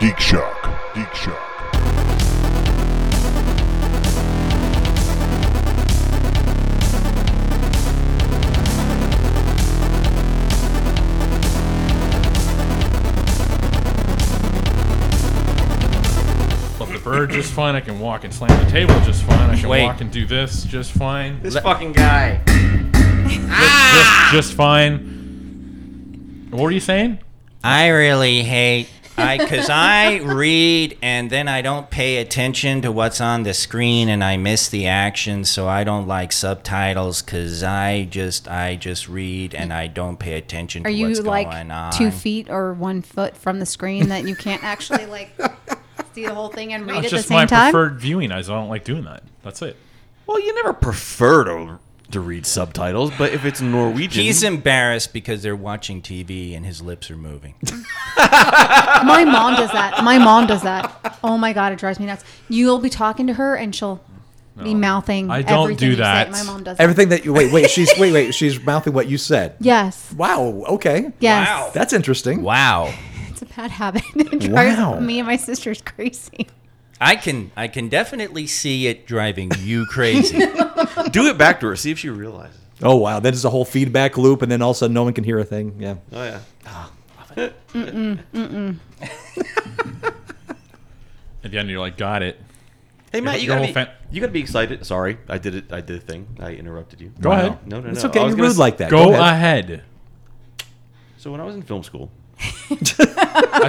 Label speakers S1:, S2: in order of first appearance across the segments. S1: Geek Shock. Geek Shock.
S2: Love the bird just fine. I can walk and slam the table just fine. I can
S3: Wait.
S2: walk and do this just fine.
S4: This fucking guy.
S2: Just, just fine. What were you saying?
S3: I really hate I because I read and then I don't pay attention to what's on the screen and I miss the action, so I don't like subtitles because I just I just read and I don't pay attention.
S5: Are
S3: to
S5: you
S3: what's going on.
S5: like two feet or one foot from the screen that you can't actually like see the whole thing and read
S2: it's
S5: at the
S2: just my
S5: same time?
S2: preferred viewing. I don't like doing that. That's it.
S6: Well, you never prefer to to read subtitles, but if it's Norwegian,
S3: He's embarrassed because they're watching TV and his lips are moving.
S5: my mom does that. My mom does that. Oh my god, it drives me nuts. You'll be talking to her and she'll be mouthing.
S2: I don't
S5: everything
S2: do
S5: you say.
S2: that.
S5: My mom does that.
S7: Everything that you wait, wait, she's wait, wait, she's mouthing what you said.
S5: Yes.
S7: Wow. Okay.
S5: Yes.
S3: Wow.
S7: That's interesting.
S3: Wow.
S5: It's a bad habit. it drives
S7: Wow.
S5: me and my sisters crazy.
S3: I can I can definitely see it driving you crazy.
S6: do it back to her. See if she realizes.
S7: Oh wow. That is a whole feedback loop, and then all of a sudden no one can hear a thing. Yeah.
S6: Oh yeah.
S2: At the end, you're like, got it.
S6: Hey Matt, you
S2: Your
S6: gotta be
S2: whole fa-
S6: you gotta be excited. Sorry, I did it. I did a thing. I interrupted you.
S2: Go ahead.
S6: No, no, no.
S7: It's
S6: I
S7: okay.
S6: was
S7: You're
S6: gonna
S7: rude
S6: s-
S7: like that.
S2: Go,
S7: Go ahead.
S2: ahead.
S6: So when I was in film school.
S2: I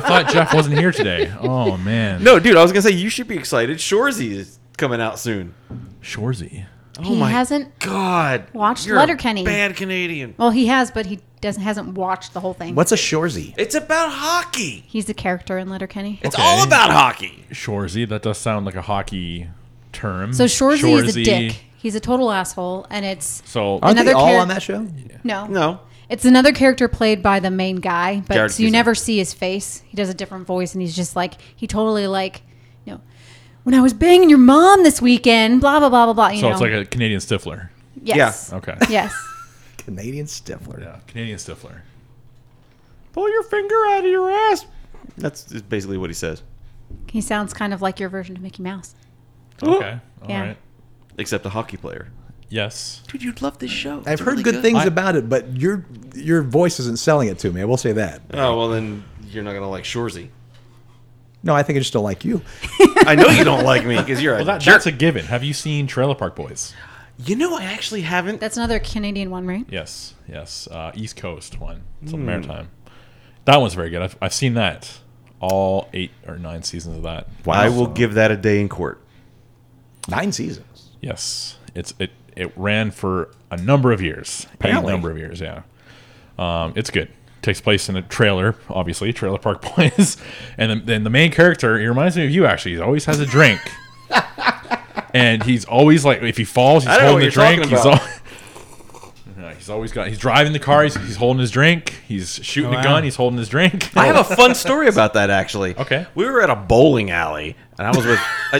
S2: thought Jeff wasn't here today. Oh man.
S6: No, dude, I was gonna say you should be excited. Shorzy is coming out soon.
S2: Shorzy.
S5: he hasn't.
S6: God,
S5: Watched
S6: you're a
S5: Letterkenny.
S6: Bad Canadian.
S5: Well, he has, but he doesn't hasn't watched the whole thing.
S7: What's a shorzy?
S6: It's about hockey.
S5: He's the character in Letterkenny.
S6: It's all about hockey.
S2: Shorzy. That does sound like a hockey term.
S5: So Shorzy, is a
S2: Shorzy.
S5: dick. He's a total asshole, and it's
S2: So oh,
S7: Aren't they
S5: Another
S7: all
S5: char-
S7: on that show?
S5: no,
S6: No,
S5: It's another character played by the main guy, but
S6: Jared
S5: so you
S6: Kushner.
S5: never see his face. He does a different voice, and he's just like he totally like, you know, when I was banging your mom this weekend, blah blah blah blah blah. You
S2: so
S5: know,
S2: it's like a Canadian Stifler.
S5: yes,
S2: Okay.
S5: yes.
S7: Canadian Stifler.
S2: Yeah, Canadian Stifler.
S6: pull your finger out of your ass. That's basically what he says.
S5: He sounds kind of like your version of Mickey Mouse.
S2: Okay. All right.
S5: Yeah.
S6: Except a hockey player.
S2: Yes.
S6: Dude, you'd love this show.
S7: I've heard good, things
S2: I-
S7: about it, but your your voice isn't selling it to me. I will say that.
S6: Oh well, then you're not gonna like Shorzy.
S7: No, I think I just don't like you.
S6: I know you don't like me because you're a
S2: Well, that,
S6: jerk.
S2: that's a given. Have you seen Trailer Park Boys?
S6: you know, I actually haven't.
S5: That's another Canadian one, right?
S2: Yes. Yes. Uh, East Coast one. It's a
S6: Hmm.
S2: maritime. That one's very good. I've, I've seen that. All eight or nine seasons of that.
S6: I will give that a day in court.
S7: Nine seasons.
S2: Yes, it's it it ran for a number of years, a
S7: Apparently.
S2: number of years. Yeah, um, it's good. Takes place in a trailer, obviously, Trailer Park Boys, and then- then the main character. He reminds me of you. Actually, he always has a drink, and he's always like, if he falls, he's
S6: I don't know
S2: holding the
S6: what you're
S2: drink. He's
S6: talking
S2: all. Yeah, He's always got. He's driving the car. He's, he's holding his drink. He's
S6: Oh,
S2: shooting a gun. He's holding his drink.
S6: I have
S7: Oh.
S6: a fun story about that actually.
S2: Okay.
S6: We were at a bowling alley, and I was with. I,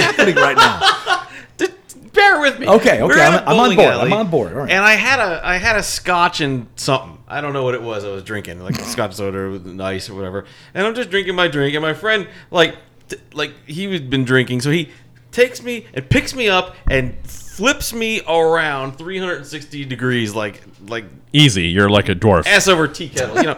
S7: Happening right now.
S6: Just bear with me.
S7: Okay, okay,
S6: We're at
S7: I'm-
S6: a
S7: I'm
S6: bowling
S7: on board, I'm on board, all right.
S6: And I had a I had a scotch and something. I don't know what it was. I was drinking like scotch soda with ice or whatever. And I'm just drinking my drink, and my friend like t- like he had been drinking, so he takes me and picks me up and flips me around 360 degrees like like
S2: Easy. You're like a dwarf.
S6: ass over tea kettle, you know.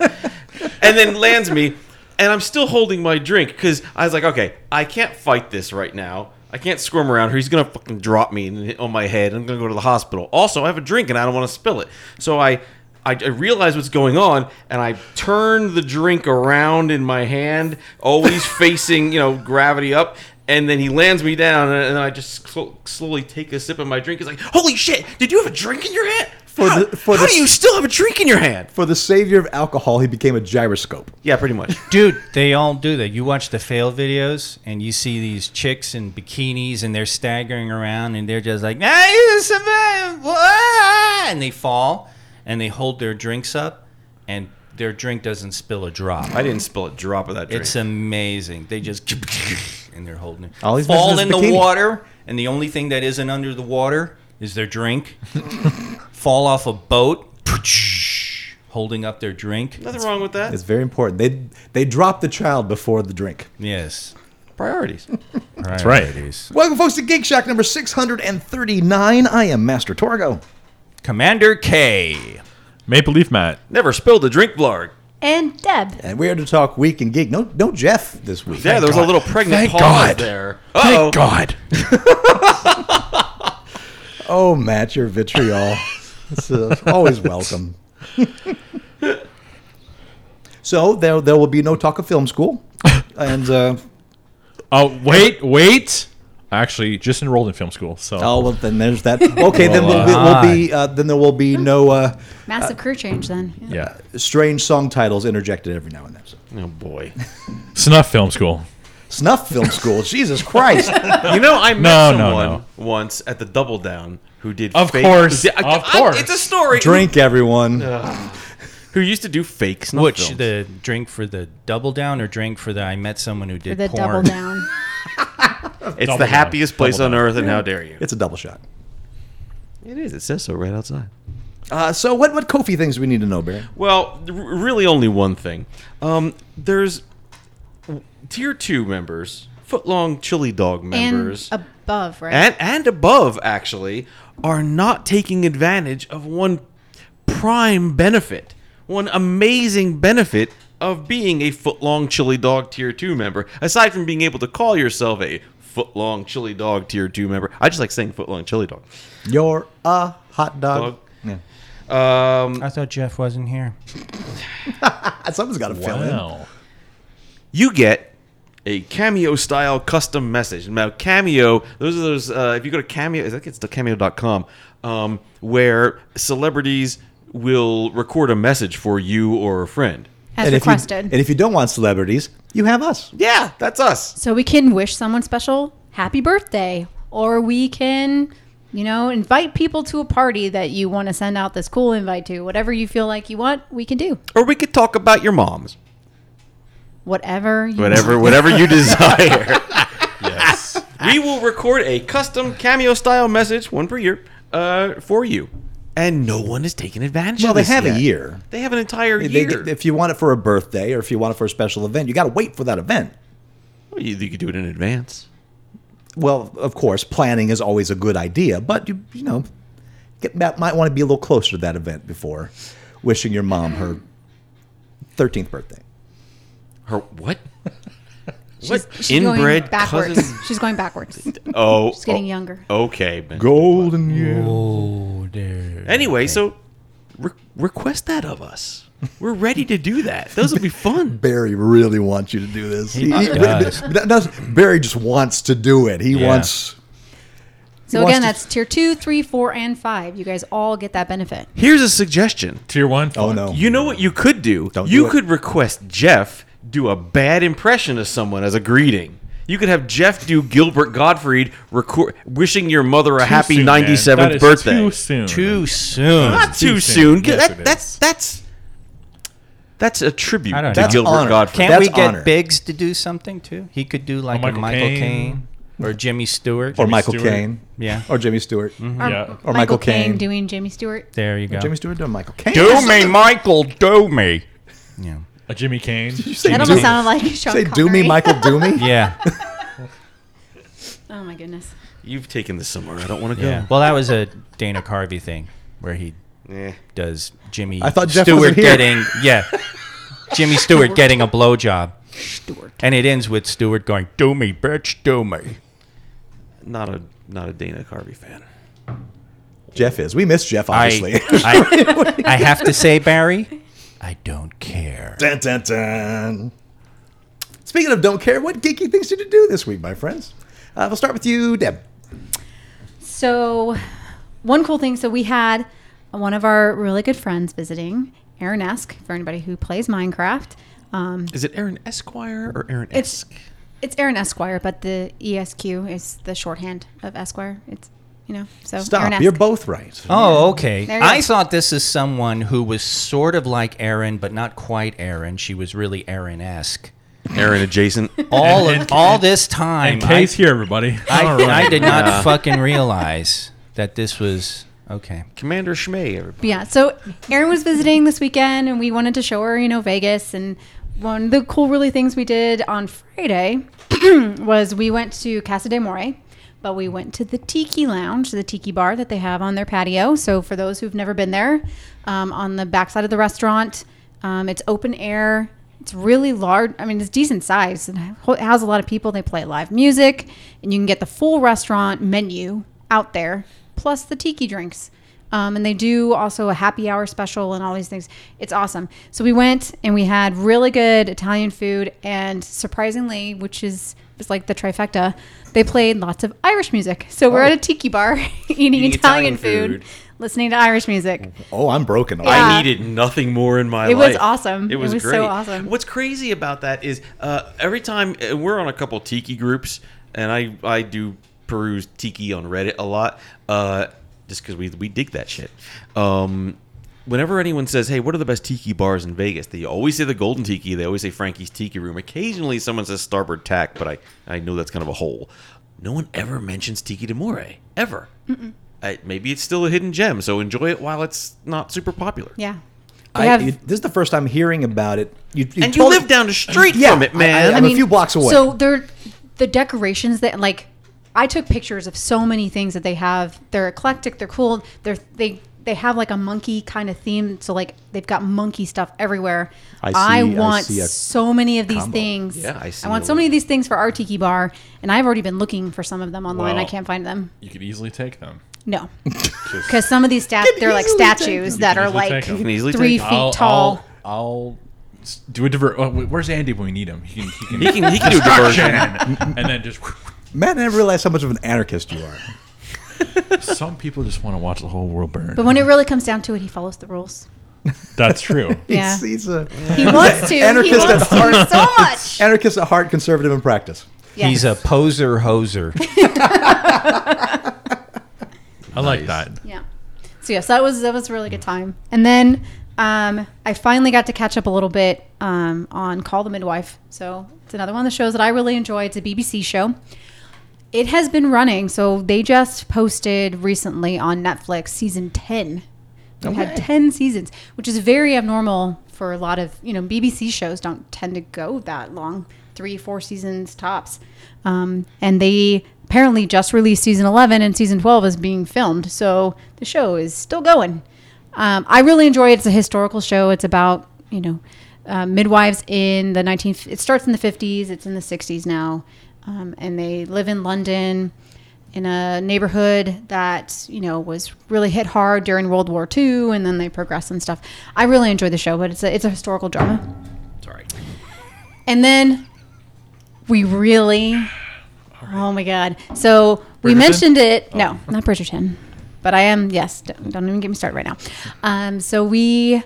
S6: and then lands me, and I'm still holding my drink because I was like, okay, I can't fight this right now. I can't squirm around her. He's gonna fucking drop me and hit on my head. I'm gonna go to the hospital. Also, I have a drink and I don't want to spill it. So I, I, I realize what's going on, and I turn the drink around in my hand, always facing you know gravity up. And then he lands me down, and and I just sl- slowly take a sip of my drink. He's like, "Holy shit! Did you have a drink in your hand?
S7: For
S6: how
S7: the- for
S6: how
S7: the-
S6: do you still have a drink in your hand?"
S7: For the savior of alcohol, he became a gyroscope.
S6: Yeah, pretty much.
S3: Dude, they all do that. You watch the fail videos and you see these chicks in bikinis and they're staggering around and they're just like, "Ah, you survived!" Wah!" and they fall and they hold their drinks up and their drink doesn't spill a drop.
S6: I didn't spill a drop of that drink.
S3: It's amazing. They just and they're holding it.
S7: All he's
S3: fall
S7: missing
S3: in
S7: is
S3: the
S7: bikini.
S3: water and the only thing that isn't under the water is their drink. fall off a boat. holding up their drink.
S6: Nothing wrong with that.
S7: It's very important. They they drop the child before the drink.
S3: Yes.
S6: priorities.
S2: That's right.
S3: Priorities.
S7: Welcome, folks, to Geek Shock number 639. I am Master Torgo.
S3: Commander K.
S2: Maple Leaf Matt.
S6: Never spilled a drink, Blarg.
S5: And Deb.
S7: And we are to talk week in geek. No, no Jeff this week.
S6: Yeah, there was a little pregnant
S7: Thank
S6: pause
S7: God.
S6: there. Uh-oh.
S2: God.
S7: Oh, Matt, your vitriol. it's uh, always welcome. so there, there will be no talk of film school, and uh,
S2: Oh, wait, wait. I actually just enrolled in film school, so
S7: oh well, then there's that. Okay, then
S2: Well,
S7: we'll be, we'll be uh, then there will be no uh,
S5: Massive career change then.
S2: yeah.
S7: strange song titles interjected every now and then. So.
S6: Oh boy.
S2: Snuff film school.
S7: Snuff film school, Jesus Christ!
S6: You know, I met
S2: No, no,
S6: someone
S2: no.
S6: once at the Double Down who did
S2: Of
S6: fake-
S2: course,
S6: Yeah, I-
S2: of
S6: I-
S2: course.
S6: it's a story.
S7: Drink, everyone.
S6: who used to do fake snuff
S3: Which
S6: films.
S3: the drink for the double down or drink for the I met someone who
S5: For
S3: did
S5: the double
S3: porn.
S5: down.
S6: it's
S2: Double
S6: the
S2: Down,
S6: happiest place
S2: Double
S6: on
S2: Down.
S6: earth, and how dare you?
S7: It's a double shot.
S6: It is. It says so right outside.
S7: Uh, so what what Kofi things we need to know, Barry?
S6: Well, r- really, only one thing. Um, there's tier two members, footlong chili dog members,
S5: And above, right?
S6: and and above actually are not taking advantage of one prime benefit, one amazing benefit of being a footlong chili dog tier 2 member. Aside from being able to call yourself a footlong chili dog tier 2 member. I just like saying footlong chili dog.
S7: You're a hot dog. Yeah.
S6: Um,
S3: I thought Jeff wasn't here.
S7: Uh, Someone's got to fill in.
S2: Wow.
S6: you get a cameo style custom message. Now, cameo, those are those, uh, if you go to cameo, I think it's the cameo.com, um, where celebrities will record a message for you or a friend.
S5: as
S7: if you,
S5: requested.
S7: and if you don't want celebrities, you have us.
S6: Yeah, that's us.
S5: so we can wish someone special happy birthday. Or we can, you know, invite people to a party that you want to send out this cool invite to. Whatever you feel like you want, we can do.
S6: Or we could talk about your moms.
S5: Whatever you
S6: Whatever, whatever you desire. yes. We will record a custom cameo style message, one per year, uh, for you. And no one is taking advantage
S7: Well,
S6: of
S7: they
S6: this.
S7: have a
S6: yet.
S7: year.
S6: They have an entire
S7: They-
S6: year.
S7: they- if you want it for a birthday or if you want it for a special event, you got to wait for that event.
S6: Well, you, you could do it in advance.
S7: Well, of course, planning is always a good idea, but you you know, get, that might want to be a little closer to that event before wishing your mom her thirteenth birthday.
S6: Her what?
S5: She's,
S6: What?
S5: she's going
S6: Inbred
S5: backwards.
S6: cousin?
S5: She's going backwards.
S6: Oh,
S5: She's getting
S6: oh,
S5: younger.
S6: Okay. man.
S7: Golden year.
S3: Oh, dear.
S6: Anyway, so re- request that of us. We're ready to do that. Those will be fun.
S7: Barry really wants you to do this. He,
S3: does.
S7: but that- that's- Barry just wants to do it. He
S3: Yeah.
S7: wants.
S5: So
S7: wants
S5: again,
S7: to-
S5: that's tier two, three, four, and five. You guys all get that benefit.
S6: Here's a suggestion.
S2: Tier one.
S7: Oh no!
S6: You know what you could do?
S7: Don't
S6: you
S7: do it.
S6: could request Jeff do a bad impression of someone as a greeting. You could have Jeff do Gilbert Gottfried record wishing your mother a
S2: Too
S6: happy
S2: soon, man.
S6: 97th
S2: That is
S6: birthday.
S2: Too soon.
S3: Too soon.
S6: Not too,
S2: Too
S6: soon.
S2: soon.
S6: G-
S2: Yes,
S6: that-
S2: it is.
S6: that's that's that's a tribute
S3: I
S6: to
S3: don't know. That's
S6: Gilbert
S7: honor.
S6: Gottfried.
S3: Can't
S7: That's
S3: we get
S7: honor.
S3: Biggs to do something too? He could do like
S2: Michael
S3: a Michael
S2: Caine.
S3: Caine or Jimmy Stewart.
S7: or Michael
S2: Stewart.
S7: Caine.
S3: Yeah.
S7: Or Jimmy Stewart.
S5: Mm-hmm.
S2: Yeah.
S7: Mm-hmm. Or Michael Caine.
S5: Caine doing Jimmy Stewart.
S3: there you go.
S7: Jimmy Stewart or Michael Caine.
S3: Michael, do me. Yeah.
S2: A Jimmy Kane.
S7: Say
S5: That
S7: do-
S5: almost sounded like Sean
S7: Say do
S5: Connery.
S7: me, Michael, do me.
S3: Yeah.
S5: Oh my goodness.
S6: You've taken this somewhere. I don't want to go.
S3: Yeah. Well, that was a Dana Carvey thing where he
S6: Eh.
S3: does Jimmy
S7: I thought Jeff
S3: Stewart
S7: wasn't here.
S3: getting yeah, Jimmy Stewart getting a blowjob, and it ends with Stewart going, "Do me, bitch, do me."
S6: Not a not a Dana Carvey fan.
S7: Jeff is. We miss Jeff, obviously.
S3: I, I I have to say, Barry, I don't care.
S7: dun, dun, dun. Speaking of don't care, what geeky things did you do this week, my friends? Uh, we'll start with you, Deb.
S5: So, one cool thing. So we had one of our really good friends visiting, Aaron Esk, for anybody who plays Minecraft. Um,
S6: Is it Aaron Esquire or Aaron
S5: It's-
S6: Esk?
S5: it's Aaron Esquire, but the ESQ is the shorthand of Esquire. It's you know. So Aaron
S7: Stop.
S5: Esk.
S7: You're both right.
S3: Oh, okay.
S5: There you
S3: I
S5: go.
S3: thought this is someone who was sort of like Aaron, but not quite Aaron. She was really Aaron-esque.
S6: Aaron adjacent.
S3: All
S2: And-
S3: of,
S2: and-
S3: all this time,
S2: And K's here, everybody.
S3: I,
S2: All right.
S3: I did not fucking realize that this was Okay.
S6: Commander Schmay, everybody.
S5: But yeah, so Erin was visiting this weekend, and we wanted to show her, you know, Vegas. And one of the cool, really things we did on Friday was we went to Casa de More, but we went to the Tiki Lounge, the Tiki Bar that they have on their patio. So for those who've never been there, um, on the backside of the restaurant, um, it's open air. It's really large. I mean, it's decent size and ho- it has a lot of people. They play live music, and you can get the full restaurant menu out there, plus the tiki drinks. Um, and they do also a happy hour special and all these things. It's awesome. So we went and we had really good Italian food, and surprisingly, which is it's like the trifecta, they played lots of Irish music. So we're at a tiki bar eating, Italian,
S6: Oh. Italian
S5: food,
S6: food. Mm-hmm.
S5: listening to Irish music.
S7: Oh, I'm broken.
S5: Yeah.
S6: I needed nothing more in my
S5: It
S6: life.
S5: was awesome.
S6: It
S5: It
S6: was,
S5: was so
S6: great.
S5: awesome.
S6: What's crazy about that is uh, every time uh, we're on a couple tiki groups, and I I do peruse tiki on Reddit a lot, uh, just because we we dig that shit. Um, whenever anyone says, "Hey, what are the best tiki bars in Vegas?" They always say the Golden Tiki. They always say Frankie's Tiki Room. Occasionally, someone says Starboard Tack, but I I know that's kind of a hole. No one ever mentions Tiki de More ever. Uh, maybe it's still a hidden gem, so enjoy it while it's not super popular.
S5: Yeah. They
S7: I,
S5: have-
S7: you- this is the first time hearing about it. You,
S6: And you
S7: told-
S6: live down the street
S7: Yeah,
S6: from it, man.
S7: I- I'm a few blocks away.
S5: So they're the decorations that like I took pictures of so many things that they have. They're eclectic. They're cool. They're they they have like a monkey kind of theme. So like they've got monkey stuff everywhere.
S7: I
S5: I,
S7: see- I
S5: want
S7: see a
S5: so many of these
S7: combo.
S5: things.
S6: Yeah, I see
S5: I want
S6: a
S5: so
S6: lot.
S5: many of these things for our tiki bar, and I've already been looking for some of them online. I
S2: Well-
S5: can't find them.
S2: You could easily take them.
S5: No, because some of these stat they're like
S7: easily take
S5: statues
S2: You
S5: that
S2: can
S5: are
S2: easily
S5: like
S2: take 'em. You
S6: can easily
S5: three
S6: take
S5: feet
S6: 'em.
S2: I'll,
S5: tall.
S2: I'll, I'll s- do a divert. Oh, wait, where's Andy when we need him? He can. He can,
S6: He can, he can do a diversion.
S2: and then just.
S7: Matt, I never realized how much of an anarchist you are.
S2: Some people just want to watch the whole world burn.
S5: but when it really comes down to it, he follows the rules.
S2: That's true.
S5: Yeah,
S7: He's, he's a
S5: he wants to. he
S7: Anarchist
S5: wants
S7: at
S5: to so much.
S7: anarchist at heart, conservative in practice.
S5: Yes.
S3: He's a poser hoser.
S2: I like that.
S5: Yeah. So yes, that was that was a really good time. And then um, I finally got to catch up a little bit um, on Call the Midwife. So it's another one of the shows that I really enjoy. It's a BBC show. It has been running. So they just posted recently on Netflix season ten. They had ten seasons, which is very abnormal for a lot of you know BBC shows. Don't tend to go that long, three four seasons tops. Um, and they apparently just released season eleven, and season twelve is being filmed. So the show is still going. Um, I really enjoy it. It's a historical show. It's about you know uh, midwives in the 19th. It starts in the 50s. It's in the 60s now, um, and they live in London in a neighborhood that you know was really hit hard during World War II, and then they progress and stuff. I really enjoy the show, but it's a it's a historical drama.
S6: Sorry.
S5: And then we really, oh my god! So we
S2: Bridgerton?
S5: mentioned it. No, not Bridgerton, but I am. Yes, don't, don't even get me started right now. Um, so we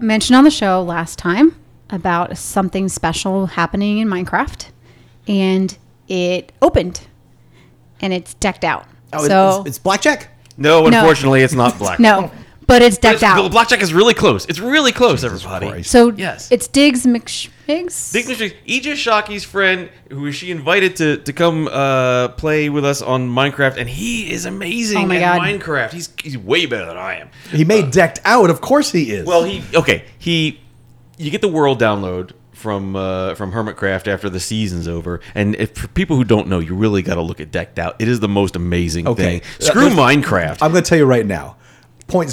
S5: mentioned on the show last time about something special happening in Minecraft, and it opened, and it's decked out.
S7: Oh,
S5: so
S7: it's, it's blackjack.
S6: No,
S5: No.
S6: unfortunately, it's not black.
S5: no, but it's
S6: It's,
S5: decked out.
S6: Blackjack is really close. It's really close, everybody.
S5: so
S6: Yes.
S5: it's Diggs McShmiggs.
S6: Dick Mitchell, Aegis Shockey's friend, who she invited to to come uh, play with us on Minecraft, and he is amazing
S5: Oh my
S6: at
S5: God.
S6: Minecraft. He's he's way better than I am.
S7: He made decked out. Of course he is.
S6: Well, he okay. He you get the world download from uh, from Hermitcraft after the season's over, and if for people who don't know, you really got to look at Decked Out. It is the most amazing
S7: Okay.
S6: thing. Screw
S7: Uh,
S6: Minecraft.
S7: I'm going to tell you right now,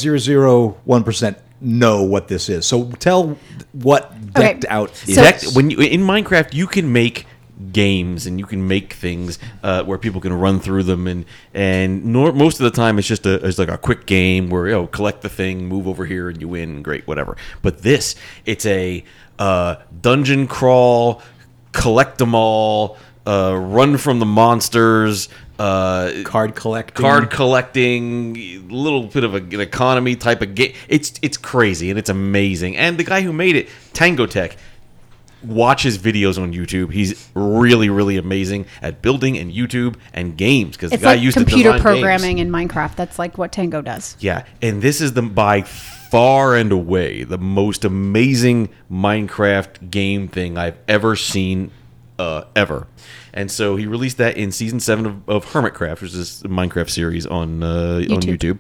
S7: 0.001 percent know what this is. So tell what decked
S5: Okay.
S7: out is.
S5: So-
S6: Exact- when you, in Minecraft, you can make games and you can make things uh, where people can run through them, and and nor, most of the time it's just a it's like a quick game where you know collect the thing, move over here, and you win. Great, whatever. But this, it's a uh, dungeon crawl, collect them all, uh, run from the monsters. Uh,
S7: card collecting.
S6: card collecting, little bit of a, an economy type of game. It's it's crazy and it's amazing. And the guy who made it, Tango Tech, watch his videos on YouTube. He's really really amazing at building and YouTube and games because the
S5: It's
S6: guy
S5: like
S6: used
S5: computer
S6: to design
S5: programming
S6: Games.
S5: in Minecraft. That's like what Tango does.
S6: Yeah, and this is the by far and away the most amazing Minecraft game thing I've ever seen, uh, ever. And so he released that in season seven of, of Hermitcraft, which is a Minecraft series on uh, on
S5: YouTube.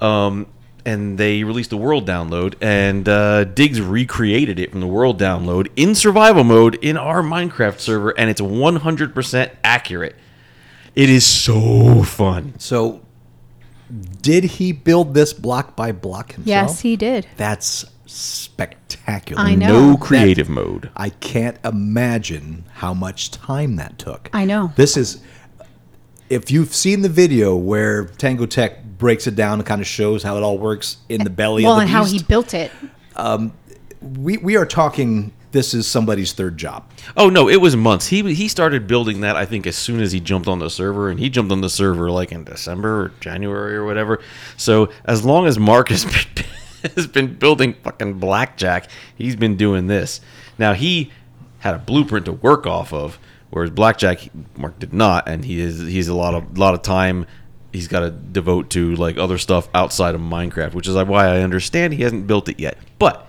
S6: YouTube. Um, and they released the world download, and uh, Diggs recreated it from the world download in survival mode in our Minecraft server, and it's 100% accurate. It is so fun.
S7: So, did he build this block by block himself?
S5: Yes, he did.
S7: That's spectacular.
S5: I know.
S6: No creative mode.
S7: I can't imagine how much time that took.
S5: I know.
S7: This is, if you've seen the video where Tango Tech breaks it down and kind of shows how it all works in the belly
S5: Well,
S7: of the
S5: and how
S7: beast,
S5: he built it.
S7: we, we are talking this is somebody's third job.
S6: Oh no, it was months. He he started building that I think as soon as he jumped on the server, and he jumped on the server like in December or January or whatever. So as long as Mark has been, has been building fucking blackjack, he's been doing this. Now he had a blueprint to work off of, whereas blackjack Mark did not, and he is he's a lot of lot of time he's got to devote to like other stuff outside of Minecraft, which is like why I understand he hasn't built it yet, but.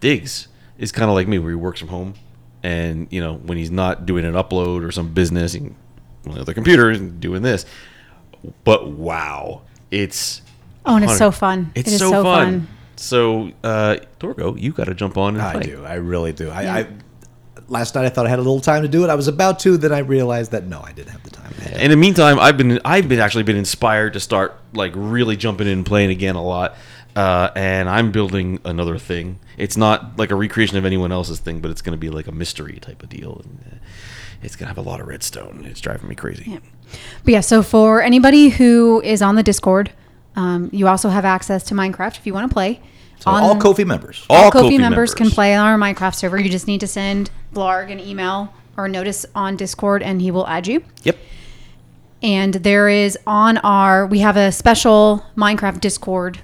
S6: Diggs is kind of like me, where he works from home, and you know when he's not doing an upload or some business, he can, on the other computer and doing this. But wow, it's
S5: Oh, and it's so
S6: hundred-
S5: fun.
S6: It's
S5: It is
S6: so,
S5: so
S6: fun.
S5: fun.
S6: So uh, Torgo, you got to jump on. And
S7: I
S6: play.
S7: do. I really do. I,
S5: Yeah.
S7: I last night I thought I had a little time to do it. I was about to, then I realized that no, I didn't have the time.
S6: And in the meantime, I've been I've been actually been inspired to start like really jumping in and playing again a lot. Uh, and I'm building another thing. It's not like a recreation of anyone else's thing, but it's going to be like a mystery type of deal. And uh, it's going to have a lot of redstone. It's driving me crazy.
S5: But yeah, so for anybody who is on the Discord, um, you also have access to Minecraft if you want to play.
S7: So all Kofi members.
S5: all
S6: All
S5: Kofi
S6: Kofi
S5: members, can
S6: members.
S5: play on our Minecraft server. You just need to send Blarg an email or notice on Discord, and he will add you.
S6: Yep.
S5: And there is on our we have a special Minecraft Discord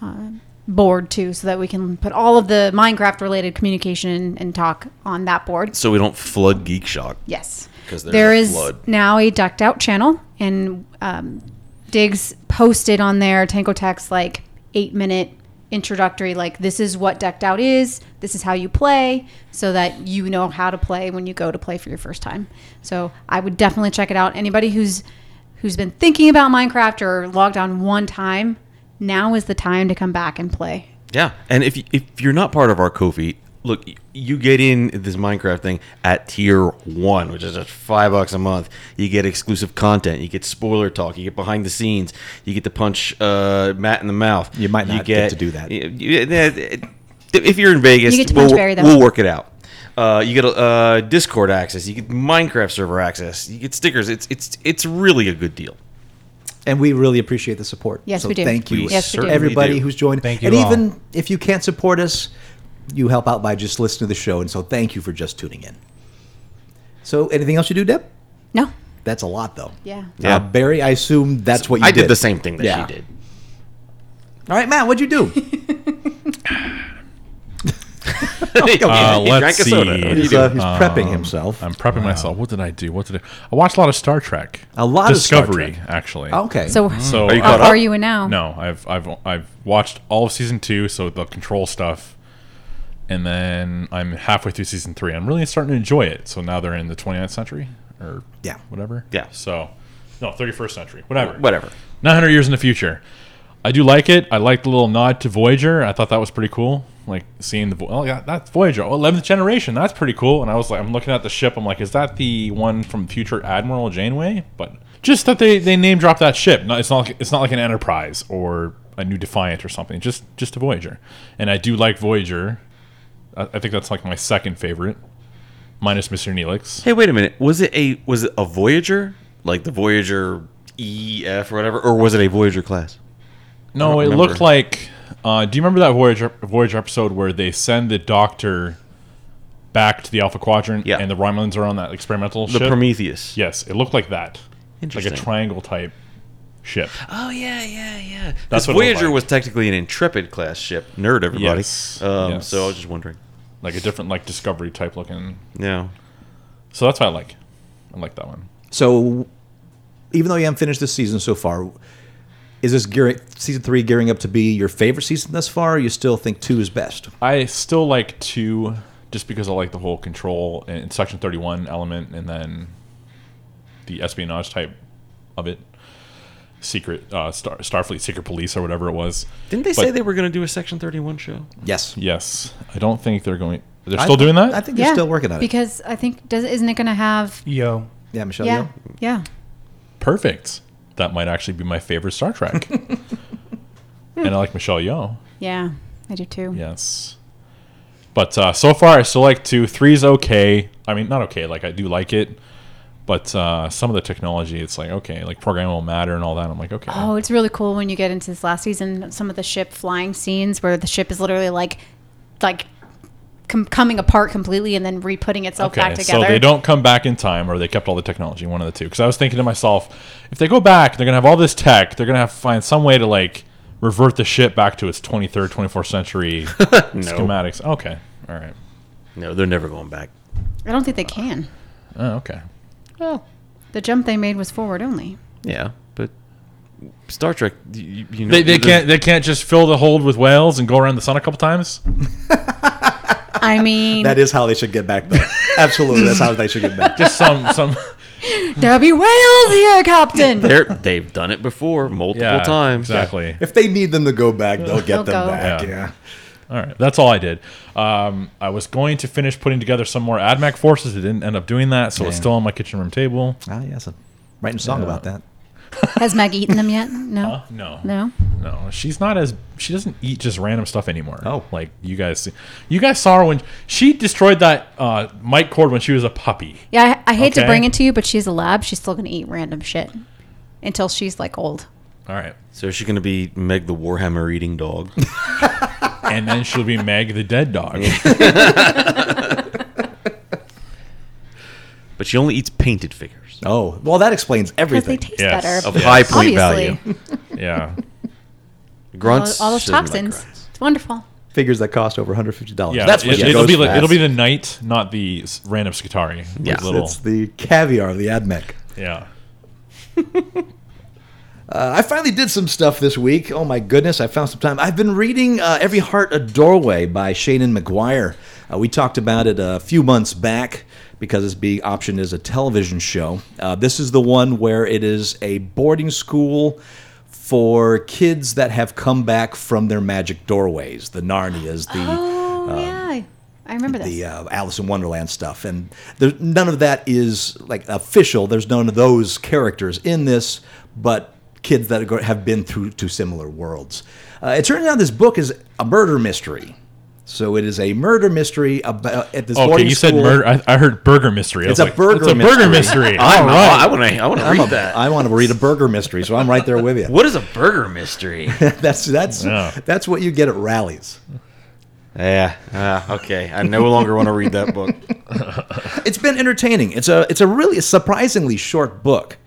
S5: uh, board too, so that we can put all of the Minecraft related communication and talk on that board.
S6: So we don't flood Geek Shock.
S5: Yes.
S6: 'Cause there's
S5: There
S6: a
S5: is
S6: flood.
S5: now a ducked out channel, and um, Diggs posted on there Tanko Tech's like eight minute introductory, like, this is what ducked out is, this is how you play, so that you know how to play when you go to play for your first time. So I would definitely check it out. Anybody who's who's been thinking about Minecraft or logged on one time, now is the time to come back and play.
S6: Yeah. And if if you're not part of our Kofi, look, you get in this Minecraft thing at tier one, which is just five bucks a month. You get exclusive content. You get spoiler talk. You get behind the scenes. You get to punch uh, Matt in the mouth.
S7: You might not get to do that.
S6: You- you- If you're in Vegas,
S5: You get to
S6: we'll,
S5: punch Barry, though.
S6: we'll work it out. Uh, you get uh, Discord access. You get Minecraft server access. You get stickers. It's it's it's really a good deal.
S7: And we really appreciate the support.
S5: Yes,
S7: So
S5: we do.
S7: Thank you,
S5: We Yes, we do. certainly
S7: everybody
S6: do.
S7: who's joined.
S3: Thank you
S7: And
S3: all.
S7: even if you can't support us, you help out by just listening to the show. And so thank you for just tuning in. So anything else you do, Deb?
S5: No?
S7: That's a lot, though.
S5: Yeah.
S6: Yeah.
S7: Uh, Barry, I assume that's what you
S6: I
S7: did.
S6: did the same thing that
S7: Yeah.
S6: she did.
S7: All right, Matt, what'd you do?
S2: Uh,
S6: He
S2: let's see. Um,
S7: He's,
S6: do?
S7: uh, he's prepping himself.
S2: I'm prepping myself. What did I do? What did I? I watched a lot of Star Trek.
S7: A lot of Star
S2: Discovery,
S7: Trek. Oh,
S2: actually.
S7: okay.
S5: So,
S2: So uh,
S6: Are you
S5: how
S6: caught
S5: far
S6: up?
S5: are you in now?
S2: No, I've I've I've watched all of season two, so the control stuff, and then I'm halfway through season three. I'm really starting to enjoy it. So now they're in the 29th century, or
S7: Yeah.
S2: whatever.
S6: Yeah.
S2: So, no, 31st century, whatever,
S6: Whatever.
S2: 900 years in the future. I do like it. I like the little nod to Voyager. I thought that was pretty cool. Like seeing the Vo- oh yeah, that's Voyager, oh, 11th generation. That's pretty cool. And I was like, I'm looking at the ship. I'm like, is that the one from future Admiral Janeway? But just that they they name drop that ship. No, it's not like, it's not like an Enterprise or a new Defiant or something. Just just a Voyager. And I do like Voyager. I, I think that's like my second favorite, minus Mr. Neelix.
S6: Hey, wait a minute. Was it a was it a Voyager? Like the Voyager EF or whatever, or was it a Voyager class?
S2: No, it
S6: remember.
S2: looked like. Uh, do you remember that Voyager Voyager episode where they send the Doctor back to the Alpha Quadrant,
S6: Yeah.
S2: and the Romulans are on that experimental
S6: The
S2: ship?
S6: Prometheus.
S2: yes, it looked like that, like a
S6: Interesting.
S2: triangle type ship.
S6: Oh yeah, yeah, yeah.
S2: That's
S6: That's
S2: what it
S6: Voyager
S2: looked like.
S6: was technically an Intrepid class ship. Nerd, everybody.
S2: Yes,
S6: Um,
S2: yes.
S6: So I was just wondering.
S2: like a different like Discovery type looking.
S6: Yeah.
S2: So that's what I like. I like that one.
S7: So, even though you haven't finished this season so far, is this gearing, season three gearing up to be your favorite season thus far? Or you still think two is best?
S2: I still like two, just because I like the whole control and Section Thirty One element, and then the espionage type of it. secret uh, Star, Starfleet secret police or whatever it was.
S6: Didn't they
S2: But-
S6: say they were going to do a Section 31 show?
S7: Yes.
S2: Yes, I don't think they're going. They're
S7: I-
S2: still doing that.
S7: I think they're still working on it.
S5: because I think does isn't it going to have
S3: Yo.
S7: yeah, Michelle.
S5: yeah
S7: Yeah.
S5: yeah
S2: Perfect. That might actually be my favorite Star Trek. and I like Michelle Yeoh.
S5: yeah I do too
S2: Yes. But uh, so far, I still like two. Three's okay. I mean, not okay. Like I do like it, but uh, some of the technology, it's like okay, like programmable matter and all that. I'm like okay.
S5: Oh, it's really cool when you get into this last season. Some of the ship flying scenes where the ship is literally like, like, com- coming apart completely and then re-putting itself back together.
S2: So they don't come back in time, or they kept all the technology, one of the two. Because I was thinking to myself, if they go back, they're gonna have all this tech. They're gonna have to find some way to like revert the ship back to its 23rd, 24th century schematics. Okay, all right.
S6: No, they're never going back.
S5: I don't think they can.
S2: Oh, okay. Oh.
S5: The jump they made was forward only.
S6: Yeah, but Star Trek, you, you know,
S2: They, they
S6: the-
S2: can't they can't just fill the hold with whales and go around the sun a couple times.
S5: I mean,
S7: That is how they should get back, though. Absolutely. That's how they should get back.
S2: Just some some
S5: there'll be whales here, Captain.
S6: They're, they've done it before multiple
S2: yeah
S6: times.
S2: exactly.
S7: If they need them to go back, they'll get
S5: They'll
S7: them
S5: go.
S7: back.
S2: Yeah.
S7: Yeah.
S2: All right, that's all I did. Um, I was going to finish putting together some more AdMac forces. It didn't end up doing that, so it's
S7: Yeah.
S2: still on my kitchen room table.
S7: Ah, yes. I'm writing a song about that.
S5: Has Meg eaten them yet? Oh, No.
S2: Uh, no,
S5: No.
S2: no. She's not as she doesn't eat just random stuff anymore.
S7: Oh.
S2: like you guys, you guys saw her when she destroyed that uh, mic cord when she was a puppy.
S5: Yeah, I, I hate
S2: Okay.
S5: to bring it to you, but she's a lab. She's still going to eat random shit until she's like old.
S2: All right,
S6: So is she going to be Meg the Warhammer eating dog?
S2: and then she'll be Meg the dead dog.
S6: but she only eats painted figures
S7: Oh, well, that explains
S5: Because they
S7: everything.
S5: taste
S2: Yes.
S5: better.
S6: of high plate value.
S5: Obviously.
S2: yeah,
S5: All,
S6: Grunts.
S5: all those
S6: she doesn't like
S5: toxins.
S6: grunts.
S5: it's wonderful.
S7: Figures that cost over $150.
S2: yeah.
S7: That's what
S2: it,
S7: she
S2: will
S7: goes
S2: be like,
S7: past.
S2: it'll be the knight, not the s- random Skitari.
S6: Yeah.
S2: With little,
S7: It's the caviar of the AdMech.
S2: yeah.
S7: Uh, I finally did some stuff this week. Oh my goodness, I found some time. I've been reading uh, Every Heart a Doorway by Shannon McGuire. Uh, we talked about it a few months back because it's being optioned as a television show. Uh, this is the one where it is a boarding school for kids that have come back from their magic doorways, the Narnias, the
S5: Oh, yeah. I remember this.
S7: Um, the uh, Alice in Wonderland stuff, and there, none of that is like official. There's none of those characters in this, but kids that are go- have been through two similar worlds. Uh, it turns out this book is a murder mystery, so it is a murder mystery about at this.
S2: Oh, Okay,
S7: boarding
S2: you said
S7: school.
S2: murder. I, I heard burger mystery. I
S7: It's
S2: was
S7: a
S2: like,
S7: burger Uh,
S2: It's a burger mystery.
S6: I'm,
S2: all right.
S6: I want to. I want to
S7: Oh, I'm
S6: read
S7: a-
S6: that.
S7: I want to read a burger mystery, so I'm right there with you.
S6: what is a burger mystery?
S7: That's that's
S2: Yeah.
S7: that's what you get at rallies.
S6: yeah. Ah, okay. I no longer want to read that book.
S7: it's been entertaining. It's a it's a really surprisingly short book.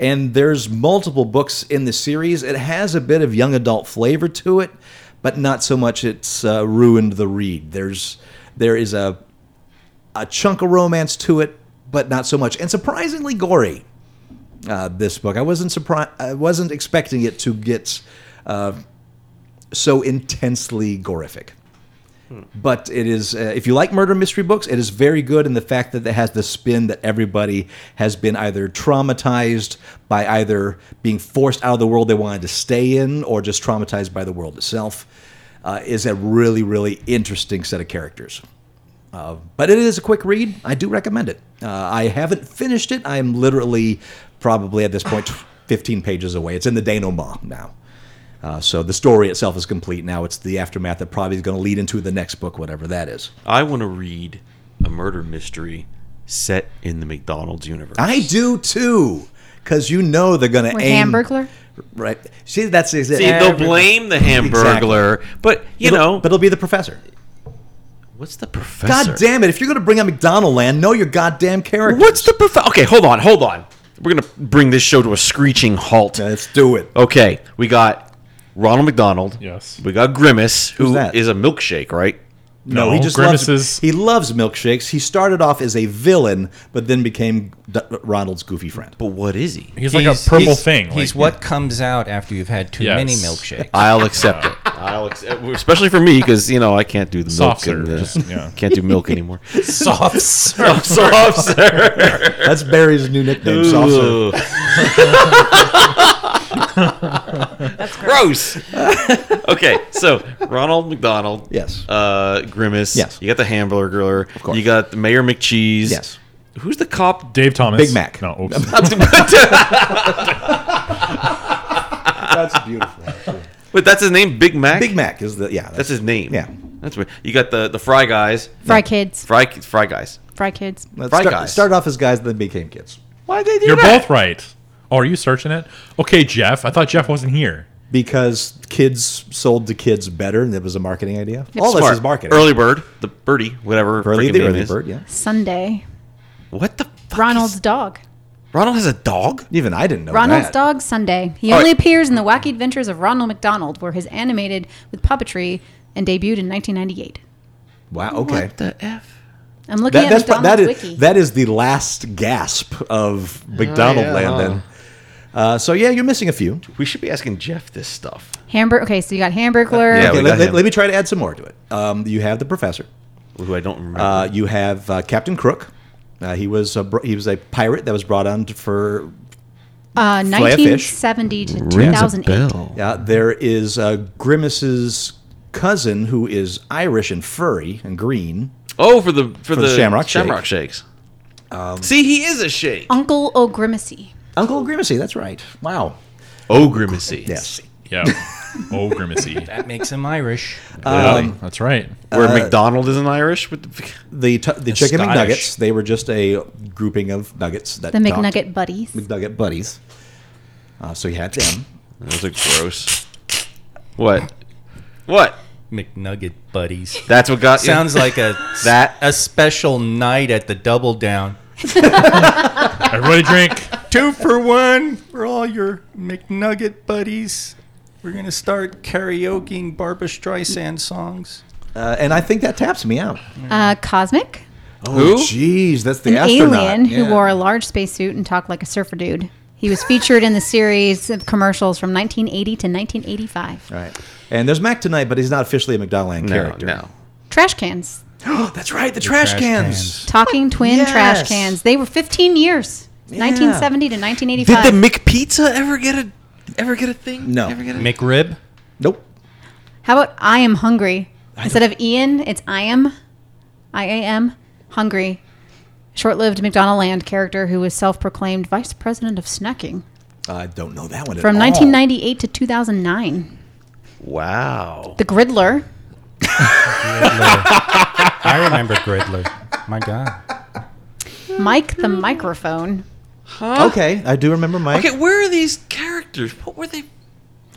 S7: And there's multiple books in the series. It has a bit of young adult flavor to it, but not so much it's uh, ruined the read. There's there is a a chunk of romance to it, but not so much. And surprisingly gory. Uh, this book, I wasn't surprised. I wasn't expecting it to get uh, so intensely gorific but it is uh, if you like murder mystery books it is very good in the fact that it has the spin that everybody has been either traumatized by either being forced out of the world they wanted to stay in or just traumatized by the world itself uh, is a really really interesting set of characters uh, but it is a quick read i do recommend it uh, i haven't finished it i am literally probably at this point 15 pages away it's in the denouement now uh, so the story itself is complete now. It's the aftermath that probably is going to lead into the next book, whatever that is.
S6: I want to read a murder mystery set in the McDonald's universe.
S7: I do too, because you know they're going to
S5: With
S7: aim
S5: Hamburglar?
S7: right. See, that's it.
S6: See, they'll blame the Hamburglar, but you know,
S7: but it'll be the professor.
S6: what's the professor?
S7: God damn it! If you're going to bring a McDonald land, know your goddamn character.
S6: What's the professor? Okay, hold on, hold on. We're gonna bring this show to a screeching halt.
S7: Let's do it.
S6: Okay, we got Ronald McDonald.
S2: Yes.
S6: We got Grimace, who is
S7: that?
S6: a milkshake, right?
S7: No, he just
S2: Grimace's-
S7: loves he loves milkshakes. He started off as a villain, but then became D- Ronald's goofy friend.
S6: But what is he?
S2: He's, like a purple thing.
S3: He's
S2: like,
S3: what comes out after you've had too many
S2: Yes.
S3: milkshakes.
S6: I'll accept it. I'll accept, especially for me because you know I can't do the milk.
S2: Softer,
S6: and the-
S2: just- yeah.
S6: Can't do milk anymore.
S7: Soft
S6: Oh, soft serve.
S7: That's Barry's new nickname. Soft serve.
S6: Ooh. Gross. okay, so Ronald McDonald.
S7: Yes.
S6: Uh, Grimace.
S7: Yes.
S6: You got the Hamburger. Of
S7: course.
S6: You got the Mayor McCheese.
S7: Yes.
S6: Who's the cop?
S2: Dave Thomas.
S7: Big Mac.
S2: No, oops.
S7: That's beautiful.
S6: Wait, that's his name. Big Mac.
S7: Big Mac is the yeah.
S6: That's his name.
S7: Yeah.
S6: That's weird. You got the the Fry guys.
S5: Fry kids.
S6: Fry Fry guys.
S5: Fry kids.
S7: Let's
S6: Fry
S7: start,
S6: Guys.
S7: start off as guys, then became kids
S6: Why they do
S2: You're
S6: that?
S2: both right. Oh, are you searching it? Okay, Jeff. I thought Jeff wasn't here.
S7: because kids sold to kids better, and it was a marketing idea. All
S6: Smart.
S7: this is marketing.
S6: Early bird, the birdie, whatever.
S7: Early
S6: freaking
S7: the
S6: name
S7: early
S6: is.
S7: bird. Yeah.
S5: Sunday.
S6: What the fuck
S5: Ronald's
S6: is-
S5: dog.
S6: Ronald has a dog.
S7: Even I didn't know
S5: Ronald's
S7: that.
S5: dog Sunday. He
S6: All
S5: only
S6: right.
S5: appears in the Wacky Adventures of Ronald McDonald, where he's animated with puppetry and debuted in 1998.
S7: Wow. Okay.
S6: What the f?
S5: I'm looking
S7: That,
S5: at
S7: that's pro-
S5: McDonald's
S7: that is
S5: wiki.
S7: that is the last gasp of McDonald
S6: Oh, yeah,
S7: Land. Then. Uh, so yeah, you're missing a few.
S6: We should be asking Jeff this stuff.
S5: Hamburg. Okay, so you got Hamburglar.
S6: Yeah,
S7: Okay,
S6: we
S7: let,
S6: got
S7: let-
S6: him.
S7: let me try to add some more to it. Um, you have the professor.
S6: Who I don't remember.
S7: Uh, you have uh, Captain Crook. Uh, he was a br- he was a pirate that was brought on t- for.
S5: Uh,
S7: Flay a fish.
S5: 1970 to 2008.
S7: Yeah, there is uh, Grimace's cousin who is Irish and furry and green.
S6: Oh, for the for,
S7: the
S6: the,
S7: Shamrock
S6: Shamrock Um,
S7: Shake.
S6: Shakes. See, he is a shake.
S5: Uncle O'Grimacy.
S7: Uncle Grimacy, that's right. Wow.
S6: Oh, grimacy.
S7: Yes.
S2: Yeah. oh, grimacy.
S3: That makes him Irish.
S2: Um, that's right.
S6: Where McDonald is an Irish with the,
S7: The t- the chicken
S3: Scottish.
S7: McNuggets. They were just a grouping of nuggets that
S5: The
S7: talked.
S5: McNugget Buddies.
S7: McNugget buddies. Uh, so you had them.
S6: Those are gross. What? What?
S3: McNugget buddies.
S6: That's what got you?
S3: Sounds like a
S6: That-
S3: a special night at the Double Down.
S2: Everybody drink.
S3: Two for one for all your McNugget buddies. We're gonna start karaokeing Barbara Streisand songs.
S7: Uh, and I think that taps me out.
S5: Uh, Cosmic.
S7: Oh, jeez, that's the
S5: An
S7: astronaut.
S5: alien who
S7: Yeah.
S5: wore a large spacesuit and talked like a surfer dude. He was featured in the series of commercials from 1980 to 1985.
S7: All right. And there's Mac tonight, but he's not officially a McDonaldland
S6: no,
S7: character.
S6: no.
S5: Trash cans.
S7: Oh, that's right, the, trash, cans.
S5: Talking twin
S7: Yes.
S5: trash cans. They were 15 years. 1970 to 1985.
S6: McPizza ever get a ever get a thing?
S7: No.
S6: Ever get a-
S3: McRib.
S7: Nope.
S5: How about I am hungry? Instead of Ian, it's I am. I am hungry. Short lived McDonald Land character who was self proclaimed vice president of snacking
S7: I don't know that one at
S5: from
S7: all.
S5: 1998 to 2009.
S6: wow.
S5: The Griddler.
S3: I remember Gridley. My God.
S5: Mike the microphone.
S7: Okay, I do remember Mike.
S6: Okay, where are these characters? What were they?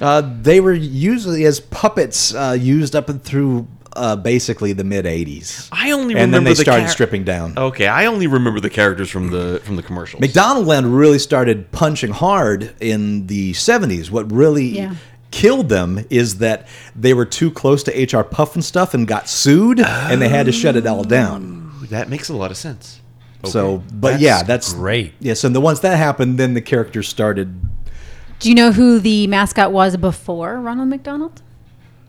S7: Uh, they were usually as puppets uh, used up and through uh, basically the mid 80s.
S6: I only
S7: and
S6: remember
S7: then they
S6: the
S7: started
S6: char- Oh.
S7: stripping down.
S6: Okay, I only remember the characters from the from the commercials.
S7: McDonaldland really started punching hard in the 70s. What really
S5: Yeah.
S7: killed them is that they were too close to HR Puff and stuff and got sued, and they had to shut it
S6: Oh.
S7: all down.
S6: that makes a lot of sense.
S7: So, but yeah, that's
S3: great.
S7: Yeah, so the once that happened, then the characters started
S5: Do you know who the mascot was before Ronald McDonald?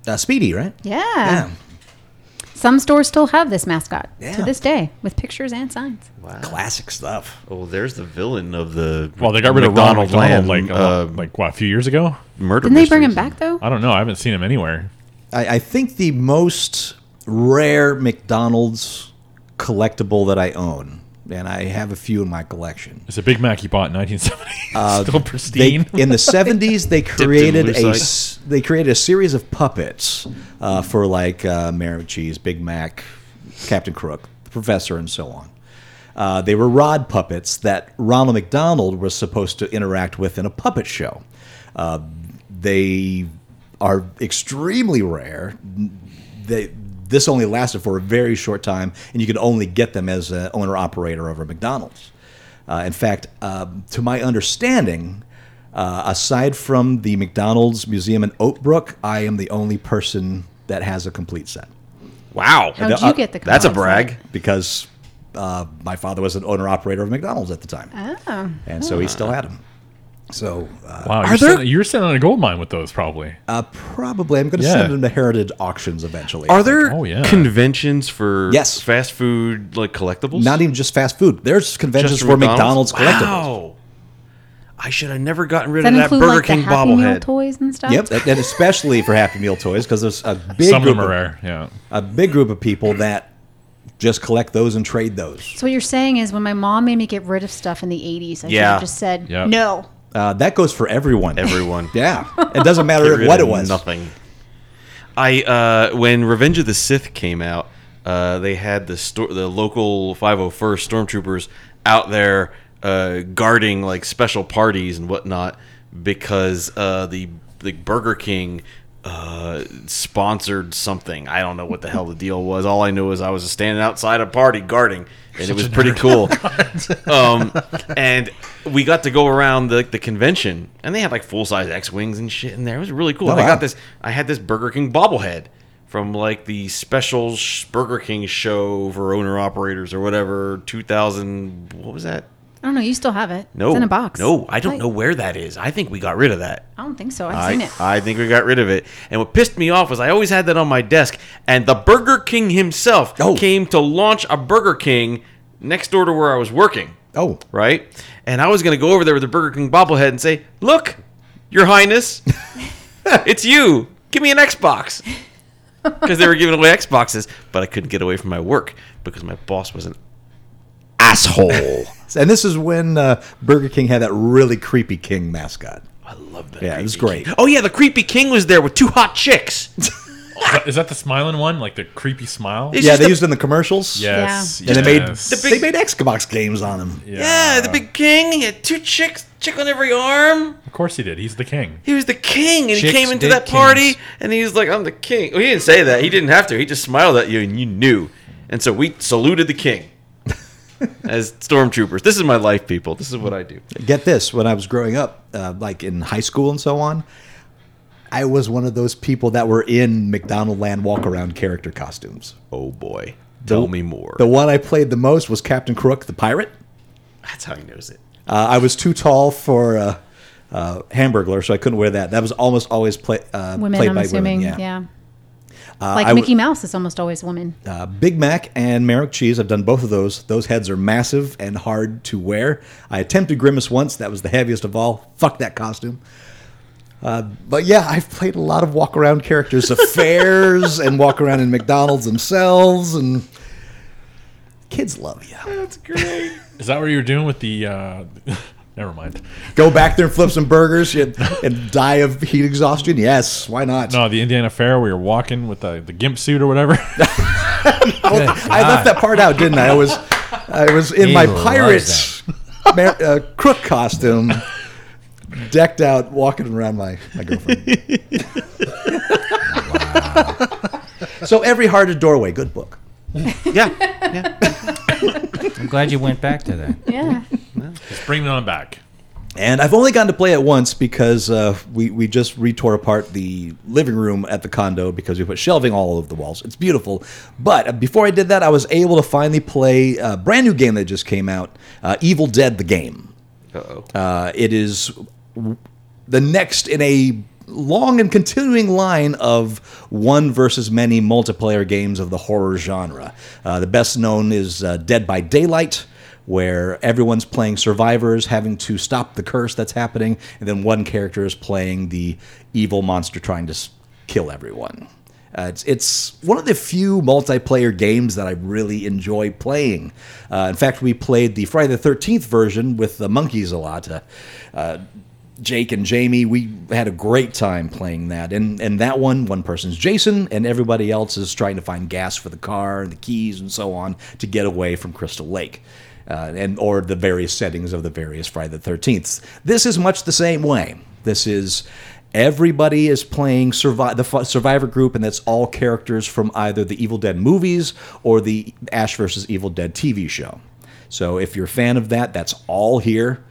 S7: uh, Speedy, right?
S5: Yeah.
S7: Yeah.
S5: Some stores still have this mascot
S7: Yeah.
S5: to this day with pictures and signs.
S7: Classic stuff.
S6: Oh, there's the villain of the.
S2: Well, they got rid of Ronald McDonald like a
S6: uh,
S2: lot- like what a few years ago.
S6: murder.
S5: Didn't they bring him
S6: mysteries.
S5: back though?
S2: I don't know. I haven't seen him anywhere.
S7: I, I think the most rare McDonald's collectible that I own, and I have a few in my collection.
S2: It's a Big Mac he bought in 1970. Still
S7: Uh, They,
S2: pristine.
S7: in the seventies, they created a
S6: lucite.
S7: s- they created a series of puppets uh, for like uh, Mayor of Cheese, Big Mac, Captain Crook, the Professor, and so on. Uh, they were rod puppets that Ronald McDonald was supposed to interact with in a puppet show. Uh, they are extremely rare. They, this only lasted for a very short time, and you could only get them as an owner operator over McDonald's. Uh, in fact, um, to my understanding, uh, aside from the McDonald's Museum in Oak Brook, I am the only person that has a complete set
S6: Wow,
S5: How'd
S7: Uh,
S5: you get the
S6: that's a
S5: colours?
S6: brag.
S7: because uh, my father was an owner operator of McDonald's at the time,
S5: Oh.
S7: and so he still had them. So uh,
S2: wow, you're, sitting, you're sitting on a gold mine with those probably.
S7: uh, probably I'm going to
S2: Yeah.
S7: send them to heritage auctions eventually.
S6: Are there
S2: Oh, yeah.
S6: conventions for
S7: Yes.
S6: fast food like collectibles?
S7: not even just fast food? There's conventions
S6: Just
S7: for McDonald's, collectibles.
S6: Wow. I should have never gotten rid
S5: Does
S6: of
S5: that
S6: that
S5: include
S6: Burger
S5: like the
S6: King
S5: Happy Meal
S6: bobblehead.
S5: toys and stuff?
S7: Yep, and especially for Happy Meal toys because there's a big
S2: Some of
S7: group
S2: them are rare. Yeah.
S7: a big group of people that just collect those and trade those.
S5: So what you're saying is when my mom made me get rid of stuff in the 80s, I should
S6: Yeah.
S5: have just said
S2: Yep.
S5: no.
S7: Uh, that goes for everyone.
S6: Everyone.
S7: yeah, it doesn't
S6: Get
S7: matter
S6: rid
S7: what it
S6: of
S7: was.
S6: Nothing. I uh, when Revenge of the Sith came out, uh, they had the sto- the local 501st stormtroopers out there uh, guarding like special parties and whatnot because uh, the the Burger King uh, sponsored something. I don't know what the hell the deal was. All I knew is I was standing outside a party guarding, and it was pretty cool. um, and we got to go around the, the convention, and they had like full size X wings and shit in there. It was really cool.
S7: Oh,
S6: And I
S7: wow.
S6: got this. I had this Burger King bobblehead from like the special sh- Burger King show for owner operators or whatever. Two thousand. What was that?
S5: I don't know. You still have it.
S6: No,
S5: It's in a box.
S6: No, I don't know where that is. I think we got rid of that.
S5: I don't think so. I've seen
S6: I,
S5: it.
S6: I think we got rid of it. And what pissed me off was I always had that on my desk, and the Burger King himself
S7: Oh.
S6: came to launch a Burger King next door to where I was working
S7: Oh,
S6: right? And I was going to go over there with the Burger King bobblehead and say, "Look, Your Highness, it's you. Give me an Xbox." Because they were giving away Xboxes, but I couldn't get away from my work because my boss was an asshole.
S7: and this is when uh, Burger King had that really creepy king mascot.
S6: I love that.
S7: Yeah, it was
S6: Creepy
S7: great.
S6: King. Oh yeah, the creepy king was there with two hot chicks.
S2: Is that- Is that the smiling one? Like the creepy smile?
S6: It's
S7: yeah,
S6: just
S7: they
S6: the-
S7: used it in the commercials.
S2: yes.
S7: and they made
S2: yes.
S6: big-
S7: they made Xbox games on them.
S6: Yeah, the big king. He had two chicks, chick on every arm.
S2: Of course he did. He's the king.
S6: He was the king, and he
S3: Chicks
S6: came into
S3: did
S6: that party,
S3: kings.
S6: and he was like, "I'm the king." Well, he didn't say that. He didn't have to. He just smiled at you, and you knew. And so we saluted the king as stormtroopers. This is my life, people. This is what I do.
S7: Get this: when I was growing up, uh, like in high school and so on, I was one of those people that were in McDonald Land walk around character costumes.
S6: Oh boy, tell me more.
S7: The one I played the most was Captain Crook the pirate.
S6: That's how he knows it.
S7: Uh, I was too tall for uh, uh, Hamburglar, so I couldn't wear that. That was almost always play, uh,
S5: women,
S7: played
S5: I'm
S7: by
S5: assuming.
S7: women. Yeah,
S5: yeah. like
S7: I would-
S5: Mickey Mouse is almost always a woman.
S7: Uh, Big Mac and Merrick Cheese. I've done both of those. Those heads are massive and hard to wear. I attempted Grimace once. That was the heaviest of all. Fuck that costume. Uh, but yeah, I've played a lot of walk around characters of fairs and walk around in McDonald's themselves, and kids love you.
S2: Is that what you were doing with the? Uh, never mind.
S7: Go back there and flip some burgers and, and die of heat exhaustion. Yes, why not?
S2: No, the Indiana Fair. We were walking with the, the gimp suit or whatever.
S7: I left that part out, didn't I? I was, I was in
S3: He
S7: my
S3: loves
S7: pirates mar- uh, crook costume, decked out, walking around my my girlfriend. So every hearted doorway, good book.
S6: Yeah,
S3: I'm glad you went back to that.
S5: Yeah.
S2: Just bring it on back.
S7: And I've only gotten to play it once because uh, we we just retore apart the living room at the condo because we put shelving all over the walls. It's beautiful, but uh, before I did that, I was able to finally play a brand new game that just came out, uh, Evil Dead: The Game. Uh, it is w- the next in a long and continuing line of one versus many multiplayer games of the horror genre. Uh, the best known is uh, Dead by Daylight. Where everyone's playing survivors, having to stop the curse that's happening, and then one character is playing the evil monster trying to s- kill everyone. Uh, it's, it's one of the few multiplayer games that I really enjoy playing. Uh, in fact, we played the Friday the 13th version with the monkeys a lot. Uh, uh, Jake and Jamie, we had a great time playing that. And, and that one, one person's Jason, and everybody else is trying to find gas for the car and the keys and so on to get away from Crystal Lake. Uh, and or the various settings of the various Friday the 13th. This is much the same way. This is Everybody is playing survi- the fu- Survivor group, and that's all characters from either the Evil Dead movies or the Ash versus Evil Dead TV show. So if you're a fan of that, that's all here.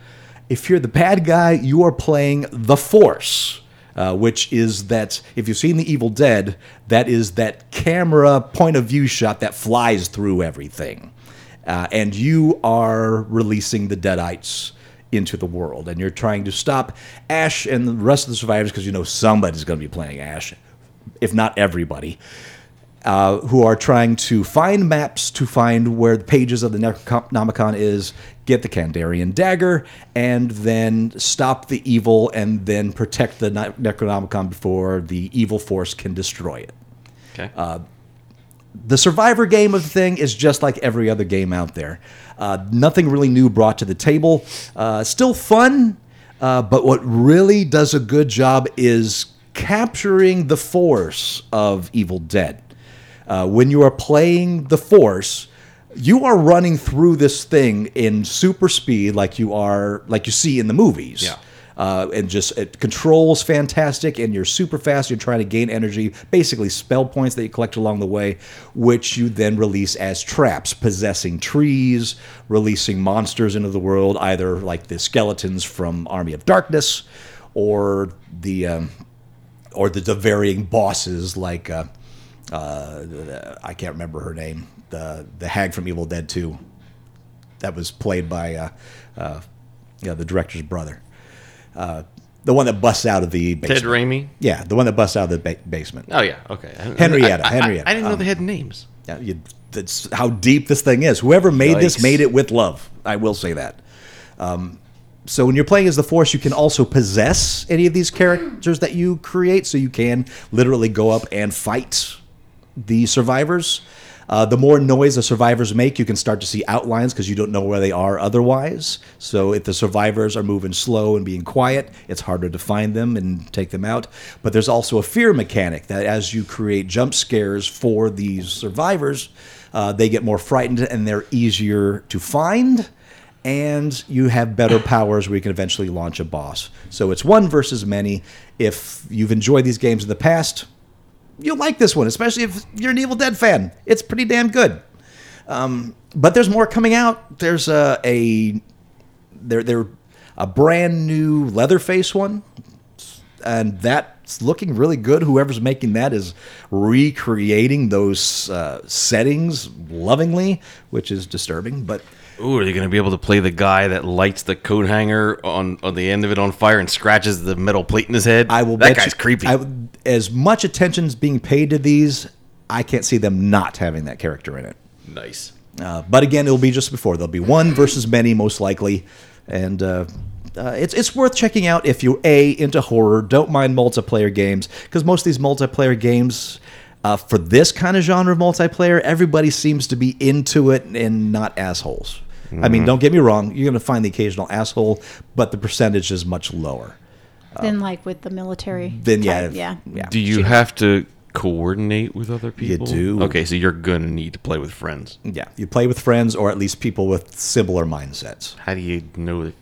S7: If you're the bad guy, you are playing the Force, uh, which is that if you've seen the Evil Dead, that is that camera point of view shot that flies through everything, uh, and you are releasing the Deadites into the world and you're trying to stop ash and the rest of the survivors because you know somebody's going to be playing ash if not everybody uh, who are trying to find maps to find where the pages of the Necronomicon is, get the Kandarian dagger, and then stop the evil and then protect the Ne- Necronomicon before the evil force can destroy it
S6: Okay.
S7: the survivor game of the thing is just like every other game out there. Uh, nothing really new brought to the table. Uh, still fun, uh, but what really does a good job is capturing the force of Evil Dead. Uh, when you are playing the force, you are running through this thing in super speed, like you are, like you see in the movies.
S6: Yeah.
S7: Uh, and just it controls fantastic, and you're super fast. You're trying to gain energy, basically spell points that you collect along the way, which you then release as traps, possessing trees, releasing monsters into the world, either like the skeletons from Army of Darkness, or the um, or the, the varying bosses like uh, uh, I can't remember her name, the the hag from Evil Dead Two, that was played by uh, uh, you know, the director's brother, uh, the one that busts out of the basement.
S6: Ted Raimi.
S7: Yeah, the one that busts out of the ba- basement.
S6: Oh yeah. Okay. I-
S7: Henrietta,
S6: I- I-
S7: Henrietta.
S6: I, didn't know
S7: Um,
S6: they had names.
S7: Yeah, you, that's how deep this thing is. Whoever made this
S6: Yikes.
S7: made it with love. I will say that. Um, so when you're playing as the Force, you can also possess any of these characters that you create. So you can literally go up and fight the survivors. Uh, the more noise the survivors make, you can start to see outlines because you don't know where they are otherwise. So if the survivors are moving slow and being quiet, it's harder to find them and take them out. But there's also a fear mechanic that as you create jump scares for these survivors, uh, they get more frightened and they're easier to find. And you have better powers where you can eventually launch a boss. So it's one versus many. If you've enjoyed these games in the past, you'll like this one, especially if you're an Evil Dead fan. It's pretty damn good. Um, but there's more coming out. There's a, a they're, they're a brand new Leatherface one, and that's looking really good. Whoever's making that is recreating those uh, settings lovingly, which is disturbing. But
S6: Ooh, are they going to be able to play the guy that lights the coat hanger on, on the end of it on fire and scratches the metal plate in his head?
S7: I will.
S6: That
S7: bet
S6: guy's
S7: you-
S6: creepy.
S7: I, as much attention's being paid to these, I can't see them not having that character in it.
S6: nice.
S7: Uh, but again, it'll be just before. There'll be one versus many, most likely, and uh, uh, it's it's worth checking out if you're a into horror. Don't mind multiplayer games because most of these multiplayer games. Uh, for this kind of genre of multiplayer, everybody seems to be into it and not assholes. I
S6: Mm-hmm.
S7: mean, don't get me wrong; you're going to find the occasional asshole, but the percentage is much lower.
S5: then like with the military.
S7: Then yeah,
S5: type, yeah.
S7: yeah.
S6: Do you have to coordinate with other people?
S7: do.
S6: Okay, so you're going to need to play with friends.
S7: Yeah, you play with friends or at least people with similar mindsets.
S6: How do you know that?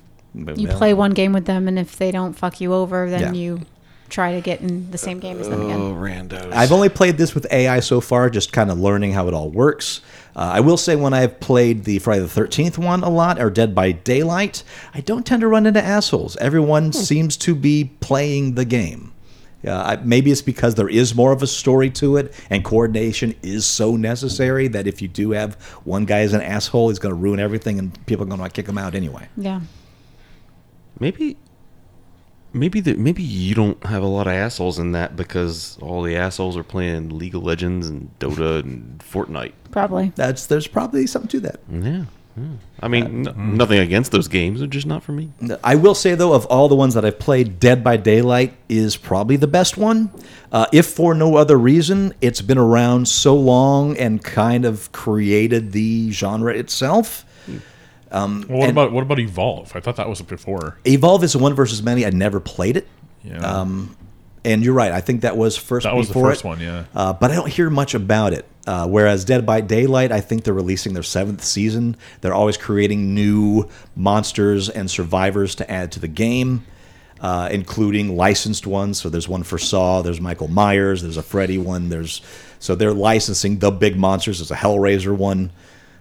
S5: You play one game with them, and if they don't fuck you over, then
S7: Yeah.
S5: you try to get in the same game as them
S6: Oh,
S5: again.
S6: randos.
S7: I've only played this with AI so far, just kind of learning how it all works. Uh, I will say when I've played the Friday the Thirteenth one a lot, or Dead by Daylight, I don't tend to run into assholes. Everyone seems to be playing the game. Uh, I, maybe it's because there is more of a story to it, and coordination is so necessary that if you do have one guy as an asshole, he's going to ruin everything, and people are going to kick him out anyway.
S5: Yeah.
S6: maybe, maybe the, maybe you don't have a lot of assholes in that because all the assholes are playing League of Legends and Dota and Fortnite.
S5: Probably.
S7: That's there's probably something to that.
S6: Yeah. yeah. I mean, no-
S7: Mm-hmm.
S6: nothing against those games; they're just not for me.
S7: I will say though, of all the ones that I've played, Dead by Daylight is probably the best one. Uh, if for no other reason, it's been around so long and kind of created the genre itself.
S2: Well, what
S7: And-
S2: about what about Evolve? I thought that was before.
S7: Evolve is one versus many. I never played it,
S2: Yeah.
S7: and you're right. I think that was first.
S2: That was the
S7: before
S2: first
S7: it.
S2: one, yeah.
S7: Uh, but I don't hear much about it. Uh, whereas Dead by Daylight, I think they're releasing their seventh season. They're always creating new monsters and survivors to add to the game, uh, including licensed ones. So there's one for Saw, there's Michael Myers, there's a Freddy one. There's so they're licensing the big monsters. There's a Hellraiser one,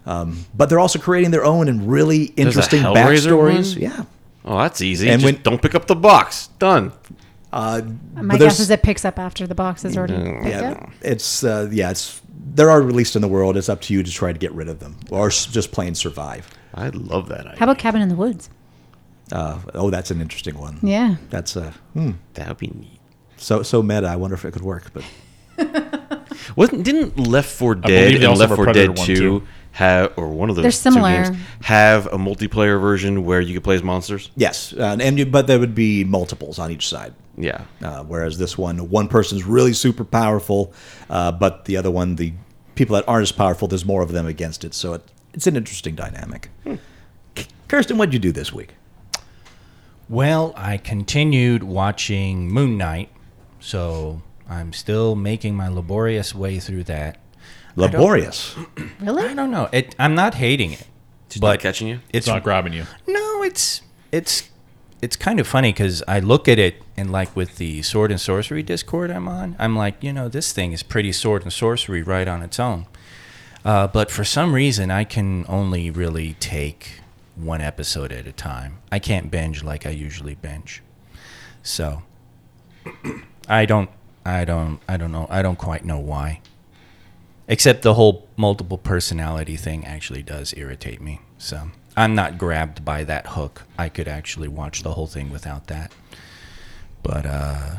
S7: um, but they're also creating their own and really
S6: a
S7: interesting
S6: Hellraiser
S7: backstories.
S6: one?
S7: Yeah.
S6: Oh, that's easy.
S7: And
S6: just
S7: when-
S6: don't pick up the box. Done.
S7: Uh,
S5: My
S7: but there's-
S5: guess is it picks up after the box is already picked
S7: Yeah,
S5: up.
S7: it's uh, yeah, it's they're already released in the world. It's up to you to try to get rid of them or s- just plain survive.
S6: I love that idea.
S5: How about Cabin in the Woods?
S7: Uh, oh, that's an interesting one.
S5: Yeah.
S7: that's uh, hmm,
S6: that? Would be neat.
S7: so so meta. I wonder if it could work, but
S6: Wasn't didn't Left 4
S2: believe
S6: Dead
S2: they
S6: and
S2: also
S6: Left
S2: have a
S6: 4
S2: Predator
S6: Dead
S2: one,
S6: 2
S2: too.
S6: have or one of those
S5: They're
S6: two
S5: similar.
S6: games have a multiplayer version where you could play as monsters?
S7: Yes, uh, and you, but there would be multiples on each side.
S6: Yeah.
S7: Uh, whereas this one, one person's really super powerful, uh, but the other one, the people that aren't as powerful, there's more of them against it. So it, it's an interesting dynamic. Kirsten, what'd you do this week?
S3: Well, I continued watching Moon Knight, so I'm still making my laborious way through that.
S7: Laborious.
S3: I
S5: Really?
S3: don't know. It, I'm not hating it,
S6: Just
S3: but
S6: not catching you?
S2: It's not grabbing you.
S3: No, it's it's it's kind of funny because I look at it and like with the sword and sorcery Discord I'm on, I'm like, you know, this thing is pretty sword and sorcery right on its own. Uh, but for some reason, I can only really take one episode at a time. I can't binge like I usually binge, so I don't, I don't, I don't know, I don't quite know why. Except the whole multiple personality thing actually does irritate me. So I'm not grabbed by that hook. I could actually watch the whole thing without that. But uh,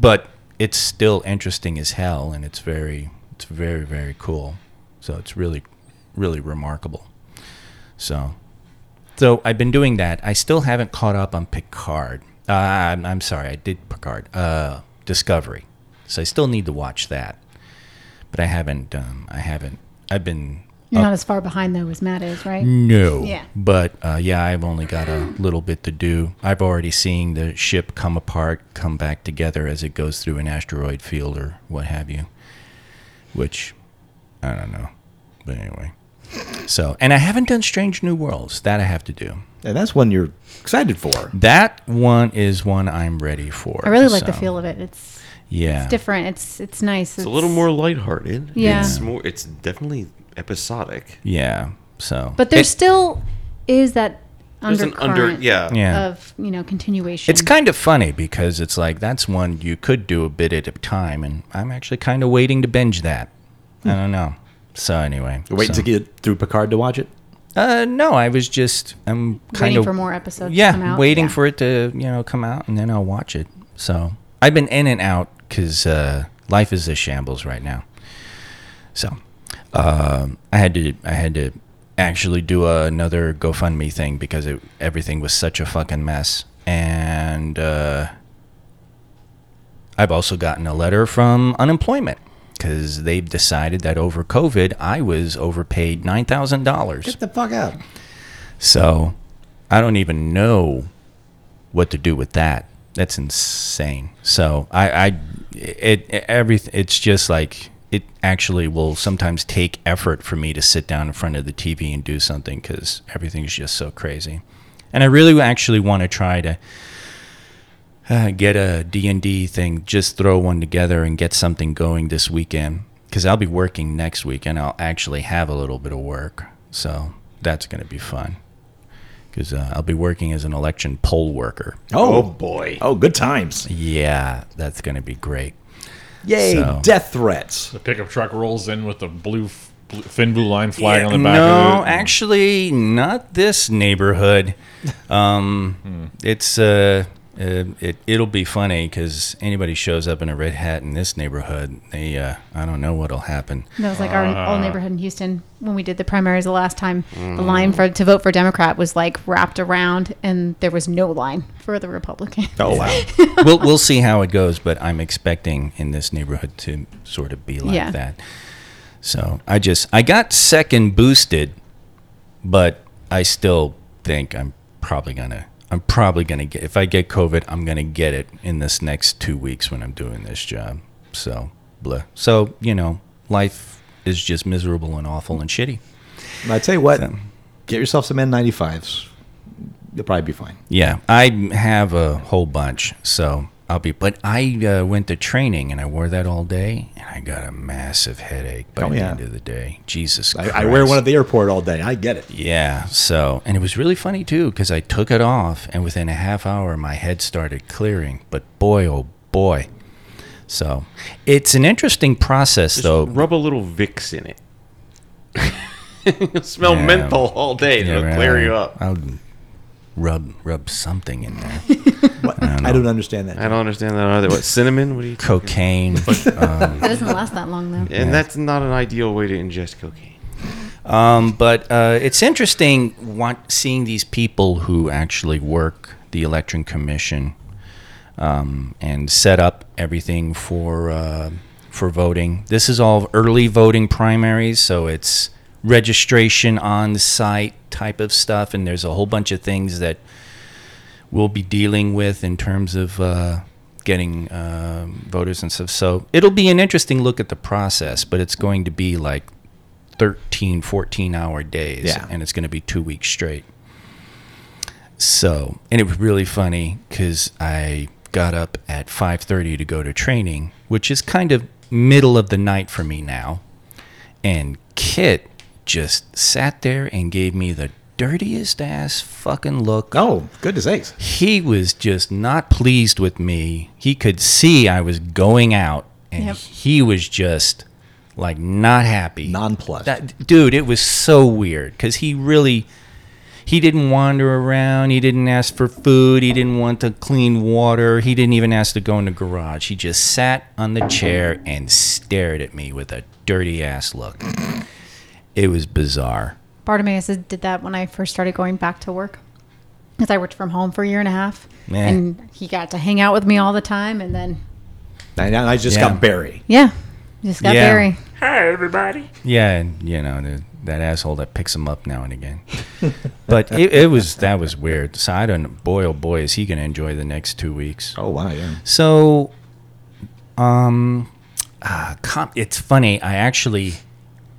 S3: but it's still interesting as hell, and it's very it's very very cool. So it's really really remarkable. So so I've been doing that. I still haven't caught up on Picard. Uh, I'm, I'm sorry, I did Picard. Uh, Discovery. So I still need to watch that but I haven't. Um, I haven't. I've been
S5: You're not as far behind though as Matt is, right?
S3: Mm, no.
S5: Yeah.
S3: But uh, yeah, I've only got a little bit to do. I've already seen the ship come apart, come back together as it goes through an asteroid field or what have you. Which I don't know, but anyway. So, and I haven't done Strange New Worlds. That I have to do.
S7: And that's one you're excited for.
S3: That one is one I'm ready for.
S5: I really like the
S3: So,
S5: feel of it. It's
S3: Yeah.
S5: different. It's it's nice.
S6: It's a little more lighthearted.
S5: Yeah.
S6: It's more it's definitely episodic.
S3: Yeah. So.
S5: But there
S3: It-
S5: still is that
S6: There's an
S5: undercurrent
S6: under yeah.
S3: Yeah.
S5: of you know continuation.
S3: It's kind of funny because it's like that's one you could do a bit at a time, and I'm actually kind of waiting to binge that. I don't know. So anyway,
S7: Hmm. You're waiting
S3: so-
S7: to get through Picard to watch it?
S3: Uh, no, I was just I'm kind
S5: waiting
S3: of
S5: for more episodes.
S3: yeah,
S5: to come out.
S3: waiting
S5: Yeah.
S3: for it to you know come out, and then I'll watch it. So I've been in and out because uh, life is a shambles right now. So um, I had to I had to actually do another GoFundMe thing because it, everything was such a fucking mess, and uh, I've also gotten a letter from unemployment. Because they've decided that over COVID, I was overpaid nine thousand dollars.
S7: Get the fuck out.
S3: So I don't even know what to do with that. That's insane. So I, I it, it everything. It's just like it actually will sometimes take effort for me to sit down in front of the TV and do something because everything's just so crazy. And I really actually want to try to uh, get a D&D thing, just throw one together and get something going this weekend because I'll be working next week and I'll actually have a little bit of work. So that's going to be fun because uh, I'll be working as an election poll worker.
S7: Oh, boy. Oh, good times.
S3: Yeah, that's going to be great.
S7: Yay,
S3: So-
S7: death threats.
S2: The pickup truck rolls in with the blue, f- blue thin blue line flag on the back.
S3: no,
S2: of it.
S3: actually, not this neighborhood.
S2: Hmm.
S3: Um, It's uh, uh, it it'll be funny because anybody shows up in a red hat in this neighborhood, they uh, I don't know what'll happen.
S5: That was like
S3: Ah.
S5: our old neighborhood in Houston when we did the primaries the last time.
S3: Mm.
S5: The line for to vote for Democrat was like wrapped around, and there was no line for the Republican.
S7: Oh, wow.
S3: we'll we'll see how it goes, but I'm expecting in this neighborhood to sort of be like
S5: Yeah.
S3: that. So I just I got second boosted, but I still think I'm probably gonna I'm probably gonna get if I get COVID, I'm gonna get it in this next two weeks when I'm doing this job. So blah. So you know, life is just miserable and awful and shitty.
S7: I tell you what, get yourself some N95s. You'll probably be fine.
S3: Yeah, I have a whole bunch, so I'll be. But I uh, went to training and I wore that all day, and I got a massive headache by
S7: Oh,
S3: the
S7: yeah.
S3: end of the day. Jesus,
S7: I, I wear
S3: Christ.
S7: one at the airport all day. I get it.
S3: Yeah, so and it was really funny too because I took it off, and within a half hour, my head started clearing. But boy, oh boy! So it's an interesting process,
S6: Just
S3: though.
S6: rub a little Vicks in it. You'll smell
S3: Yeah.
S6: menthol all day. and
S3: Yeah,
S6: It'll clear
S3: right.
S6: you up.
S3: I'll rub rub something in there.
S7: I don't understand that.
S6: I don't understand that either. What cinnamon? What do you?
S3: cocaine. um,
S5: It doesn't last that long though.
S6: And that's not an ideal way to ingest cocaine.
S3: um, but uh, it's interesting what, seeing these people who actually work the election commission um, and set up everything for uh, for voting. This is all early voting primaries, so it's registration on site type of stuff, and there's a whole bunch of things that we'll be dealing with in terms of uh, getting uh, voters and stuff. So it'll be an interesting look at the process, but it's going to be like 13, 14 hour days,
S7: Yeah.
S3: and it's going to be two weeks straight. So, and it was really funny because I got up at 5:30 to go to training, which is kind of middle of the night for me now. And Kit just sat there and gave me the dirtiest ass fucking look.
S7: Oh, goodness sakes.
S3: He was just not pleased with me. He could see I was going out, and
S5: Yep.
S3: he was just like not happy.
S7: Nonplussed.
S3: That dude, it was so weird because he really he didn't wander around. He didn't ask for food. He didn't want to clean water. He didn't even ask to go in the garage. He just sat on the chair and stared at me with a dirty ass look. It was bizarre.
S5: Bartimaeus did that when I first started going back to work. Because I worked from home for a year and a half.
S3: Yeah.
S5: And he got to hang out with me all the time. And then,
S7: And I just
S3: Yeah.
S7: got buried.
S5: yeah, just got
S3: Yeah.
S5: very.
S3: Yeah, and you know the, that asshole that picks him up now and again. but it, it was that was weird. So I don't. Boy, oh boy, is he gonna enjoy the next two weeks?
S7: Oh, wow. Yeah.
S3: So, um, uh, com- it's funny. I actually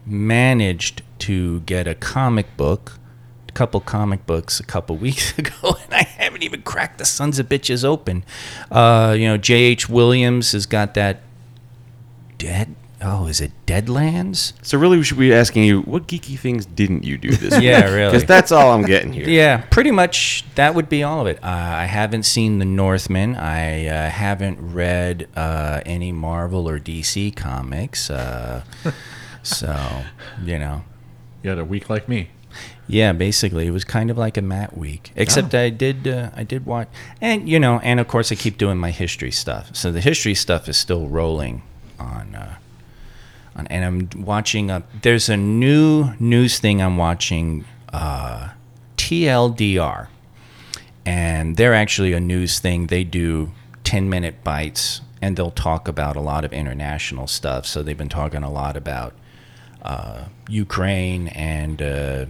S3: managed to get a comic book, a couple comic books, a couple weeks ago, and I haven't even cracked the sons of bitches open. Uh, you know, J.H. Williams has got that dead. Oh, is it Deadlands?
S6: So really, we should be asking you what geeky things didn't you do this?
S3: Yeah, really.
S6: Because that's all I'm getting here.
S3: Yeah, pretty much that would be all of it. Uh, I haven't seen The Northman. I uh, haven't read uh, any Marvel or DC comics. Uh, so, you know.
S2: You had a week like me.
S3: Yeah, basically, it was kind of like a mat week, except I did uh, I did watch, and you know, and of course, I keep doing my history stuff. So the history stuff is still rolling on, uh, on, and I'm watching a. There's a new news thing I'm watching, uh, TLDR, and they're actually a news thing. They do ten minute bites, and they'll talk about a lot of international stuff. So they've been talking a lot about Ukraine and uh,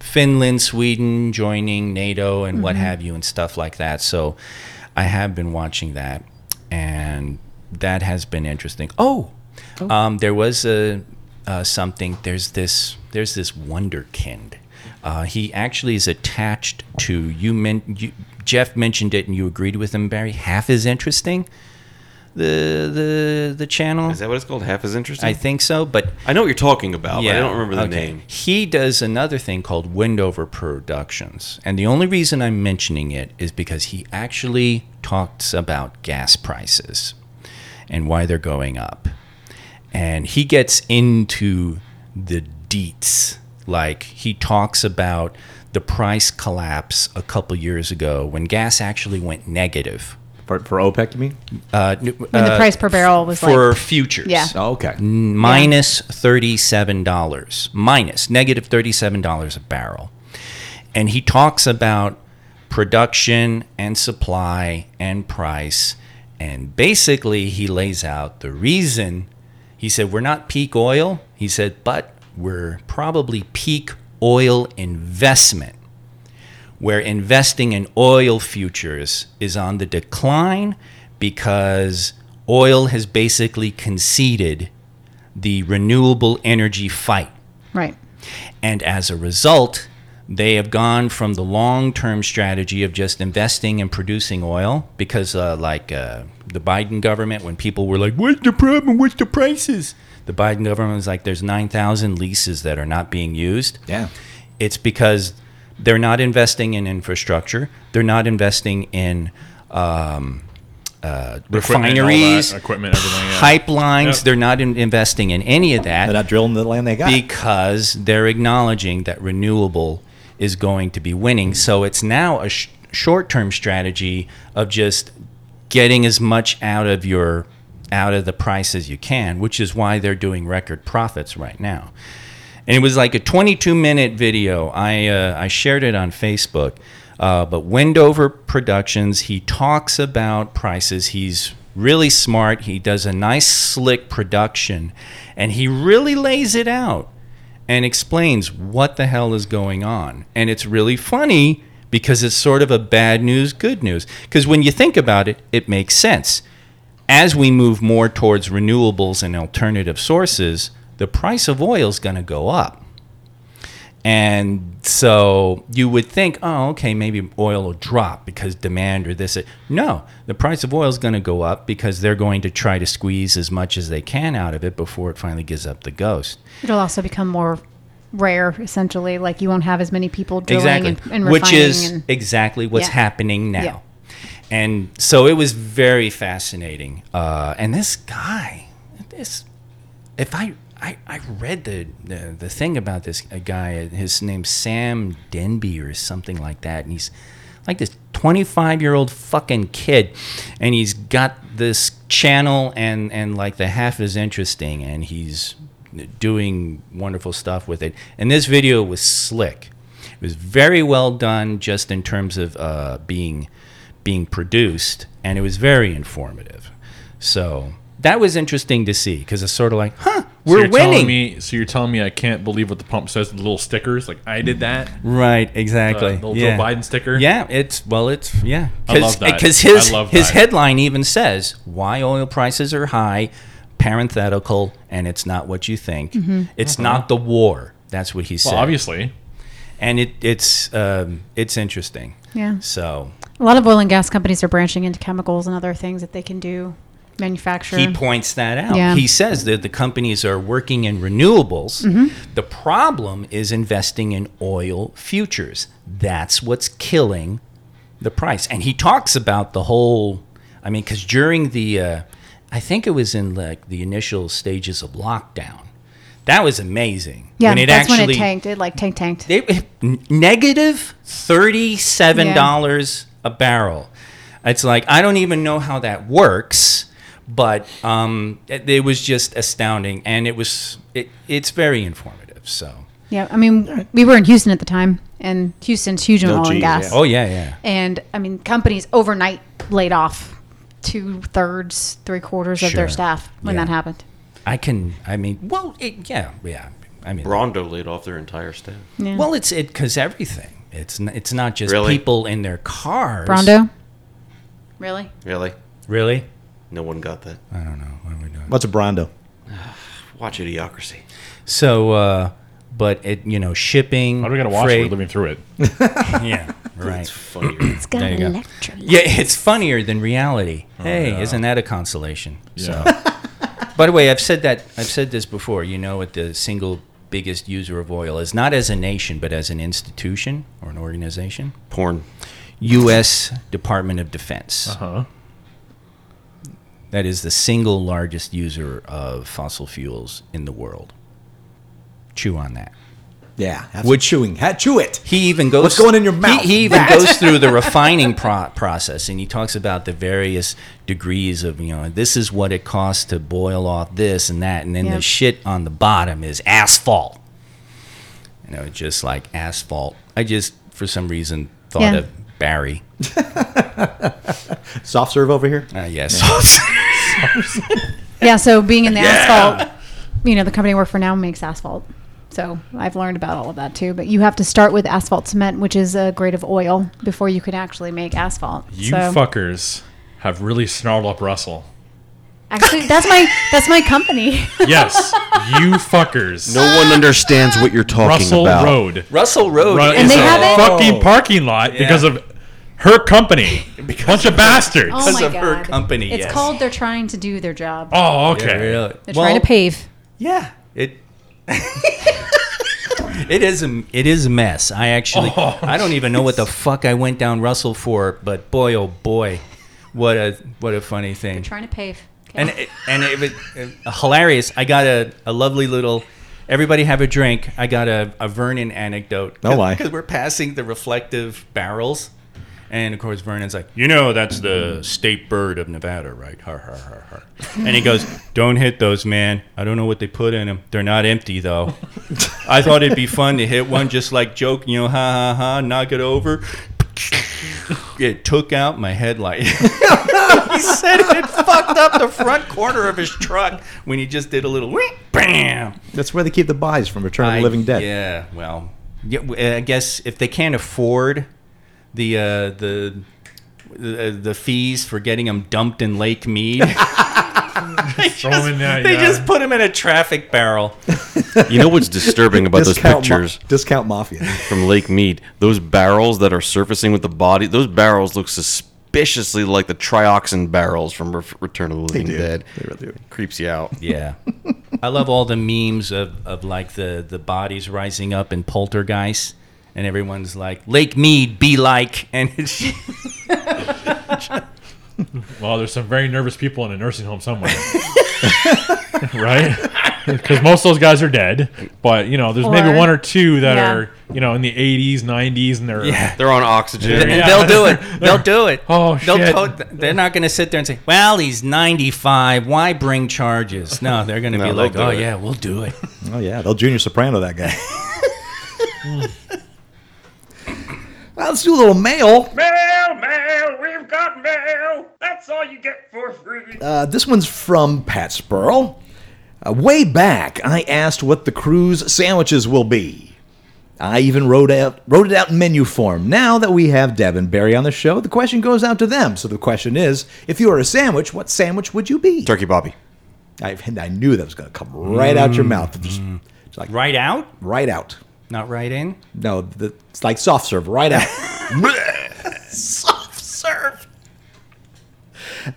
S3: Finland, Sweden joining NATO and what have you and stuff like that. So I have been watching that and that has been interesting. Oh, Um, there was a, uh, something. There's this. There's this wonderkind. Uh, he actually is attached to you, men, you. Jeff mentioned it, and you agreed with him, Barry. Half is interesting. The the the channel.
S6: Is that what it's called? Half as interesting.
S3: I
S6: I,
S3: think so, but
S6: know what you're talking about. but Oh, I don't remember the
S3: okay.
S6: name.
S3: He does another thing called Windover Productions. And the only reason I'm mentioning it is because he actually talks about gas prices and why they're going up. And he gets into the deets. Like he talks about the price collapse a couple years ago when gas actually went negative.
S7: For, for OPEC, you mean?
S3: Uh, n-
S5: When the
S3: uh,
S5: price per barrel was
S3: for
S5: like.
S3: futures
S5: Yeah.
S7: Oh, okay.
S3: minus $37, minus negative $37 a barrel. And he talks about production and supply and price. And basically, he lays out the reason. He said, We're not peak oil. He said, But we're probably peak oil investment where investing in oil futures is on the decline because oil has basically conceded the renewable energy fight.
S5: Right.
S3: And as a result, they have gone from the long term strategy of just investing and producing oil because, uh, like uh, the Biden government, when people were like, What's the problem? What's the prices? The Biden government was like, There's 9,000 leases that are not being used.
S7: Yeah.
S3: It's because they're not investing in infrastructure. They're not investing in um, uh,
S2: Equipment, all that,
S3: refineries,
S2: equipment, everything. yeah.
S3: pipelines.
S2: Yep.
S3: They're not in, investing in any of
S7: They're
S3: that
S7: not drilling the land they got.
S3: because they're acknowledging that renewable is going to be winning. So it's now a sh- short term strategy of just getting as much out of your out of the price as you can, which is why they're doing record profits right now. And it was like a 22 minute video. I uh, I shared it on Facebook. Uh, but Wendover Productions, he talks about prices. He's really smart. He does a nice slick production, and he really lays it out and explains what the hell is going on. And it's really funny because it's sort of a bad news, good news. Because when you think about it, it makes sense. As we move more towards renewables and alternative sources, the price of oil is going to go up. And so you would think, oh, okay, maybe oil will drop because demand or this. No, the price of oil is going to go up because they're going to try to squeeze as much as they can out of it before it finally gives up the ghost.
S5: It'll also become more rare, essentially. Like you won't have as many people drilling and, and refining.
S3: which is
S5: and,
S3: exactly what's
S5: Yeah.
S3: happening now. And so it was very fascinating. Uh, and this guy, this, if I, I, I read the, the the thing about this uh, guy, his name's Sam Denby or something like that, and he's like this 25 year old fucking kid, and he's got this channel and and like the half is interesting, and he's doing wonderful stuff with it. And this video was slick. It was very well done, just in terms of uh, being being produced, and it was very informative. So that was interesting to see because it's sort of like, huh,
S2: So
S3: we're
S2: you're telling
S3: winning,
S2: Me, so you're telling me I can't believe what the pump says with the little stickers? Like I did that.
S3: right?
S2: Uh,
S3: Exactly.
S2: the little
S3: yeah.
S2: Joe Biden sticker.
S3: Yeah, it's well, it's yeah.
S2: I love that.
S3: Because his
S2: I love
S3: his
S2: that.
S3: headline even says why oil prices are high, parenthetical, and it's not what you think. It's not the war. That's what he said.
S2: Uh-huh. Well, obviously.
S3: and it it's um, it's interesting.
S5: yeah.
S3: So
S5: A lot of oil and gas companies are branching into chemicals and other things that they can do, manufacture.
S3: He points that out.
S5: Yeah.
S3: He says that the companies are working in renewables.
S5: Mm-hmm.
S3: The problem is investing in oil futures. That's what's killing the price. And he talks about the whole, I mean, because during the, uh, I think it was in like the initial stages of lockdown. That was amazing.
S5: yeah, that's when it tanked. It like tank tanked.
S3: They n- negative thirty-seven dollars a barrel. It's like I don't even know how that works, but um, it, it was just astounding, and it was it, it's very informative. So,
S5: yeah, I mean, we were in Houston at the time, and Houston's huge on
S7: Oh,
S5: oil
S7: geez,
S5: and gas.
S3: oh yeah, yeah,
S5: And I mean, companies overnight laid off two thirds, three quarters of
S3: Sure.
S5: their staff when
S3: Yeah.
S5: that happened.
S3: I can. I mean, well, it, yeah, yeah. I mean,
S6: Rondo laid off their entire staff.
S5: Yeah.
S3: well, it's it because everything. It's n- it's not just
S6: Really?
S3: people in their cars.
S5: Brondo? Really?
S6: Really?
S3: really?
S6: No one got that.
S3: I don't know what are we doing.
S7: What's a Brondo?
S6: Watch Idiocracy.
S3: So, uh, but it you know shipping.
S2: Why do we gotta watch it? We're
S3: freight,
S2: living through it.
S3: Yeah, right.
S6: It's funnier.
S5: It's got
S3: There you go.
S5: electric.
S3: Yeah, it's funnier than reality. hey, isn't that a consolation?
S2: Yeah.
S3: By the way, I've said that I've said this before. You know what the single biggest user of oil is not as a nation, but as an institution or an organization.
S6: Porn.
S3: U.S. Department of Defense.
S2: huh.
S3: That is the single largest user of fossil fuels in the world. Chew on that.
S7: Yeah, have
S3: Would-
S7: Would chewing? Ha, chew it.
S3: He even goes.
S7: What's going in your mouth?
S3: He, he even goes through the refining pro- process, and he talks about the various degrees of you know this is what it costs to boil off this and that, and then the
S5: Yep.
S3: shit on the bottom is asphalt. You know, just like asphalt. I just for some reason thought
S5: Yeah.
S3: of Barry.
S7: Soft serve over here.
S3: Uh, yes.
S5: Yeah, so being in the asphalt, you know, the company I work for now makes asphalt. So I've learned about all of that too. But you have to start with asphalt cement, which is a grade of oil, before you can actually make asphalt.
S2: You
S5: so,
S2: fuckers have really snarled up Russell.
S5: Actually, that's my that's my company.
S2: Yes. you fuckers.
S6: No one understands what you're talking
S2: Russell Road.
S3: Russell Road.
S2: Ru-
S5: And
S2: is
S5: they
S2: a
S5: haven't-
S2: fucking parking lot because of her company. Bunch of bastards.
S5: Oh my
S3: of her
S5: God.
S3: company,
S5: It's
S3: yes.
S5: called they're trying to do their job.
S2: Oh, okay.
S3: Really?
S5: They're trying to pave.
S3: Yeah. It. it is a it is a mess. I actually
S2: Oh,
S3: I don't even know what the fuck I went down Russell for, but boy oh boy, what a what a funny thing.
S5: Trying to pave. Okay.
S3: And it, and it was uh, hilarious. I got a, a lovely little. Everybody have a drink. I got a, a Vernon anecdote.
S7: Oh, my.
S3: Because we're passing the reflective barrels, And of course, Vernon's like, you know, that's the state bird of Nevada, right? Har, har, har, har. And he goes, don't hit those, man. I don't know what they put in them. They're not empty, though. I thought it'd be fun to hit one just like joke, you know, ha, ha, ha, knock it over. It took out my headlight. he said it fucked up the front corner of his truck when he just did a little whee, bam.
S7: That's where they keep the bodies from Return of the
S3: I-
S7: Living Dead.
S3: Yeah, well, yeah, w- I guess if they can't afford the uh, the the, uh, the fees for getting them dumped in Lake Mead,
S2: Throw 'em in that,
S3: they
S2: Oh, yeah.
S3: just put them in a traffic barrel.
S6: You know what's disturbing about those
S7: Discount, ma-
S6: pictures
S7: discount Mafia.
S6: from Lake Mead? Those barrels that are surfacing with the body. Those barrels look suspiciously like the trioxin barrels from Re- Return of the Living
S7: do.
S6: Dead.
S7: They really do.
S6: Creeps you out.
S3: Yeah. I love all the memes of, of like the, the bodies rising up in poltergeist and everyone's like, Lake Mead, be like and it's
S2: Well, there's some very nervous people in a nursing home somewhere, right? Because most of those guys are dead, but you know, there's maybe
S5: Or-
S2: one or two that
S5: yeah.
S2: are you know in the 80s, 90s, and they're
S6: They're on oxygen.
S2: Yeah.
S3: They'll do it. They'll do it.
S2: Oh,
S3: They'll
S2: shit.
S3: to- they're not going to sit there and say, "Well, he's 95. Why bring charges?" No, they're going to
S6: No,
S3: be
S6: they'll
S3: like,
S6: do
S3: "Oh
S6: it.
S3: yeah, we'll do it."
S7: Oh yeah, they'll Junior Soprano that guy. Well, let's do a little mail.
S4: Mail, mail, we've got mail. That's all you get for free.
S7: Uh, this one's from Pat Spurl. Uh, way back, I asked what the cruise sandwiches will be. I even wrote out wrote it out in menu form. Now that we have Deb and Barry on the show, the question goes out to them. So the question is, if you were a sandwich, what sandwich would you be?
S6: Turkey Bobby.
S7: I, I knew that was going to come right out your mouth, just, just like
S3: Right out,
S7: right out.
S3: not right in.
S7: No, the, it's like soft serve right out. soft serve.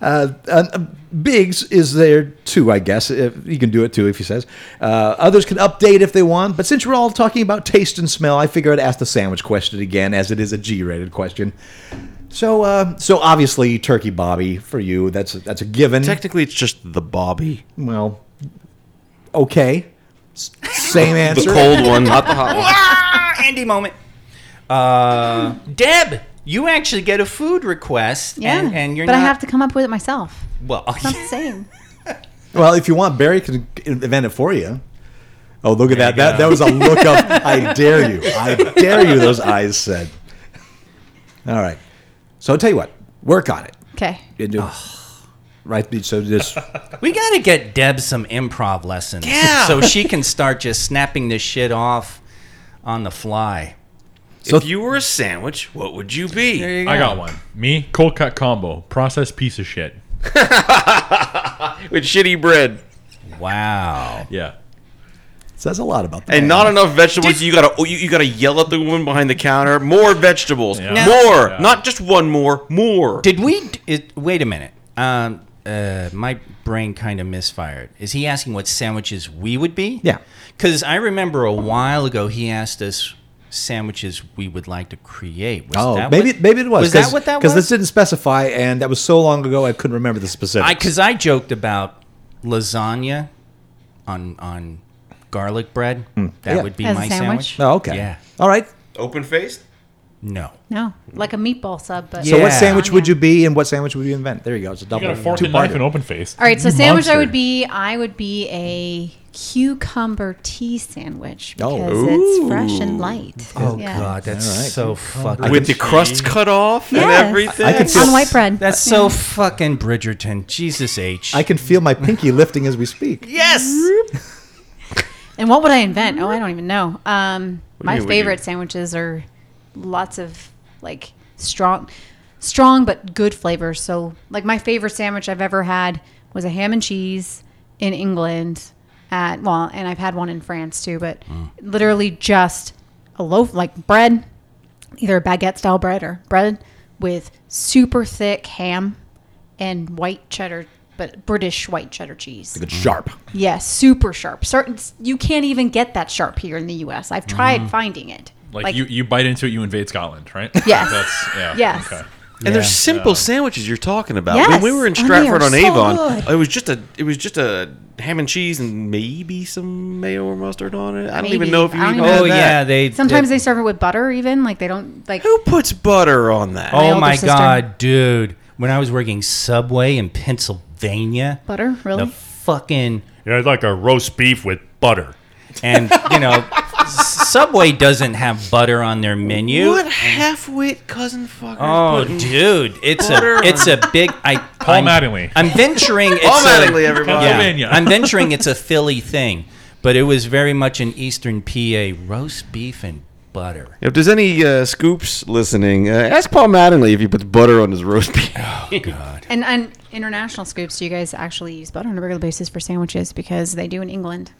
S7: Uh, and, uh, Biggs is there too, I guess. If, you can do it too if he says. Uh, others can update if they want, but since we're all talking about taste and smell, I figure I'd ask the sandwich question again, as it is a G-rated question. So, uh, so obviously, turkey Bobby for you. That's a, that's a given.
S6: Technically, it's just the Bobby.
S7: well, okay, S- same
S6: The
S7: answer.
S6: cold one, not the hot one.
S3: Ah, Andy moment. Uh, Deb, you actually get a food request.
S5: Yeah.
S3: and, and you're
S5: but
S3: not,
S5: I have to come up with it myself.
S3: Well,
S5: It's not the same.
S7: Well, if you want, Barry can invent it for you. Oh, look at that.
S3: you
S7: That,
S3: go.
S7: that was a look up. I dare you. I dare you, those eyes said. All right. So I'll tell you what, work on it.
S5: Okay.
S7: You do- Right. So just
S3: we got to get Deb some improv lessons.
S6: Yeah.
S3: so she can start just snapping this shit off on the fly.
S6: if you were a sandwich, what would you be?
S3: There you
S2: I got one. Me, cold cut combo, processed piece of shit.
S6: With shitty bread
S3: Wow.
S2: Yeah.
S7: says a lot about that.
S6: and not enough vegetables. You gotta oh, you, you gotta yell at the woman behind the counter. More vegetables.
S2: Yeah.
S6: More,
S2: Yeah.
S6: not just one more. More.
S3: Did we? It, wait a minute. Um, uh, my brain kind of misfired. Is he asking what sandwiches we would be?
S7: Yeah.
S3: Because I remember a while ago he asked us sandwiches we would like to create. Was
S7: Oh,
S3: that
S7: maybe
S3: what-
S7: maybe it was.
S3: Was that what that was?
S7: Because this didn't specify, and that was so long ago I couldn't remember the specifics.
S3: I because I joked about lasagna on on garlic bread. That
S7: Hmm. Yeah.
S3: would be
S5: As a
S3: my
S5: sandwich?
S3: sandwich.
S7: oh, okay.
S3: Yeah.
S7: All right.
S6: Open faced.
S3: No.
S5: No, like a meatball sub. But
S7: So what
S3: Yeah.
S7: sandwich would you be, and what sandwich would you invent? There you go. It's a
S2: You
S7: double.
S2: got a fork and
S7: two-parter.
S2: knife and open face.
S5: All right, so
S2: You
S5: sandwich I
S2: monster.
S5: would be I would be a cucumber tea sandwich
S7: Oh.
S5: because it's fresh and light.
S3: Oh
S5: Yeah.
S3: God, that's
S7: All right.
S3: so fucking.
S6: With the crusts cut off and
S5: Yes.
S6: everything.
S7: I can feel-
S5: on white bread.
S3: that's so fucking Bridgerton. Jesus H.
S7: I can feel my pinky lifting as we speak.
S3: yes.
S5: And what would I invent? Oh, I don't even know. Um, my
S6: mean, what do you-
S5: favorite sandwiches are lots of like strong, strong but good flavors. So, like my favorite sandwich I've ever had was a ham and cheese in England at well, and I've had one in France too. But
S6: Oh.
S5: literally just a loaf like bread, either baguette style bread or bread with super thick ham and white cheddar, but British white cheddar cheese.
S7: It's sharp.
S5: Yes, super sharp. Certain you can't even get that sharp here in the U.S.
S6: Mm-hmm.
S5: I've tried finding it.
S2: Like, you, you bite into it, you invade Scotland, right?
S5: Yes.
S2: That's, yeah.
S5: Yes.
S2: Okay.
S6: And they're simple sandwiches you're talking about.
S5: Yes,
S6: When we were in
S5: and they
S6: Stratford
S5: are
S6: on
S5: so
S6: Avon,
S5: good.
S6: it was just a it was just a ham and cheese and maybe some mayo or mustard on it. I don't even
S5: Maybe.
S6: know if you
S5: I don't
S6: even
S5: even
S6: had
S5: know
S3: Oh
S6: that.
S3: yeah, they
S5: Sometimes they serve it with butter, even like they don't like.
S6: Who puts butter on that?
S5: My
S3: Oh
S5: older
S3: my
S5: sister.
S3: god, dude! When I was working Subway in Pennsylvania,
S5: Butter? Really?
S3: The fucking
S2: Yeah, I'd like a roast beef with butter.
S3: and you know, Subway doesn't have butter on their menu.
S6: What half-wit cousin fucker?
S3: Oh, dude, it's a it's a big. I
S2: Paul
S3: I'm,
S2: Mattingly.
S3: I'm venturing. It's
S2: uh,
S6: Paul
S3: a-
S6: Mattingly, everybody.
S2: Pennsylvania.
S3: I'm venturing. It's a Philly thing, but it was very much an Eastern PA roast beef and butter.
S6: If there's any uh, scoops listening, uh, ask Paul Mattingly if he puts butter on his roast beef.
S5: And and international scoops, do you guys actually use butter on a regular basis for sandwiches because they do in England?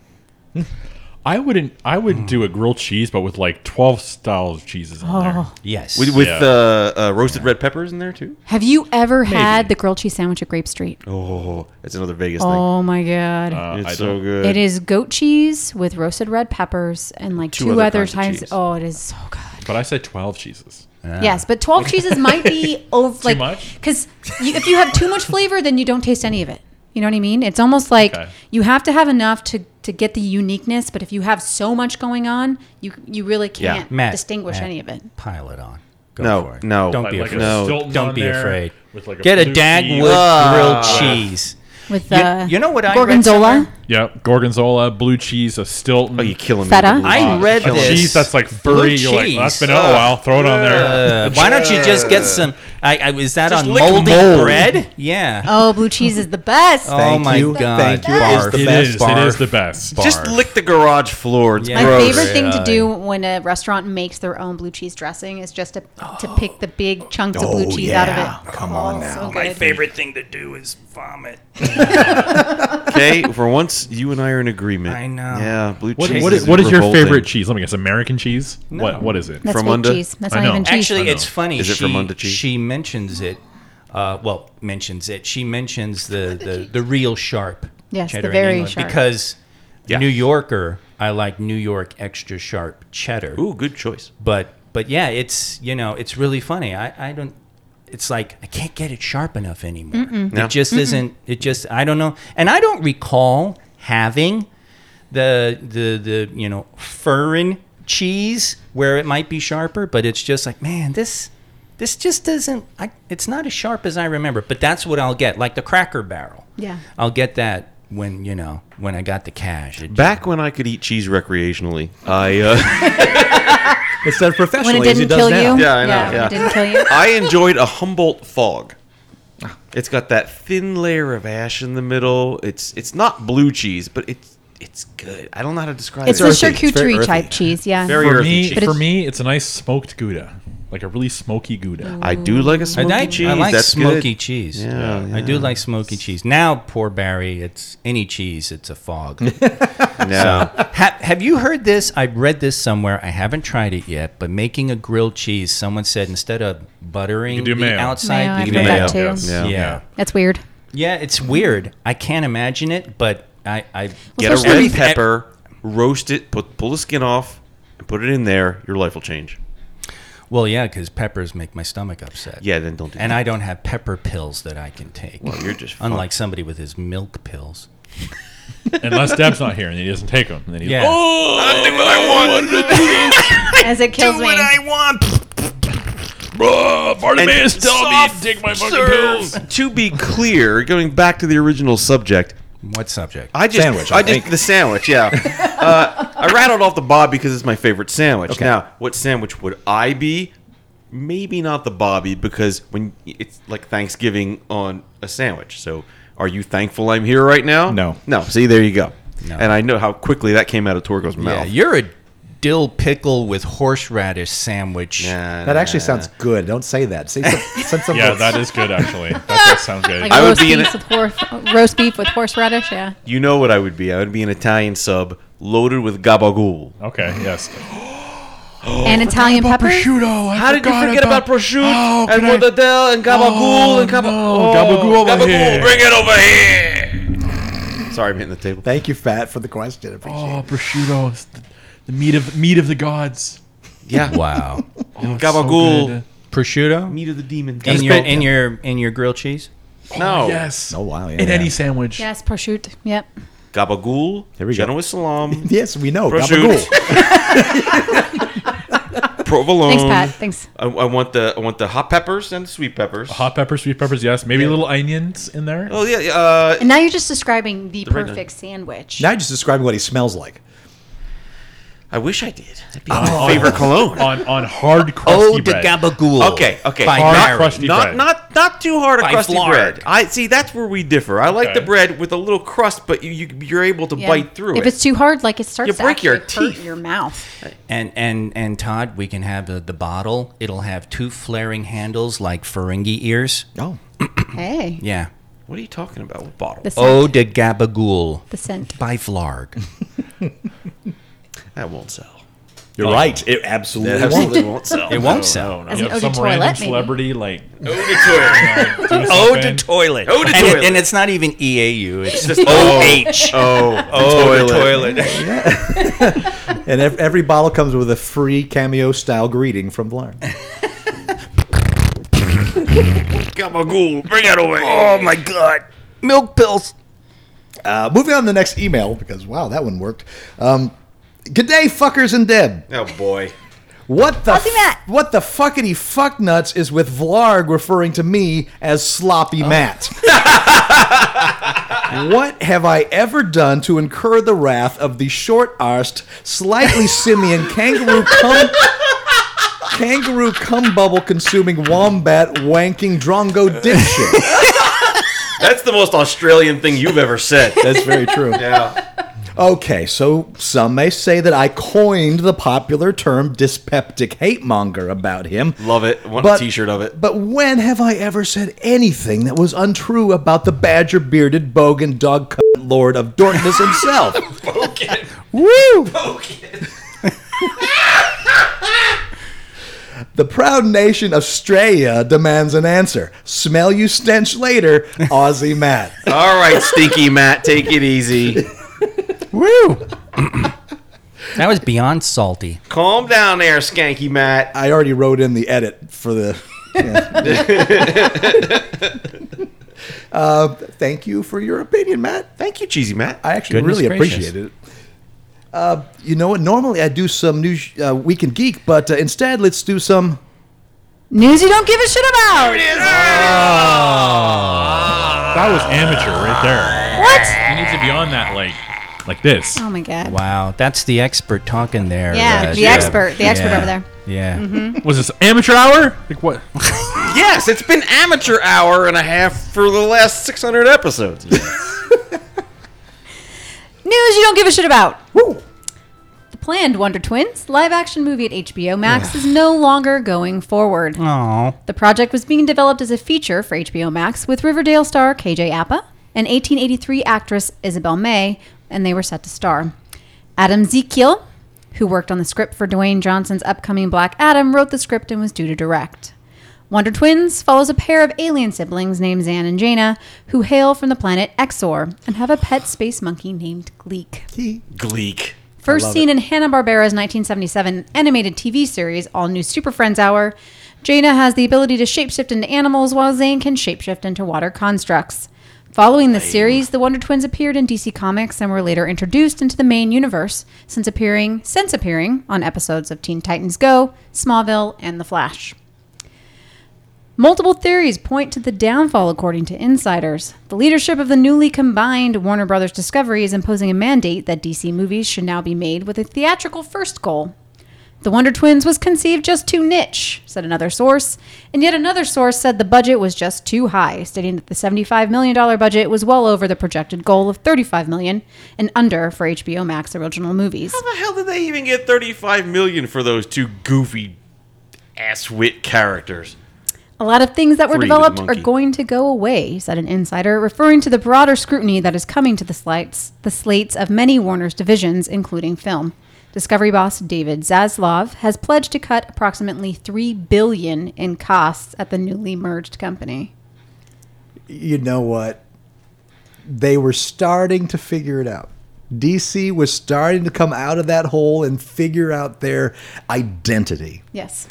S2: I wouldn't. I would
S3: Hmm.
S2: do a grilled cheese, but with like twelve styles of cheeses on there.
S3: Yes.
S6: With, with
S2: Yeah.
S6: uh, uh, roasted red peppers in there too.
S5: Have you ever had the grilled cheese sandwich at Grape Street? Oh,
S6: Oh, that's another Vegas
S5: my god.
S2: Uh,
S6: thing. It's
S2: I
S6: so
S2: don't-
S6: good.
S5: it is goat cheese with roasted red peppers and like two,
S6: other
S5: other
S6: kinds of
S5: times.
S6: cheese.
S5: Oh, it is so good.
S2: But I said twelve cheeses.
S5: Yes, but 12 cheeses might be over like
S2: much?
S5: cuz if you have too much flavor then you don't taste any of it. You know what I mean? It's almost like
S2: Okay.
S5: you have to have enough to to get the uniqueness, but if you have so much going on, you you really
S6: Yeah.
S5: can't
S3: Matt,
S5: distinguish
S3: Matt,
S5: any of it.
S3: pile it on. Go
S6: No,
S3: for it.
S6: no.
S3: Don't
S6: Like-
S3: be
S2: like a
S3: afraid.
S6: No.
S2: Stilton
S3: Don't
S2: on
S3: be
S2: there
S3: afraid.
S2: with, like, a
S3: Get a
S2: blue cheese.
S3: Dagwood grilled cheese.
S5: With
S3: You-
S5: uh,
S3: you know what I read
S5: Gorgonzola?
S3: somewhere?
S2: Yep, gorgonzola, blue cheese, a Stilton.
S6: oh, you killing
S5: Feta?
S6: me. with the
S3: I
S6: lobster.
S3: read
S2: a
S3: this.
S2: cheese that's like furry. You're like, well, that's
S3: cheese.
S2: been out a while. Throw it on there.
S3: Uh, why don't you just get some? I, I was that
S6: Just
S3: on
S6: lick
S3: moldy
S6: mold.
S3: bread? Yeah.
S5: Oh, blue cheese is the best.
S3: oh my
S7: you.
S3: god.
S7: Thank you. It is
S3: Barf.
S7: the
S2: It
S7: best
S2: is.
S7: barf.
S2: It is the best.
S6: Just
S3: Barf.
S6: lick the garage floor. It's
S3: Yeah.
S5: Oh, My
S6: gross.
S5: favorite thing to
S3: Yeah.
S5: do when a restaurant makes their own blue cheese dressing is just to,
S3: Oh.
S5: to pick the big chunks of blue
S7: Oh,
S5: cheese
S7: yeah.
S5: out of it.
S7: Come on
S5: Oh,
S7: now.
S5: so
S8: My
S5: good.
S8: favorite thing to do is vomit.
S6: Okay, for once, you and I are in agreement.
S3: I know.
S6: Yeah, blue
S2: What,
S6: cheese.
S2: what is, what is your favorite cheese? Let me guess. American cheese. What what is it?
S5: That's
S6: From
S5: fake
S6: under?
S5: cheese. That's
S2: I
S5: not
S2: know.
S5: even cheese.
S2: I
S3: Actually,
S2: know.
S3: it's funny.
S6: Is it
S3: she,
S6: from under cheese?
S3: She mentions it. Uh, well, mentions it. She mentions the the, the real sharp.
S5: Yes, the
S3: cheddar in
S5: very
S3: England
S5: sharp.
S3: Because
S6: Yeah.
S3: New Yorker, I like New York extra sharp cheddar.
S6: Ooh, good choice.
S3: But but yeah, it's you know it's really funny. I I don't. It's like I can't get it sharp enough anymore.
S6: No.
S3: It just isn't. It just I don't know. And I don't recall having the the the you know furrin cheese where it might be sharper, but it's just like man this. This just doesn't. I, it's not as sharp as I remember, but that's what I'll get, like the Cracker Barrel.
S5: Yeah.
S3: I'll get that when you know when I got the cash. It-
S6: Back when I could eat cheese recreationally, I uh,
S7: It's done
S5: When
S7: professionally
S5: it
S7: as he
S5: didn't
S7: does
S5: kill
S7: now.
S5: you.
S6: Yeah, I know,
S5: When
S6: yeah.
S5: it didn't kill you.
S6: I enjoyed a Humboldt fog. It's got that thin layer of ash in the middle. It's it's not blue cheese, but it's it's good. I don't know how to describe
S5: It's
S6: it.
S5: a
S7: earthy. It's very
S5: charcuterie
S7: earthy.
S5: type cheese. Yeah.
S6: Very
S2: For
S6: earthy
S2: me,
S6: cheese.
S5: But
S2: for
S5: it's-
S2: me, it's a nice smoked gouda, like a really smoky gouda.
S6: I do like a smoky
S3: I,
S6: cheese.
S3: I like
S6: That's
S3: smoky
S6: good.
S3: cheese.
S6: Yeah,
S3: I do like smoky cheese. Now, poor Barry, it's any cheese, it's a fog. Uh,
S6: No.
S3: Ha- have you heard this? I read this somewhere. I haven't tried it yet, but making a grilled cheese, someone said instead of buttering
S2: You can do
S3: the
S2: mayo.
S5: Mayo,
S3: outside,
S5: I've
S3: you can do
S5: heard that
S3: mayo.
S5: too.
S2: Yes.
S6: Yeah.
S3: Yeah.
S5: That's weird.
S3: yeah, it's weird. I can't imagine it, but I, I
S6: Get a
S5: Especially
S6: red
S5: if-
S6: pepper, roast it, put pull the skin off, and put it in there. Your life will change.
S3: well, yeah, because peppers make my stomach upset.
S6: Yeah, then don't do
S3: and
S6: that.
S3: I don't have pepper pills that I can take.
S6: Well, you're just
S3: unlike somebody with his milk pills.
S2: Unless Deb's not here and he doesn't take them, and then he's
S3: Yeah.
S2: like, oh,
S5: As it kills me.
S2: Bartimaeus, tell me to take my fucking pills.
S6: to be clear, going back to the original subject,
S3: What subject?
S6: I just
S7: Sandwich,
S6: I,
S7: I
S6: just
S7: think.
S6: the sandwich. Yeah, uh, I rattled off the Bob because it's my favorite sandwich. Now, what sandwich would I be? Maybe not the Bobby because when it's like Thanksgiving on a sandwich. So, are you thankful I'm here right now?
S7: No.
S6: no. See, there you go.
S3: No.
S6: And I know how quickly that came out of Torgo's
S3: yeah,
S6: mouth.
S3: you're a dill pickle with horseradish sandwich.
S6: Nah,
S7: That
S6: nah,
S7: actually
S6: nah.
S7: sounds good. Don't say that. Say some, send something
S2: yeah,
S7: else.
S2: that is good actually. That does sound good.
S5: Like
S6: I would
S5: roast
S6: be in it-
S5: beef with hor- roast beef with horseradish. Yeah.
S6: You know what I would be? I would be an Italian sub loaded with gabagool.
S2: Okay, yes.
S5: and Italian pepper.
S2: Prosciutto. I
S6: How did you
S2: forgot
S6: forget about, prosciutto
S2: Oh,
S6: and
S2: can I-
S6: mortadella and gabagool
S2: Oh,
S6: and gaba-
S2: no. Gabagool over here.
S6: Bring it over here. Sorry, I'm hitting the table.
S7: Thank you, Fat, for the question. I appreciate
S2: Oh, prosciutto, it's the, the meat of meat of the gods.
S6: Yeah,
S3: Wow.
S2: Oh, it's so
S6: gabagool.
S2: good.
S3: prosciutto
S6: Meat of the demon.
S3: in your in your in your grilled cheese.
S6: no.
S2: Yes.
S7: Oh, wow,
S2: In
S7: yeah.
S2: any sandwich.
S5: Yes, prosciutto. Yep.
S6: Gabagool.
S7: Here we go.
S6: Genoa salam.
S7: Yes, we know.
S6: Prosciutto.
S7: Gabagool.
S6: provolone.
S5: Thanks, Pat. Thanks.
S6: I, I want the I want the hot peppers and sweet peppers.
S2: Hot peppers, sweet peppers, yes. Maybe little onions in there.
S6: Oh yeah, yeah, uh,
S5: And now you're just describing the,
S6: red
S5: perfect sandwich.
S7: Now just describing what he smells like.
S6: I wish I did. That'd be
S3: Oh,
S6: my Oh, favorite cologne. Oh,
S2: on on hard crusty bread.
S3: gabagool.
S6: Okay, okay.
S3: By
S2: Hard
S3: Mary.
S2: crusty
S6: Not
S2: bread.
S6: not not too hard a
S3: By
S6: crusty
S3: Flarg.
S6: bread. I see. That's where we differ. I like
S2: Okay.
S6: the bread with a little crust, but you, you you're able to
S5: Yeah.
S6: bite through it.
S5: if it's too hard, like it starts
S6: You
S5: to
S6: break your
S5: actually hurt
S6: teeth.
S5: your mouth.
S3: And and and Todd, we can have the, the bottle. It'll have two flaring handles like Ferengi ears.
S7: Oh.
S5: Hey,
S3: Yeah.
S6: what are you talking about? What bottle?
S5: the scent.
S3: Eau de Oh, Gabagool
S5: the scent.
S3: by Flarg.
S6: That won't sell.
S7: You're right. It absolutely,
S6: That absolutely won't sell.
S3: It won't sell.
S5: As
S2: You
S5: an
S2: have
S5: eau
S6: oh,
S2: some
S5: de toilette,
S2: random
S5: maybe.
S2: celebrity like
S3: Oh, to toilet.
S6: Eau de
S3: and it-
S6: toilet.
S3: and it's not even EAU. It's just
S6: Oh.
S3: OH.
S6: Oh,
S3: Oh, the
S7: And ev- every bottle comes with a free cameo style greeting from Blarn.
S6: Gabagool, bring it away. Oh my god.
S3: Milk pills.
S7: Uh, moving on to the next email, because wow, that one worked. Um, G'day, fuckers and Deb.
S6: Oh boy.
S7: What the
S5: I'll do that.
S7: what the fuckity fuck nuts is with Vlarg referring to me as sloppy Matt? what have I ever done to incur the wrath of the short arsed, slightly simian kangaroo cum kangaroo cum bubble consuming wombat wanking drongo dipshit?
S6: That's the most Australian thing you've ever said.
S7: That's very true.
S6: Yeah.
S7: Okay, so some may say that I coined the popular term dyspeptic hate monger about him.
S6: Love it. Want
S7: But-
S6: a t-shirt of it.
S7: But when have I ever said anything that was untrue about the badger bearded bogan dog c- lord of Dortmus himself? Woo! the proud nation of Straya demands an answer. Smell you stench later, Aussie Matt.
S6: All right, Stinky Matt, take it easy.
S3: Woo. that was beyond salty.
S6: Calm down there, Skanky Matt.
S7: I already wrote in the edit for the. yeah. uh, thank you for your opinion, Matt.
S6: Thank you, Cheesy Matt.
S7: I actually
S3: Goodness
S7: really
S3: gracious.
S7: appreciate it. Uh, you know what? Normally I do some new sh- uh, weekend geek, but uh, instead let's do some.
S5: News you don't give a shit about.
S2: that was amateur right there.
S5: What?
S2: You need to be on that like like this.
S5: Oh my god.
S3: Wow, that's the expert talking there.
S5: Yeah, the
S3: Jeb.
S5: expert- the expert
S3: Yeah,
S5: over there. Mm-hmm.
S3: Yeah.
S2: Was this amateur hour? Like what?
S6: yes, it's been amateur hour and a half for the last 600 episodes.
S5: News you don't give a shit about. The planned Wonder Twins live action movie at HBO Max is no longer going forward.
S3: Aw.
S5: The project was being developed as a feature for HBO Max with Riverdale star KJ Appa and 1883 actress Isabel May, and they were set to star. Adam Zekiel, who worked on the script for Dwayne Johnson's upcoming Black Adam, wrote the script and was due to direct. Wonder Twins follows a pair of alien siblings named Zan and Jaina, who hail from the planet Exor and have a pet space monkey named Gleek.
S6: Gleek.
S5: First seen in Hanna-Barbera's 1977 animated TV series All New Super Friends Hour, Jaina has the ability to shapeshift into animals while Zane can shapeshift into water constructs. Following the series, the Wonder Twins appeared in DC Comics and were later introduced into the main universe since appearing since appearing on episodes of Teen Titans Go, Smallville, and The Flash. Multiple theories point to the downfall, according to insiders. The leadership of the newly combined Warner Brothers Discovery is imposing a mandate that DC movies should now be made with a theatrical first goal. The Wonder Twins was conceived just too niche, said another source, and yet another source said the budget was just too high, stating that the $75 million budget was well over the projected goal of $35 million and under for HBO Max original movies.
S6: How the hell did they even get 35 million for those two goofy asswit characters?
S5: A lot of things that were
S6: Free the
S5: developed are
S6: monkey.
S5: going to go away, said an insider, referring to the broader scrutiny that is coming to the slates, the slates of many Warner's divisions, including film. Discovery boss David Zaslav has pledged to cut approximately three billion in costs at the newly merged company.
S7: You know what? They were starting to figure it out. DC was starting to come out of that hole and figure out their identity.
S5: Yes,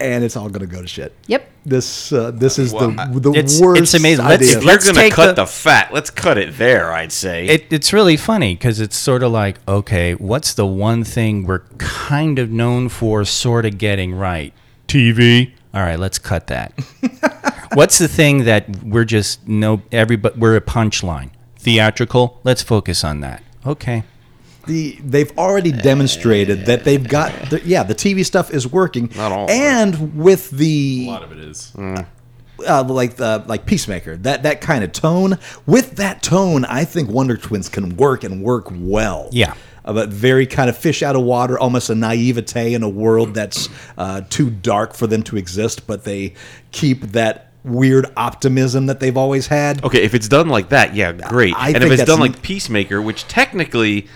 S7: and it's all going to go to shit.
S5: Yep.
S7: This uh, this is
S6: Well, I-
S7: the the
S3: It's-
S7: worst.
S3: it's amazing. Let's-
S7: idea.
S6: If you're
S3: Let's
S6: gonna
S3: take
S6: cut
S3: the-
S6: the, fat, let's cut it there. I'd say.
S3: It, it's really funny because it's sort of like, okay, what's the one thing we're kind of known for, sort of getting right?
S2: TV.
S3: All right, let's cut that. what's the thing that we're just no everybody? We're a punchline, theatrical. Let's focus on that. Okay,
S7: the they've already demonstrated that they've got the, yeah the TV stuff is working.
S6: Not all of it.
S7: And with the
S2: A lot of it
S7: Mm.
S2: is.
S7: uh, like the like Peacemaker that that kind of tone with that tone, I think Wonder Twins can work and work well.
S3: Yeah.
S7: Uh, but very kind of fish out of water, almost a naivete in a world that's uh, too dark for them to exist, but they keep that weird optimism that they've always had.
S6: Okay, if it's done like that, yeah, great.
S7: I
S6: and
S7: think
S6: if it's
S7: that's
S6: done
S7: n-
S6: like Peacemaker, which technically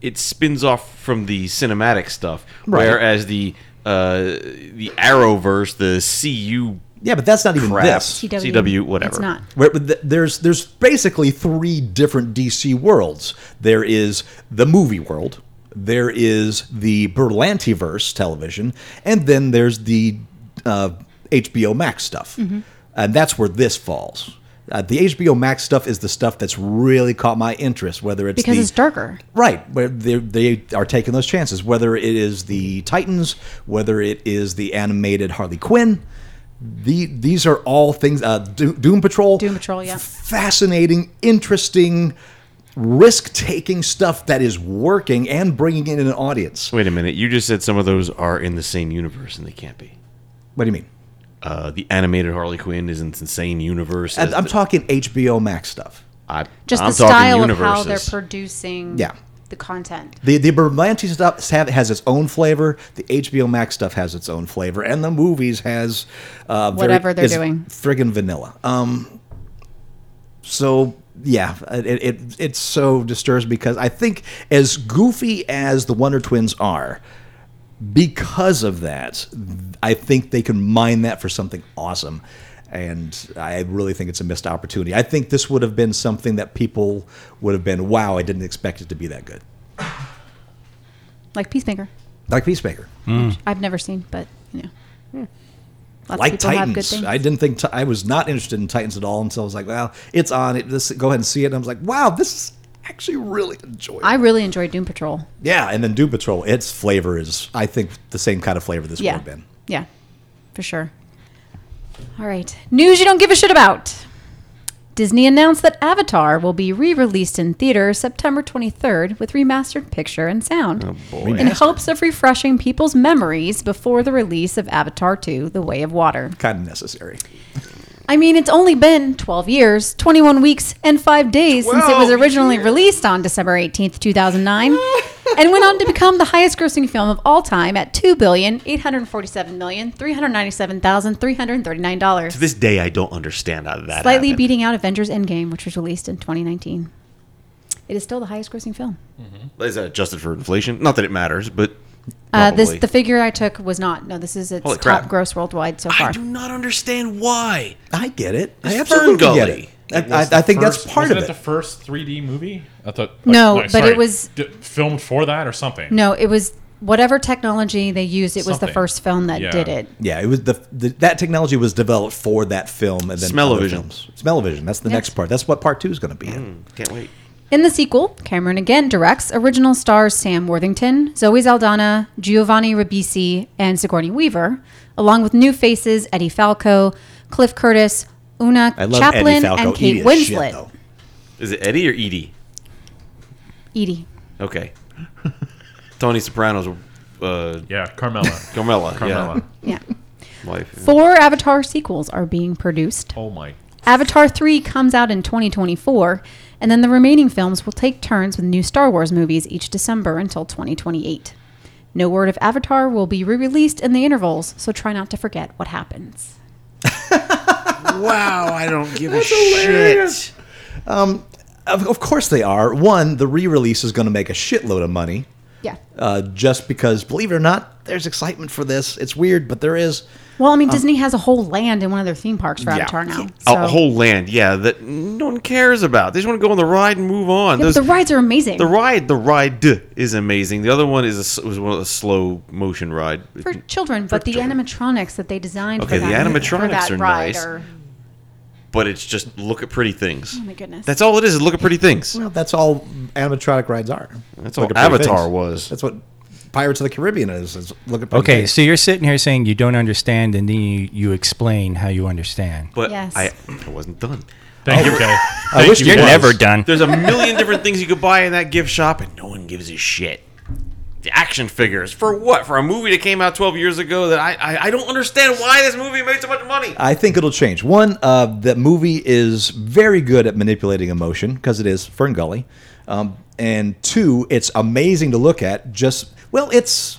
S6: it spins off from the cinematic stuff,
S7: Right.
S6: whereas the uh, the Arrowverse, the CU
S7: Yeah, but that's not even
S6: crap,
S7: this.
S5: TW.
S6: CW, whatever.
S5: It's not.
S7: Where, but th- there's there's basically three different DC worlds. There is the movie world, there is the Berlantiverse television, and then there's the uh, HBO Max stuff, and that's where this falls. Uh, the HBO Max stuff is the stuff that's really caught my interest. Whether it's
S5: Because
S7: the-
S5: it's darker.
S7: Right, where they they are taking those chances. Whether it is the Titans, whether it is the animated Harley Quinn, the these are all things. Uh, Do- Doom Patrol.
S5: Doom Patrol, yeah.
S7: Fascinating, interesting, risk-taking stuff that is working and bringing in an audience.
S6: Wait a minute, you just said some of those are in the same universe, and they can't be.
S7: What do you mean?
S6: Uh, the animated Harley Quinn is in the same universe.
S7: And I'm talking HBO Max stuff.
S6: I,
S5: Just
S6: I'm
S5: the
S6: talking
S5: style of how they're
S6: universes.
S5: producing
S7: Yeah.
S5: the content.
S7: The the Berlanti stuff have, has its own flavor. The HBO Max stuff has its own flavor, and the movies has uh, very-
S5: Whatever they're
S7: is
S5: doing.
S7: friggin' vanilla. Um, so yeah, it, it it's so disturbs because I think as goofy as the Wonder Twins are, because of that, I think they can mine that for something awesome. And I really think it's a missed opportunity. I think this would have been something that people would have been, wow, I didn't expect it to be that good.
S5: Like Peacemaker.
S7: Like Peacemaker.
S5: I've never seen, but you know. Lots
S7: like
S5: of people have good
S7: Titans.
S5: things.
S7: I didn't think t- I was not interested in Titans at all until I was like, well, it's on. It, this go ahead and see it. And I was like, wow, this is actually really enjoyable.
S5: I really enjoyed Doom Patrol.
S7: yeah, and then Doom Patrol. Its flavor is, I think, the same kind of flavor this
S5: Yeah.
S7: would have been.
S5: Yeah. For sure. All right. News you don't give a shit about. Disney announced that Avatar will be re-released in theaters September 23rd with remastered picture and sound in hopes of refreshing people's memories before the release of Avatar 2: The Way of Water.
S7: Kind of necessary.
S5: I mean, it's only been 12 years, 21 weeks, and 5 days since it was
S6: 12
S5: originally released on December 18th, 2009, and went on to become the highest grossing film of all time at $2,847,397,339,
S6: To this day, I don't understand how that
S5: slightly
S6: happened.
S5: beating out Avengers Endgame, which was released in 2019. It is still the highest grossing film.
S6: Is that adjusted for inflation? Not that it matters, but
S5: Uh, this
S6: probably.
S5: The figure I took was not. No, this is its
S6: Holy
S5: top
S6: crap.
S5: gross worldwide so
S6: I
S5: far.
S6: do not understand why.
S7: I get it. I
S6: It's
S7: absolutely
S6: Ferngully.
S7: get it.
S6: It
S7: I, I,
S6: was the
S7: I think
S2: First-
S7: that's part
S2: wasn't
S7: of
S2: that
S7: it.
S2: the first 3D movie? I thought like,
S5: No, but it was-
S2: D- filmed for that or something.
S5: No, it was whatever technology they used, it was the
S2: Something.
S5: first film that
S2: Yeah.
S5: did it.
S7: yeah, it was the, the that technology was developed for that film and then other
S6: Smell-o-vision.
S7: films. Smell-o-vision. That's the next part. That's what part two is going to be. in.
S6: Can't wait.
S5: In the sequel, Cameron again directs. Original stars Sam Worthington, Zoe Zaldana, Giovanni Ribisi, and Sigourney Weaver, along with new faces Eddie Falco, Cliff Curtis, Una
S7: I love
S5: Chaplin,
S7: Eddie Falco.
S5: and
S7: Eat
S5: Kate
S7: his shit,
S5: Winslet.
S7: though.
S6: Is it Eddie or Edie?
S5: Edie.
S6: Okay. Tony Soprano's uh,
S2: Yeah, Carmella.
S6: Carmela.
S2: Carmella.
S5: Yeah.
S6: Yeah. Wife.
S5: Four Avatar sequels are being produced.
S2: Oh my.
S5: Avatar 3 comes out in 2024, and then the remaining films will take turns with new Star Wars movies each December until 2028. No word of Avatar will be re released in the intervals, so try not to forget what happens.
S6: Wow, I don't give a shit.
S7: Of, of course they are. One, the re-release is going to make a shitload of money.
S5: Yeah.
S7: uh, just because, believe it or not, there's excitement for this. It's weird, but there is.
S5: Well, I mean, Disney has a whole land in one of their theme parks for Avatar now.
S6: Um, A-
S5: So.
S6: A whole land, yeah, that no one cares about. They just want to go on the ride and move on.
S5: yeah, but
S6: Those-
S5: the rides are amazing.
S6: the ride, the ride is amazing. The other one is a, s- was one of the slow motion ride.
S5: for children, but the
S6: children.
S5: animatronics that they designed
S6: Okay,
S5: for
S6: the
S5: that, for
S6: animatronics
S5: that
S6: are
S5: ride
S6: nice.
S5: are-
S6: but it's just look at pretty things.
S5: oh my goodness.
S6: That's all it is. is Look at pretty things.
S7: Well, that's all animatronic rides are.
S6: That's
S7: Look
S6: all
S7: at pretty
S6: Avatar
S7: things.
S6: was.
S7: That's what Pirates of the Caribbean is. is look at pretty
S3: Okay,
S7: things.
S3: so you're sitting here saying you don't understand, and then you, you explain how you understand.
S6: But
S5: Yes.
S6: I, I wasn't done.
S2: Thank
S7: Oh.
S2: you, Kay.
S7: I wish
S3: You're
S7: was.
S3: never done.
S6: There's a million different things you could buy in that gift shop, and no one gives a shit. The action figures for what? For a movie that came out 12 years ago that I I, I don't understand why this movie made so much money.
S7: I think it'll change. One, uh, the movie is very good at manipulating emotion because it is Fern Gully, um, and two, it's amazing to look at. Just well, it's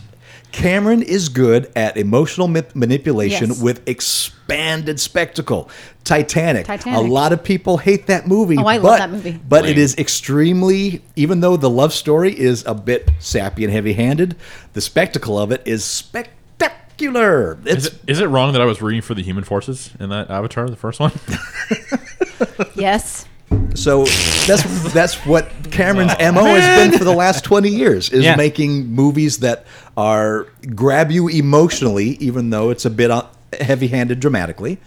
S7: Cameron is good at emotional ma- manipulation
S5: Yes.
S7: with expanded spectacle. Titanic. A
S5: Titanic.
S7: lot of people hate that movie.
S5: Oh, I love
S7: but-
S5: that movie.
S7: But it is extremely, even though the love story is a bit sappy and heavy-handed, the spectacle of it is spectacular.
S2: Is
S7: It's
S2: it, is it wrong that I was rooting for the human forces in that Avatar, the first one?
S5: yes.
S7: So that's that's what Cameron's mo has been for the last twenty years is
S3: Yeah.
S7: making movies that are grab you emotionally, even though it's a bit uh, heavy-handed dramatically.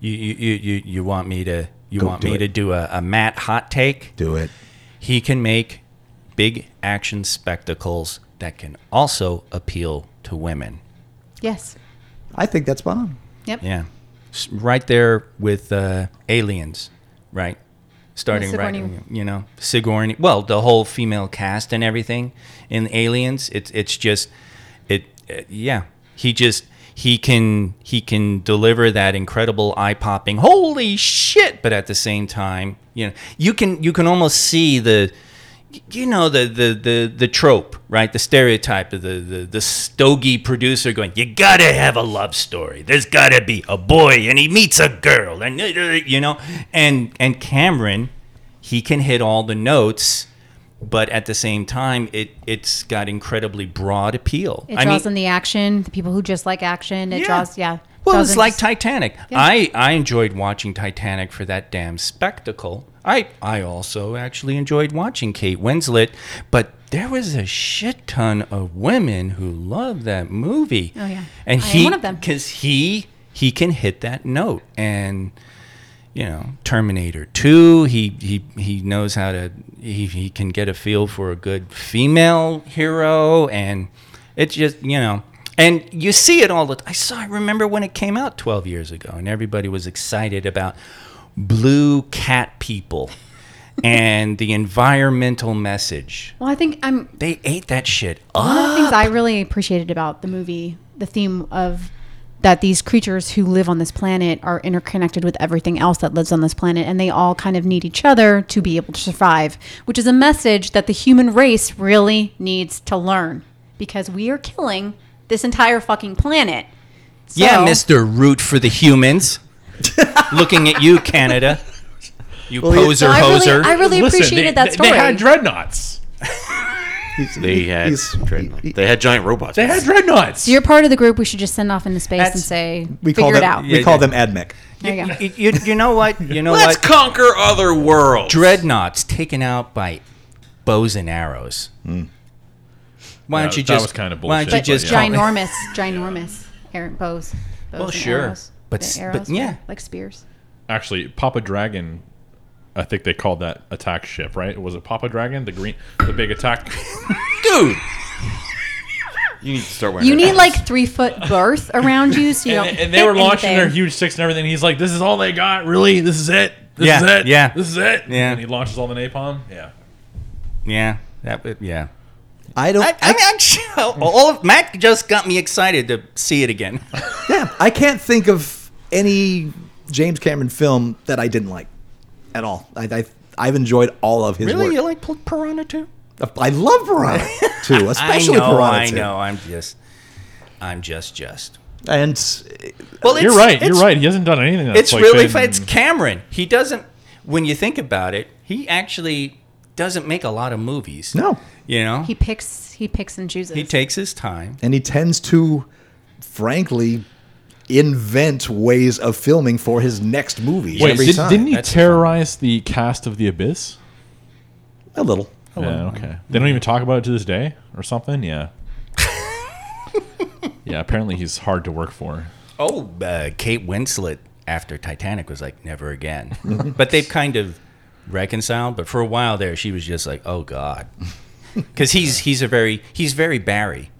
S3: You you, you, you, you want me to you
S7: Go
S3: want
S7: do
S3: me
S7: it.
S3: to do a, a Matt hot take?
S7: Do it.
S3: He can make big action spectacles that can also appeal to women.
S5: Yes.
S7: I think that's bomb.
S5: Yep.
S3: Yeah, S- right there with uh, aliens, right? Starting
S5: Sigourney.
S3: right, you know, Sigourney. Well, the whole female cast and everything in Aliens. It's it's just it. it- yeah, he just he can he can deliver that incredible eye popping holy shit, but at the same time, you know, you can you can almost see the you know the the the, the trope, right? The stereotype of the, the the stogie producer going, "You gotta have a love story. There's gotta be a boy, and he meets a girl, and you know." And and Cameron, he can hit all the notes, but at the same time, it it's got incredibly broad appeal.
S5: It draws in the action, the people who just like action. It draws, yeah.
S3: Well,
S5: draws
S3: it's
S5: in
S3: like
S5: just-
S3: Titanic. I, I enjoyed watching Titanic for that damn spectacle. I I also actually enjoyed watching Kate Winslet, but there was a shit ton of women who loved that movie.
S5: Oh, yeah.
S3: and
S5: I am
S3: he
S5: one of them.
S3: because he he can hit that note and you know Terminator Two. He he he knows how to he he can get a feel for a good female hero, and it's just you know. And you see it all the time. I saw. I remember when it came out 12 years ago, and everybody was excited about blue cat people and the environmental message.
S5: Well, I think I'm
S3: They ate that shit up.
S5: one of the things I really appreciated about the movie, the theme of that these creatures who live on this planet are interconnected with everything else that lives on this planet, and they all kind of need each other to be able to survive, which is a message that the human race really needs to learn because we are killing this entire fucking planet.
S3: Yeah,
S5: So-
S3: Mr. Root for the humans. Looking at you, Canada. You poser
S5: I really,
S3: hoser.
S5: I really
S2: Listen,
S5: appreciated
S2: they,
S5: that
S2: they-
S5: story.
S2: They had dreadnoughts.
S6: They had
S7: he's-
S6: dreadnoughts. they had giant robots.
S2: They had dreadnoughts.
S5: You're part of the group. We should just send off into space and
S3: That's-
S5: say,
S7: We call
S5: figure it
S7: them
S5: out.
S7: we
S3: Yeah,
S7: call
S3: yeah.
S7: them AdMech.
S5: There you go.
S3: you, you, you know what? You know
S6: Let's
S3: what?
S6: conquer other worlds.
S3: Dreadnoughts taken out by bows and arrows. Why don't
S2: Yeah,
S3: you
S2: that
S3: just?
S2: was kinda
S3: Why don't you
S2: bullshit,
S3: just?
S2: but
S3: call-
S5: ginormous, ginormous air bows. bows
S3: Well,
S5: and
S3: sure.
S5: arrows.
S3: But
S5: The
S3: s- but
S5: arrows,
S3: yeah.
S5: like spears.
S2: Actually, Papa Dragon. I think they called that attack ship, right? Was it Papa Dragon? The green, the big attack.
S6: dude. You need to start wearing.
S5: You need
S6: dreadnoughts.
S5: like three foot berth around you, so you
S2: and,
S5: don't
S2: and they
S5: hit
S2: were launching their
S5: anything.
S2: huge six and everything. He's like, "This is all they got, really? This is it? This
S3: Yeah,
S2: is it?
S3: yeah.
S2: this is it?"
S3: Yeah.
S2: And he launches all the napalm. Yeah.
S3: Yeah, that would. Yeah.
S7: I don't.
S3: I, I mean, I'm- all of, Matt just got me excited to see it again.
S7: yeah, I can't think of any James Cameron film that I didn't like at all. I, I I've enjoyed all of his
S3: really, you
S7: work.
S3: like Pil- Piranha too?
S7: I love Piranha too, especially
S3: I know,
S7: Piranha
S3: I
S7: 2.
S3: know. I'm just. I'm just just.
S7: And uh,
S3: Well,
S2: You're right. You're right. He hasn't done anything. That's
S3: It's
S2: like
S3: really
S2: been-
S3: fa- it's Cameron. He doesn't. When you think about it, he actually doesn't make a lot of movies.
S7: No.
S3: You know,
S5: He
S3: he,
S5: picks he picks and chooses.
S3: takes his time.
S7: and he tends to, frankly, invent ways of filming for his next movies
S2: Wait,
S7: every
S2: did,
S7: time.
S2: not he
S3: That's
S2: terrorize the cast of The Abyss?
S7: A little.
S5: Oh,
S2: Yeah, okay. They don't even talk about it to this day or something? Yeah. yeah, apparently he's hard to work for.
S3: Oh, uh, Kate Winslet after Titanic was like never again. but they've kind of reconciled. But for a while there, she was just like, oh god, because he's he's a very he's very Barry,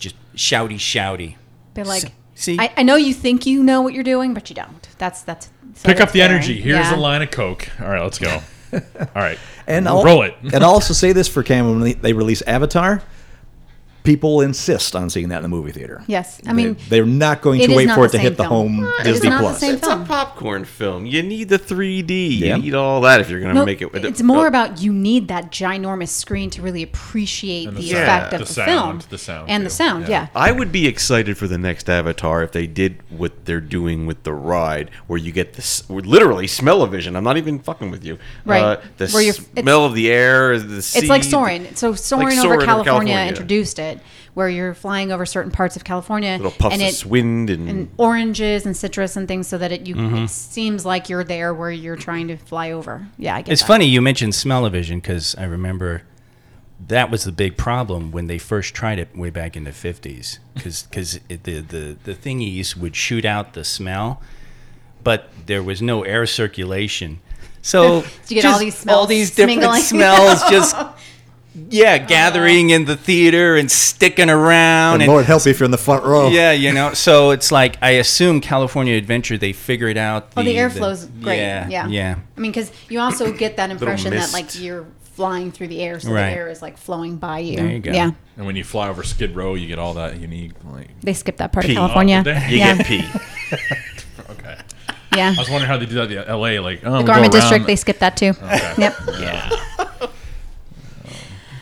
S3: just shouty shouty.
S5: They're like,
S3: see-
S5: I, I know you think you know what you're doing, but you don't. That's that's. so
S2: Pick up
S5: that's
S2: the
S5: fair.
S2: energy. Here's
S5: Yeah.
S2: a line of Coke. All right, let's go. All right.
S7: And
S2: Roll it.
S7: and I'll also say this for Cameron: when they- they release Avatar, people insist on seeing that in the movie theater.
S5: Yes, I mean
S7: they, are not going
S5: it
S7: to
S5: is
S7: wait
S5: not
S7: for it
S5: the same
S7: to hit the
S5: film.
S7: home
S5: It is
S7: Disney
S5: not the
S7: Plus.
S5: same
S6: It's a
S5: film.
S6: popcorn film. You need the 3D.
S7: Yeah.
S6: You need all that if you're going to
S5: no,
S6: make it. with
S5: it's more about you need that ginormous screen to really appreciate the,
S2: the
S6: sound. Yeah.
S5: effect of
S2: The
S5: the,
S2: sound,
S5: film,
S2: the sound,
S5: and
S2: too.
S5: the sound.
S2: Yeah.
S5: Yeah,
S6: I would be excited for the next Avatar if they did what they're doing with the ride, where you get this literally smell of vision. I'm not even fucking with you.
S5: Right.
S6: Uh, the
S5: Where you're-
S6: smell of the air, the sea.
S5: it's like Soarin. So Soarin' over
S6: Soarin' over
S5: California,
S6: California.
S5: introduced it, where you're flying over certain parts of California,
S6: Little puffs
S5: and
S6: of
S5: it
S6: wind and,
S5: and oranges and citrus and things, so that it you
S6: Mm-hmm.
S5: it seems like you're there where you're trying to fly over. Yeah, I get
S3: It's
S5: that.
S3: funny you mentioned smell-o-vision because I remember that was the big problem when they first tried it way back in the fifties because the, the the thingies would shoot out the smell, but there was no air circulation. So
S5: you get all
S3: just
S5: these
S3: all
S5: smells
S3: these different
S5: mingling.
S3: smells just yeah gathering in the theater and sticking around
S7: And
S3: and
S7: Lord help you if you're in the front row.
S3: yeah, you know. So it's like I assume California Adventure they figured out.
S5: Oh, the airflow's great.
S3: Yeah,
S5: Yeah,
S3: yeah.
S5: I mean, because you also get that impression that
S6: mist.
S5: like you're flying through the air, so
S3: Right.
S5: the air is like flowing by you.
S3: There you go.
S5: Yeah,
S2: And when you fly over Skid Row, you get all that unique, like,
S5: they skipped that part
S6: Pee.
S5: of California.
S2: Oh, did they?
S6: you
S5: yeah,
S6: get pee.
S2: okay.
S5: yeah.
S2: I was wondering how they do that in LA. Like, oh,
S5: The Garment District, they skipped that too. Yep.
S2: Yeah.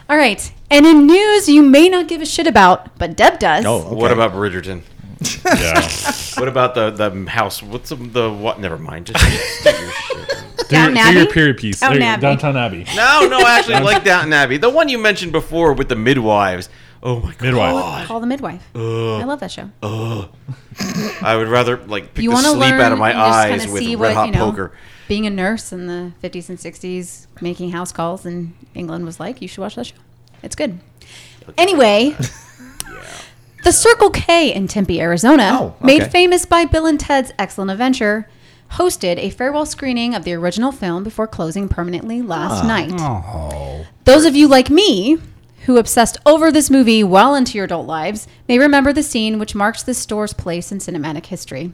S5: All right. And in news you may not give a shit about, but Deb does.
S7: Oh, okay.
S6: What about Bridgerton?
S2: yeah.
S6: What about the the house? What's the, the what? Never mind. Just do your
S2: Do
S6: shit.
S2: your,
S5: Downton
S2: do your
S5: Abbey?
S2: period piece.
S5: Downton
S2: There you go.
S5: Abbey.
S2: Downtown Abbey.
S6: No, no, actually, like Downton Abbey, the one you mentioned before with the midwives. Oh my god!
S2: Midwife.
S5: Call the midwife. I love that show.
S6: I would rather like pick
S5: you
S6: the
S5: want to
S6: sleep
S5: learn
S6: out of my
S5: and just
S6: eyes
S5: kinda
S6: with
S5: see
S6: red
S5: what
S6: hot
S5: you know.
S6: poker.
S5: Being a nurse in the 50s and 60s, making house calls in England was like, you should watch that show. It's good. Anyway, the Circle K in Tempe, Arizona,
S7: Oh, okay.
S5: made famous by Bill and Ted's Excellent Adventure, hosted a farewell screening of the original film before closing permanently
S6: Ah.
S5: last night.
S6: Oh.
S5: Those of you like me who obsessed over this movie well into your adult lives may remember the scene which marks this store's place in cinematic history.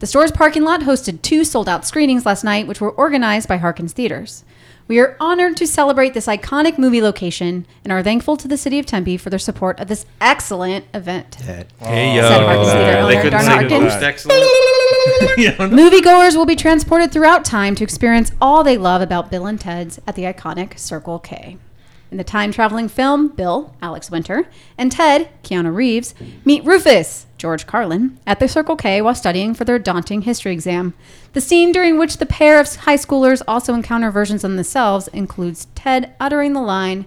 S5: The store's parking lot hosted two sold out screenings last night, which were organized by Harkins Theaters. We are honored to celebrate this iconic movie location and are thankful to the city of Tempe for their support of this excellent event.
S3: Hey
S5: Said Marcus Leader
S3: yo.
S5: earlier.
S6: They couldn't
S5: Darn
S6: say the
S5: Arkin.
S6: most excellent.
S5: Moviegoers will be transported throughout time to experience all they love about Bill and Ted's at the iconic Circle K. In the time traveling film, Bill, Alex Winter, and Ted, Keanu Reeves, meet Rufus, George Carlin, at the Circle K while studying for their daunting history exam. The scene during which the pair of high schoolers also encounter versions of themselves includes Ted uttering the line,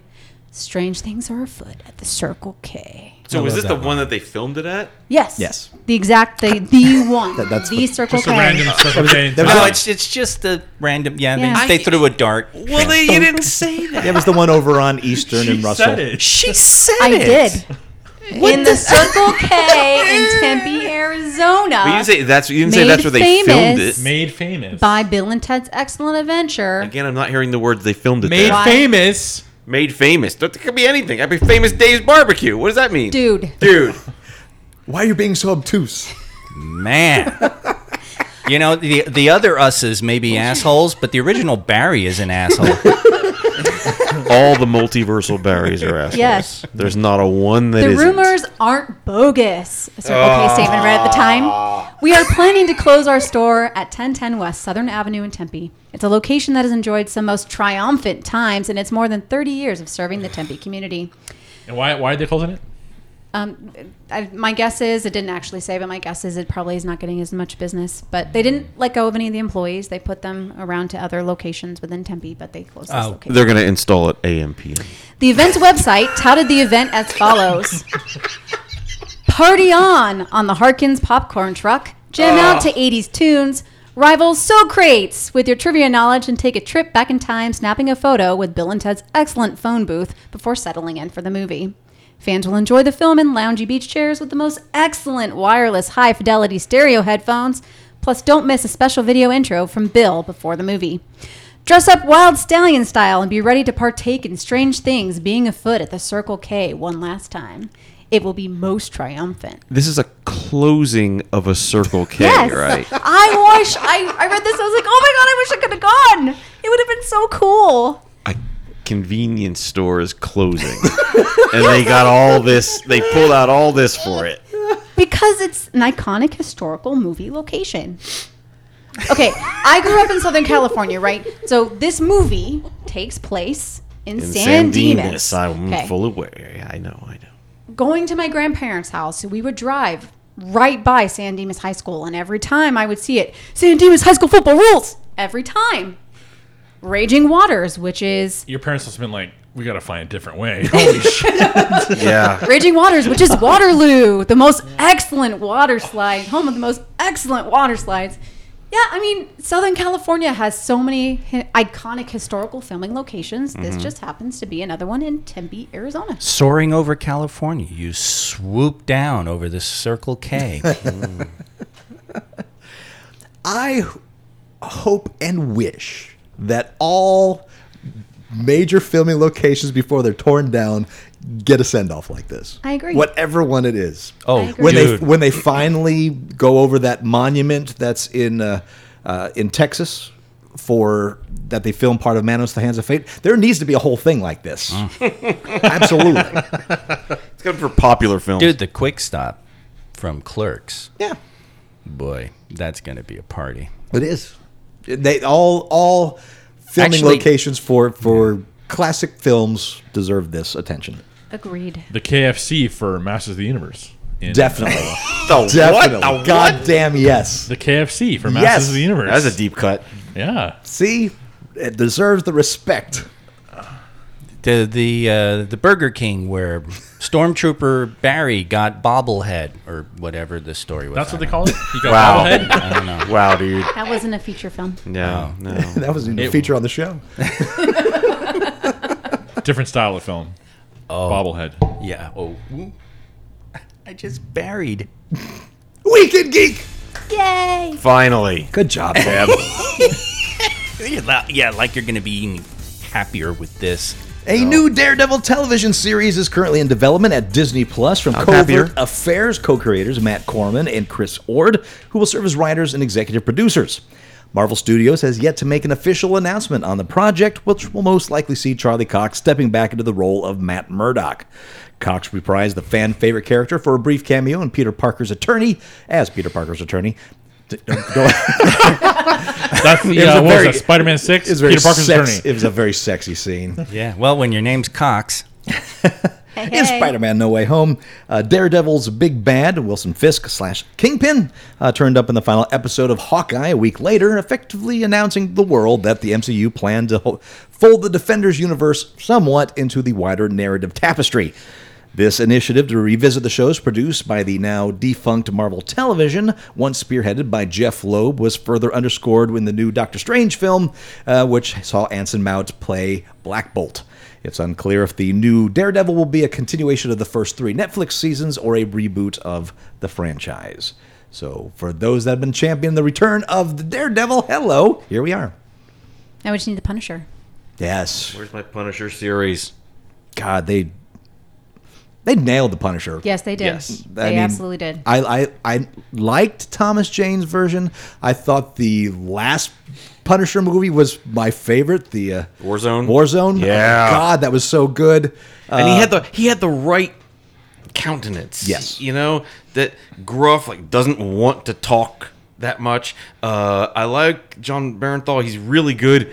S5: Strange things are afoot at the Circle K.
S6: So was this the one that they filmed it at?
S5: Yes.
S7: Yes.
S5: The exact, the, the one.
S7: that's
S5: the Circle
S2: Just
S5: K.
S2: a random circle change.
S7: that was
S6: Oh.
S3: No,
S7: Yeah.
S3: it's it's just a random. Yeah,
S5: Yeah.
S3: They, they threw a dart.
S6: Well, they you didn't say that.
S7: That was the one over on Eastern and Russell.
S3: She said
S5: I
S3: it.
S5: did. in the Circle K in Tempe, Arizona.
S6: But you didn't say that's you didn't say
S5: Made
S6: that's where they filmed
S5: famous.
S6: it.
S2: Made famous.
S5: by Bill and Ted's Excellent Adventure.
S6: Again, I'm not hearing the words they filmed it.
S2: Made
S6: there.
S5: Why?
S2: famous.
S6: made famous. That could be anything. I'd be famous Dave's barbecue. What does that mean,
S5: Dude,
S6: Dude,
S7: Why are you being so obtuse?
S3: Man. You know the the other uses may be assholes, but the original Barry is an asshole.
S6: all the multiversal berries are assholes.
S5: Yes.
S6: There's not a one that
S5: the
S6: isn't.
S5: rumors aren't bogus. A Circle K statement read at the time. We are planning to close our store at 1010 West Southern Avenue in Tempe. It's a location that has enjoyed some most triumphant times in its more than 30 years of serving the Tempe community.
S2: And why, why are they closing it?
S5: Um, I, my guess is it didn't actually say, but my guess is it probably is not getting as much business. But they didn't let go of any of the employees. They put them around to other locations within Tempe, but they closed this
S3: Oh.
S5: location.
S6: They're going to install it AMP.
S5: The event's website touted the event as follows Party on on the Harkins popcorn truck, jam out to 80s tunes, rival So Crates with your trivia knowledge, and take a trip back in time snapping a photo with Bill and Ted's excellent phone booth before settling in for the movie. Fans will enjoy the film in loungy beach chairs with the most excellent wireless high fidelity stereo headphones. Plus, don't miss a special video intro from Bill before the movie. Dress up wild stallion style and be ready to partake in strange things being afoot at the Circle K one last time. It will be most triumphant.
S6: This is a closing of a Circle K,
S5: yes,
S6: right?
S5: I wish I, I read this. I was like, oh my god, I wish I could have gone. It would have been so cool.
S6: a convenience store is closing. and they got all this, they pulled out all this for it.
S5: Because it's an iconic historical movie location. Okay, I grew up in Southern California, right? So this movie takes place in,
S6: In
S5: San,
S6: San
S5: Dimas.
S6: Dimas, I'm
S5: Okay.
S6: full aware. I know, I know.
S5: going to my grandparents' house, we would drive right by San Dimas High School, and every time I would see it, San Dimas High School football rules. Every time, Raging Waters, which is
S2: Your parents must have been like, we got to find a different way. Oh, Holy shit.
S6: Yeah.
S5: Raging Waters, which is Waterloo, the most excellent water slide, home of the most excellent water slides. Yeah, I mean, Southern California has so many hi- iconic historical filming locations.
S3: Mm-hmm.
S5: This just happens to be another one in Tempe, Arizona.
S3: Soaring over California, you swoop down over the Circle K.
S7: I hope and wish that all major filming locations before they're torn down get a send off like this.
S5: I agree.
S7: Whatever one it is.
S5: I
S3: oh,
S5: agree.
S7: when
S3: dude.
S7: they when they finally go over that monument that's in uh, uh, in Texas for that they filmed part of Manos the Hands of Fate, there needs to be a whole thing like this. Absolutely.
S6: It's good for popular films.
S3: dude, the quick stop from Clerks.
S7: Yeah.
S3: Boy, that's going to be a party.
S7: It is. They all all filming
S3: Actually-
S7: locations for for classic films deserve this attention.
S5: Agreed.
S2: the KFC for Masters of the Universe. In-
S7: Definitely.
S6: The what?
S7: Definitely.
S6: The what?
S7: Goddamn yes.
S2: The KFC for Masters
S7: Yes.
S2: of the Universe.
S6: That's a deep cut.
S2: Yeah.
S7: See, it deserves the respect.
S3: The the uh, the Burger King where Stormtrooper Barry got bobblehead or whatever the story was.
S2: That's
S3: I
S2: what they
S3: don't
S2: call it. You got
S6: Wow.
S2: bobblehead?
S3: I don't know.
S6: Wow, dude.
S5: That wasn't a feature film.
S6: No, no.
S7: That was a feature on the show.
S2: Different style of film.
S7: Oh.
S2: Bobblehead.
S3: Yeah. Oh. ooh. I just buried.
S7: Weekend Geek.
S5: Yay!
S6: Finally.
S7: Good job, Deb.
S3: Yeah, like you're gonna be happier with this.
S7: A new Daredevil television series is currently in development at Disney Plus from Covert
S6: happier.
S7: Affairs co-creators Matt Corman and Chris Ord, who will serve as writers and executive producers. Marvel Studios has yet to make an official announcement on the project, which will most likely see Charlie Cox stepping back into the role of Matt Murdock. Cox reprised the fan favorite character for a brief cameo in Peter Parker's Attorney as Peter Parker's Attorney. D- don't- don't-
S2: That's the,
S7: It was
S2: uh,
S7: a
S2: what
S7: very-
S2: was that? Spider Man 6?
S7: it's
S2: Peter
S7: very
S2: Parker's
S7: sex-
S2: Attorney.
S7: It was a very sexy scene.
S3: Yeah. Well, when your name's Cox,
S5: Hey,
S7: in
S5: hey.
S7: Spider-Man: No Way Home, uh, Daredevil's big bad Wilson Fisk slash Kingpin uh, turned up in the final episode of Hawkeye a week later, effectively announcing to the world that the MCU planned to ho- fold the Defenders universe somewhat into the wider narrative tapestry. This initiative to revisit the shows produced by the now defunct Marvel Television, once spearheaded by Jeff Loeb, was further underscored in the new Doctor Strange film, uh, which saw Anson Mount play Black Bolt. It's unclear if the new Daredevil will be a continuation of the first three Netflix seasons or a reboot of the franchise. So, for those that have been championing the return of the Daredevil, hello, here we are.
S5: Now we just need the Punisher.
S7: Yes,
S6: Where's my Punisher series?
S7: God, they they nailed the Punisher.
S5: Yes, they did.
S6: Yes.
S5: They
S7: mean,
S5: absolutely did.
S7: I, I I liked Thomas Jane's version. I thought the last Punisher movie was my favorite. The uh,
S6: Warzone?
S7: Warzone.
S6: Yeah.
S7: Oh, God, that was so good.
S6: and he had the he had the right countenance.
S7: Yes.
S6: you know that gruff like doesn't want to talk that much. Uh, I like John Barenthal. He's really good.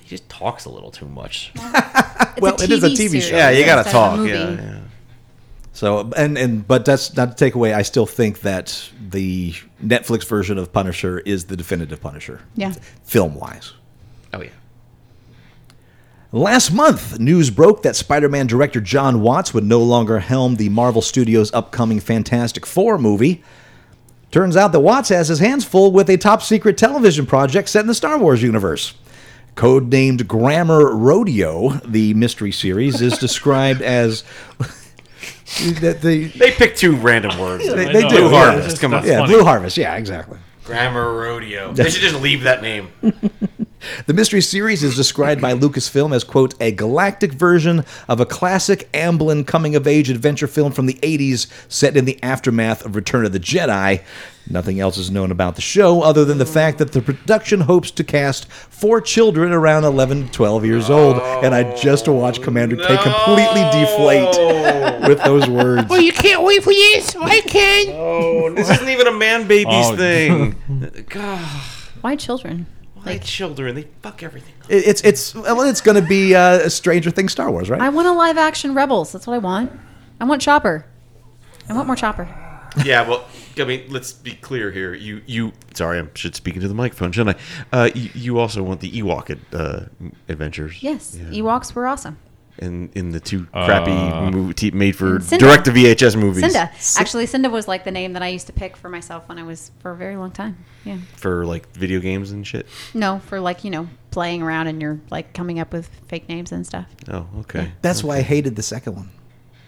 S6: He just talks a little too much.
S5: It's
S7: well, it is a TV show.
S5: series
S7: Yeah,
S6: you gotta
S5: instead of a
S6: talk.
S5: movie.
S6: Yeah, yeah.
S7: So and and but that's not to take away. I still think that the Netflix version of Punisher is the definitive Punisher,
S5: Yeah.
S7: film wise.
S6: Oh yeah.
S7: Last month, news broke that Spider Man director John Watts would no longer helm the Marvel Studios' upcoming Fantastic Four movie. Turns out that Watts has his hands full with a top secret television project set in the Star Wars universe. Codenamed Grammar Rodeo, the mystery series is described as. that the,
S6: They pick two random words.
S7: they,
S2: I
S7: they
S2: know,
S7: do.
S2: Blue
S7: yeah.
S2: Harvest,
S7: That's-
S2: come on.
S7: Yeah,
S2: Funny.
S7: Blue Harvest. Yeah, exactly.
S6: Grammar rodeo. They should just leave that name.
S7: The mystery series is described by Lucasfilm as, quote, a galactic version of a classic Amblin coming of age adventure film from the 80s set in the aftermath of Return of the Jedi. Nothing else is known about the show other than the fact that the production hopes to cast four children around 11 to 12 years old. And I just watched Commander K completely deflate with those words.
S6: you can't wait for this. I can. Oh, this isn't even a man babies
S2: Oh.
S6: thing. God,
S5: Why children?
S6: my children, they fuck everything. up.
S7: It- It's, it's, well, it's going to be uh, Stranger Things Star Wars, right?
S5: I want a live action Rebels. That's what I want. I want Chopper. I want more Chopper.
S6: yeah, well, I mean, let's be clear here. You, you. Sorry, I should speak into the microphone, shouldn't I? Uh, you, you also want the Ewok ad, uh, adventures.
S5: Yes,
S6: Yeah.
S5: Ewoks were awesome.
S6: In in the two crappy movie, t- made for
S5: Cinda.
S6: direct to VHS movies.
S5: Cinda. Actually, Cinda was like the name that I used to pick for myself when I was for a very long time. Yeah.
S6: For like video games and shit.
S5: No, for like, you know, playing around and you're like coming up with fake names and stuff.
S6: Oh, okay.
S7: That's why I hated the second one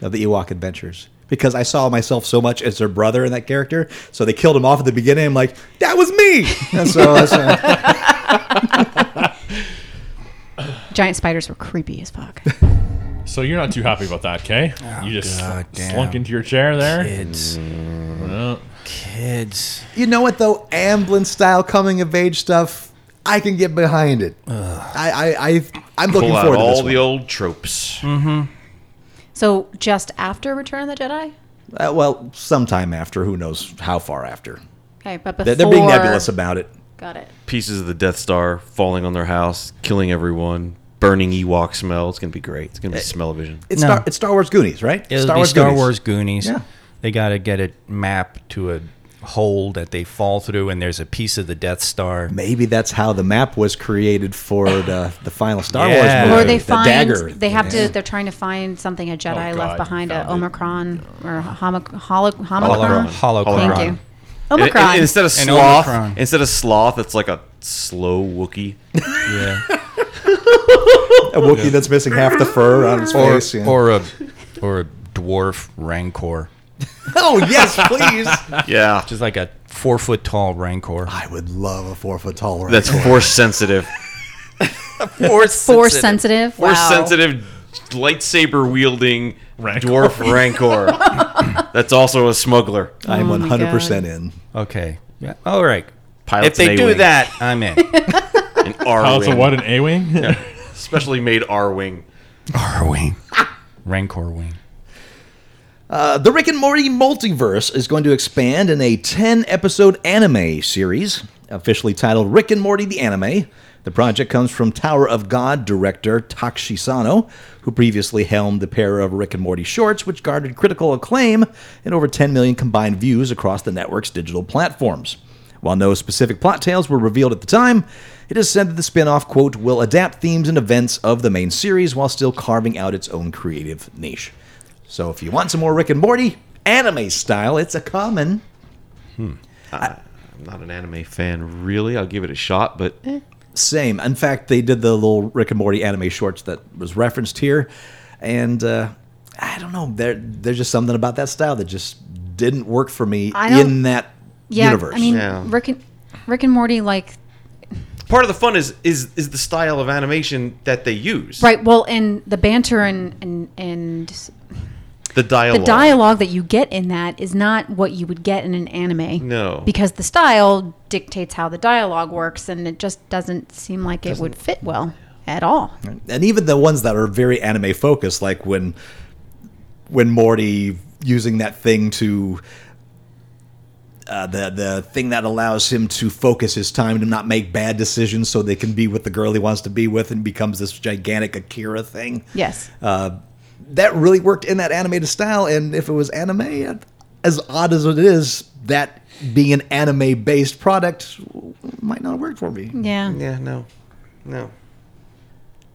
S7: of the Ewok Adventures because I saw myself so much as their brother in that character. So they killed him off at the beginning. I'm like, that was me. And so that's why-
S5: Giant spiders were creepy as fuck.
S2: So you're not too happy about that, Kay?
S6: Oh,
S2: you just
S3: God damn.
S2: slunk into your chair there.
S3: Kids.
S2: Well,
S3: Kids.
S7: you know what though, Amblin style coming of age stuff, I can get behind it. I, I, I I'm looking
S6: Pull out
S7: forward to
S6: all
S7: this
S6: the
S7: one.
S6: old tropes.
S5: so just after Return of the Jedi?
S7: Uh, well, sometime after, who knows how far after.
S5: Okay, but before
S7: They're, they're being nebulous about it.
S5: Got it.
S6: pieces of the Death Star falling on their house, killing everyone, burning Ewok smell. It's gonna be great. It's gonna be smell-o-vision.
S7: It's,
S3: No.
S7: Star, it's Star Wars Goonies, right?
S3: It'll Star be Wars Star
S7: Goonies.
S3: Wars Goonies.
S7: Yeah.
S3: They got to get a map to a hole that they fall through, and there's a piece of the Death Star.
S7: Maybe that's how the map was created for the, the final Star
S3: Yeah.
S7: Wars movie.
S5: Or they
S7: the
S5: find
S7: dagger.
S5: they have to. They're trying to find something a Jedi
S2: Oh, God,
S5: left behind,
S2: you
S5: a
S2: found it.
S5: Omicron or homo, holo,
S3: Holocron.
S5: Homicron.
S3: Holocron.
S5: Thank you. Omicron.
S6: And- and instead of
S3: And
S6: sloth,
S3: Omicron.
S6: instead of sloth, it's like a slow Wookie.
S3: Yeah.
S7: A Wookiee that's missing half the fur on its
S3: or,
S7: face. yeah.
S3: or a or a dwarf Rancor,
S7: oh yes, please.
S6: yeah,
S3: just like a four foot tall Rancor.
S7: I would love a four foot tall.
S6: that's force sensitive.
S3: Force
S5: Force sensitive.
S6: Force
S5: wow.
S6: sensitive, lightsaber wielding
S2: Rancor.
S6: dwarf rancor. that's also a smuggler.
S7: I'm
S5: Oh my
S7: 100 percent in.
S3: Okay. Yeah. All right.
S6: Pilots
S3: if they
S6: an
S3: do
S6: A-wing,
S3: that, I'm in.
S6: an R
S2: Pilots of
S6: wing,
S2: what? An A wing?
S6: specially made R wing.
S3: R wing, Rancor wing.
S7: Uh, the Rick and Morty multiverse is going to expand in a 10 episode anime series, officially titled Rick and Morty the Anime. The project comes from Tower of God director Takashi Sano, who previously helmed the pair of Rick and Morty shorts, which garnered critical acclaim and over 10 million combined views across the network's digital platforms. While no specific plot tales were revealed at the time, it is said that the spin off, quote, will adapt themes and events of the main series while still carving out its own creative niche. So if you want some more Rick and Morty, anime style, it's a common.
S6: I'm not an anime fan, really. I'll give it a shot, but
S7: Same. In fact, they did the little Rick and Morty anime shorts that was referenced here, and uh, I don't know. There, there's just something about that style that just didn't work for me
S5: I don't-
S7: in that
S5: Yeah,
S7: universe.
S5: I mean,
S6: Yeah.
S5: Rick and Rick and Morty, like
S6: part of the fun is is is the style of animation that they use.
S5: right. Well, and the banter and and and
S6: The dialogue.
S5: the dialogue that you get in that is not what you would get in an anime.
S6: No.
S5: because the style dictates how the dialogue works, and it just doesn't seem like it would fit well at all.
S7: and even the ones that are very anime focused, like when when Morty using that thing to uh, the the thing that allows him to focus his time to not make bad decisions, so they can be with the girl he wants to be with, and becomes this gigantic Akira thing.
S5: Yes.
S7: Uh, that really worked in that animated style. And if it was anime, as odd as it is, that being an anime based product might not have worked for me.
S5: Yeah.
S6: Yeah, no, no.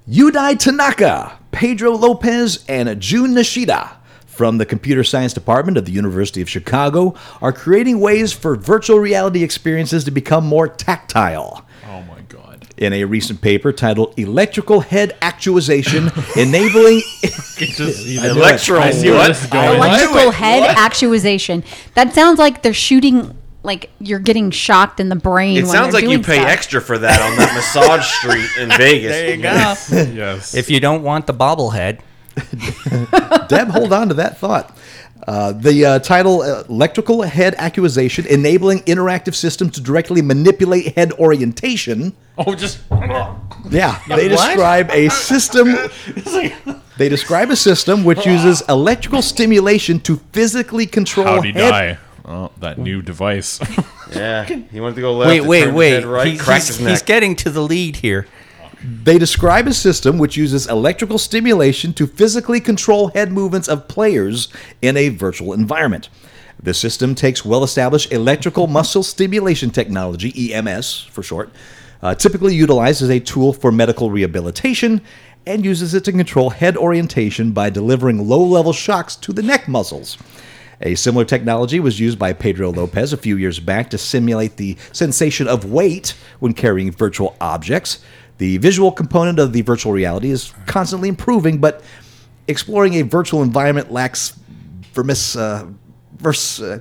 S7: Yudai Tanaka, Pedro Lopez, and Jun Nishida from the Computer Science Department of the University of Chicago are creating ways for virtual reality experiences to become more tactile.
S2: Oh my god.
S7: In a recent paper titled Electrical Head Actuation Enabling I knew it.
S6: Electro.
S2: I see where this is going.
S6: I knew
S5: Electrical
S6: it.
S5: head
S6: What?
S5: actualization. That sounds like they're shooting, like you're getting shocked in the brain.
S6: It
S5: when
S6: sounds like
S5: they're
S6: you
S5: doing
S6: pay
S5: stuff.
S6: extra for that on that massage street in Vegas. There you go.
S2: yes.
S3: If you don't want the bobblehead,
S7: Deb, hold on to that thought. Uh, the uh, title uh, Electrical Head Actuation Enabling Interactive Systems to Directly Manipulate Head Orientation.
S2: oh, just
S7: Yeah, they describe a system. they describe a system which uses electrical stimulation to physically control.
S2: how'd he
S7: head-
S2: die? Oh, that new device.
S6: Yeah, he wanted to go left.
S3: wait,
S6: it
S3: wait,
S6: turned
S3: wait.
S6: Head right,
S3: He's-
S6: cracked
S3: he's,
S6: his neck.
S3: he's getting to the lead here.
S7: They describe a system which uses electrical stimulation to physically control head movements of players in a virtual environment. The system takes well established electrical muscle stimulation technology, EMS for short, uh, typically utilized as a tool for medical rehabilitation, and uses it to control head orientation by delivering low level shocks to the neck muscles. A similar technology was used by Pedro Lopez a few years back to simulate the sensation of weight when carrying virtual objects. The visual component of the virtual reality is constantly improving, but exploring a virtual environment lacks vermis, uh, vers, uh,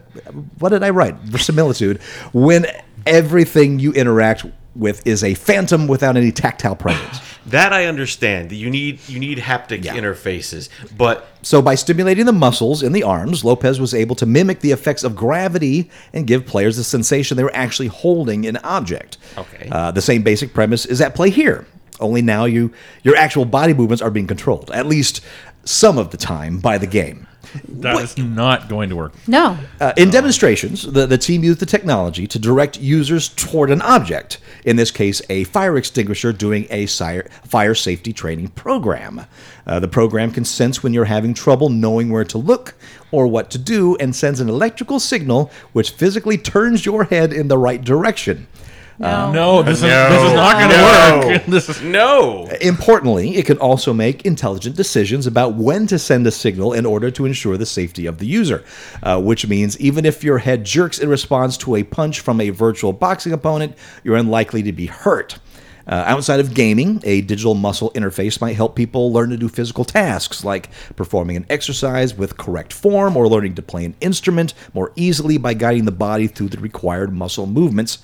S7: what did I write? Verisimilitude. When everything you interact with is a phantom without any tactile presence.
S6: That I understand. You need you need haptic
S7: Yeah.
S6: interfaces, but
S7: So, by stimulating the muscles in the arms, Lopez was able to mimic the effects of gravity and give players the sensation they were actually holding an object.
S6: Okay.
S7: Uh, the same basic premise is at play here. Only now you your actual body movements are being controlled, at least some of the time, by the game.
S2: That is not going to work.
S5: No.
S7: Uh, in demonstrations, the, the team used the technology to direct users toward an object, in this case, a fire extinguisher doing a sire, fire safety training program. Uh, the program can sense when you're having trouble knowing where to look or what to do and sends an electrical signal which physically turns your head in the right direction.
S5: No.
S2: No, this is this is not going to work. This is
S6: no.
S7: Importantly, it can also make intelligent decisions about when to send a signal in order to ensure the safety of the user, uh, which means even if your head jerks in response to a punch from a virtual boxing opponent, you're unlikely to be hurt. Uh, outside of gaming, a digital muscle interface might help people learn to do physical tasks like performing an exercise with correct form or learning to play an instrument more easily by guiding the body through the required muscle movements.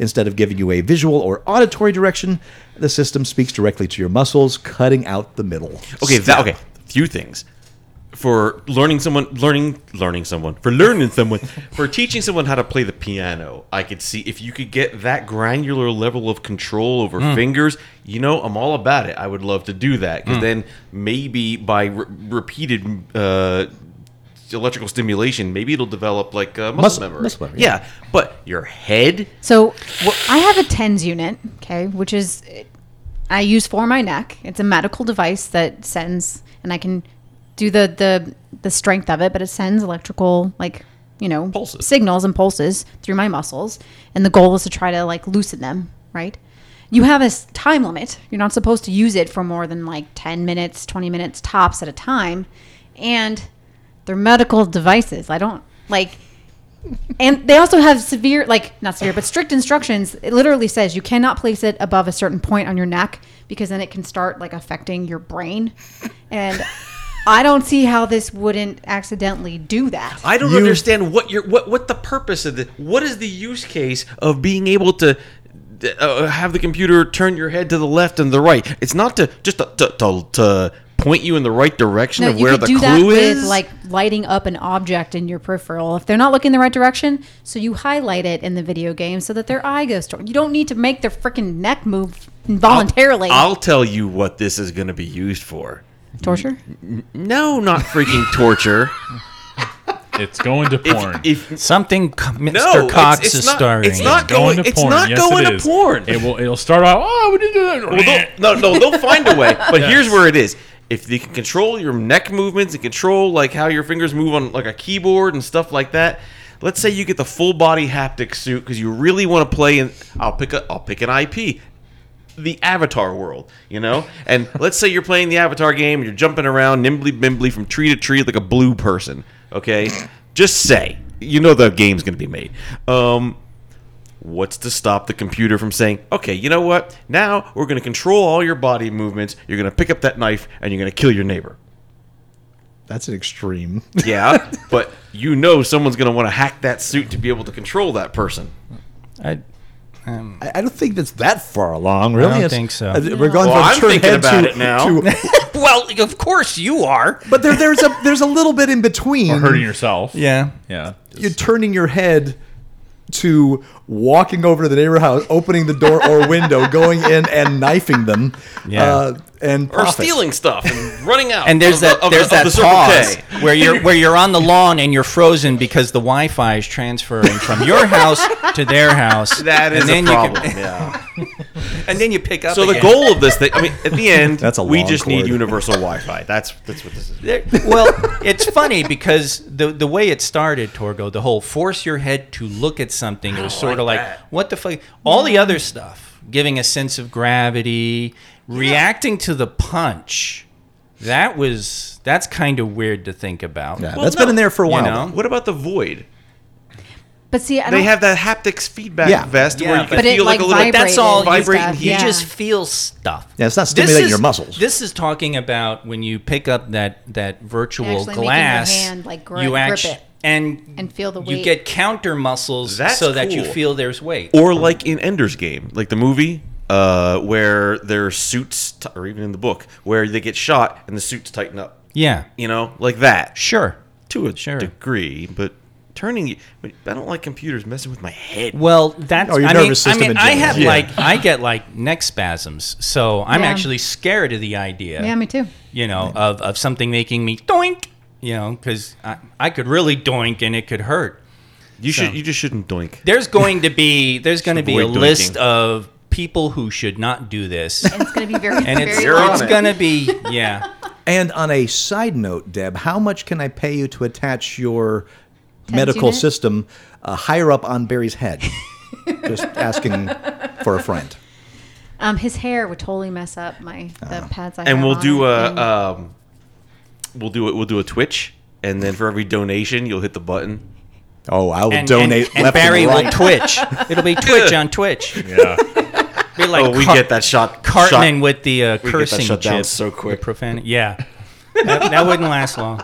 S7: Instead of giving you a visual or auditory direction, the system speaks directly to your muscles, cutting out the middle.
S6: Okay, that okay. Few things for learning someone, learning, learning someone, for learning someone, for teaching someone how to play the piano. I could see if you could get that granular level of control over fingers. You know, I'm all about it. I would love to do that because then maybe by re- repeated. Uh, Electrical stimulation, maybe it'll develop like uh, muscle,
S7: Muscle-
S6: memory.
S7: muscle memory,
S6: yeah. but your head,
S5: So wh- I have a TENS unit, okay, which is I use for my neck. It's a medical device that sends, and I can do the the the strength of it, but it sends electrical like you know
S6: Pulses.
S5: signals and pulses through my muscles, and the goal is to try to like loosen them, right? You have a s- time limit. You're not supposed to use it for more than like 10 minutes, 20 minutes tops at a time. And they're medical devices. I don't like and they also have severe, like not severe, but strict instructions. It literally says you cannot place it above a certain point on your neck because then it can start like affecting your brain. And I don't see how this wouldn't accidentally do that.
S6: I don't understand what your what what the purpose of the what is the use case of being able to uh, have the computer turn your head to the left and the right. It's not to just to to, to, to point you in the right direction
S5: No,
S6: of
S5: you
S6: where
S5: could
S6: the
S5: do
S6: clue
S5: that
S6: is.
S5: with like lighting up an object in your peripheral if they're not looking the right direction. So you highlight it in the video game so that their eye goes toward. You don't need to make their freaking neck move involuntarily.
S6: I'll tell you what this is going to be used for.
S5: Torture.
S6: No, not freaking torture.
S2: It's going to porn.
S6: if, if
S3: Something co- Mr.
S6: no, it's-
S3: Cox
S6: it's
S3: is
S6: not,
S3: starring.
S6: It's not going. it's not
S2: Yes,
S6: going
S2: it
S6: to
S2: is.
S6: porn.
S2: It will. It'll start off. Oh, we did do that.
S6: Well, they'll- no, no, they'll find a way. But here's where it is. if they can control your neck movements and control like how your fingers move on like a keyboard and stuff like that. Let's say you get the full body haptic suit because you really want to play. And I'll pick a I'll pick an IP the Avatar world, you know? And let's say you're playing the Avatar game, you're jumping around nimbly bimbly from tree to tree like a blue person, okay? Just say, you know the game's going to be made. Um, what's to stop the computer from saying, okay, you know what? Now we're going to control all your body movements, you're going to pick up that knife, and you're going to kill your neighbor.
S7: That's an extreme.
S6: Yeah, but you know someone's going to want to hack that suit to be able to control that person.
S3: I, um,
S7: I I don't think that's that far along, really.
S3: don't
S7: It's-
S3: think so.
S7: uh, We're going
S6: Well,
S7: from
S6: I'm
S7: turn
S6: thinking
S7: head
S6: about
S7: to-
S6: it now.
S7: to-
S3: well, of course you are.
S7: but there, there's a there's a little bit in between.
S2: Or hurting yourself.
S3: Yeah.
S2: Yeah.
S7: You're turning your head to walking over to the neighbor house, opening the door or window, going in and knifing them,
S3: Yeah.
S7: uh, and
S6: Or
S7: profit.
S6: stealing stuff and running out.
S3: And there's
S6: of
S3: that
S6: the- of
S3: there's
S6: the-
S3: that
S6: of the Circle
S3: pause
S6: K.
S3: where you're where you're on the lawn and you're frozen because the Wi-Fi is transferring from your house to their house.
S6: That is
S3: and
S6: a problem.
S3: You
S6: yeah.
S3: can, and then you pick up.
S6: So the
S3: again.
S6: goal of this thing, I mean, at the end,
S7: That's a
S6: we
S7: long
S6: just need
S7: cord.
S6: universal Wi-Fi. That's that's what this is.
S3: There- well, it's funny because the the way it started, Torgo, the whole force your head to look at something it was sort of like, what the fuck? All the other stuff, giving a sense of gravity, reacting to the punch, that was that's kind of weird to think about.
S7: Yeah,
S6: Well,
S7: that's
S6: no,
S7: been in there for a
S3: you
S7: while.
S3: know.
S6: What about the void?
S5: But see, I don't.
S6: They have that haptics feedback
S7: Yeah.
S6: vest where
S3: Yeah,
S6: you can
S5: but it,
S6: feel like,
S5: like,
S6: a little.
S5: vibrates.
S3: That's all
S5: vibrating
S6: vibrating heat.
S5: and stuff,
S6: You
S5: yeah.
S3: You just feel stuff.
S7: Yeah, it's not
S3: This
S7: stimulating
S3: is-
S7: your muscles.
S3: This is talking about when you pick up that that virtual
S5: Actually making your
S3: glass,
S5: hand, like, gri-
S3: you
S5: grip
S3: act-
S5: it
S3: and
S5: and feel the
S3: You
S5: weight.
S3: get counter muscles
S6: That's
S3: so that you
S6: cool.
S3: feel there's weight.
S7: Oh.
S6: or like in Ender's Game, like the movie, uh, where their suits, t- or even in the book, where they get shot and the suits tighten up.
S3: yeah,
S6: You know, like that
S3: sure.
S6: to a
S3: Sure.
S6: degree, but turning. I don't like computers messing with my head.
S3: Well, that's.
S7: Oh, your
S3: I mean,
S7: nervous system
S3: I, mean,
S7: in
S3: I
S7: general.
S3: have
S7: Yeah.
S3: like I get like neck spasms, so I'm
S5: Yeah.
S3: actually scared of the idea.
S5: yeah, me too.
S3: you know, of, of something making me doink. You know, because I, I could really doink and it could hurt.
S6: You should. You just shouldn't doink.
S3: There's going to be there's going to be a
S6: avoid doinking.
S3: list of people who should not do this,
S5: And it's going to be very,
S3: and it's
S5: very
S6: You're on
S3: it's
S6: it.
S3: going to be yeah.
S7: And on a side note, Deb, how much can I pay you to attach your medical
S5: unit?
S7: system uh, higher up on Barry's head? Just asking for a friend.
S5: Um, his hair would totally mess up my the pads I have
S6: Ah. and we'll
S5: on
S6: do
S5: it,
S6: a
S5: and-
S6: um, we'll do it. We'll do a Twitch, and then for every donation, you'll hit the button.
S7: Oh, I will
S3: And,
S7: donate
S3: and, and
S7: left
S3: Barry
S7: and
S3: will
S7: right.
S3: twitch. It'll be twitch on twitch.
S2: Yeah.
S3: Be like
S6: oh, we
S3: Car-
S6: get that shot.
S3: Cartman
S6: shot.
S3: with the uh,
S6: that
S3: cursing
S6: shut down
S3: chip.
S6: so quick.
S3: The profanity. Yeah, that, that wouldn't last long.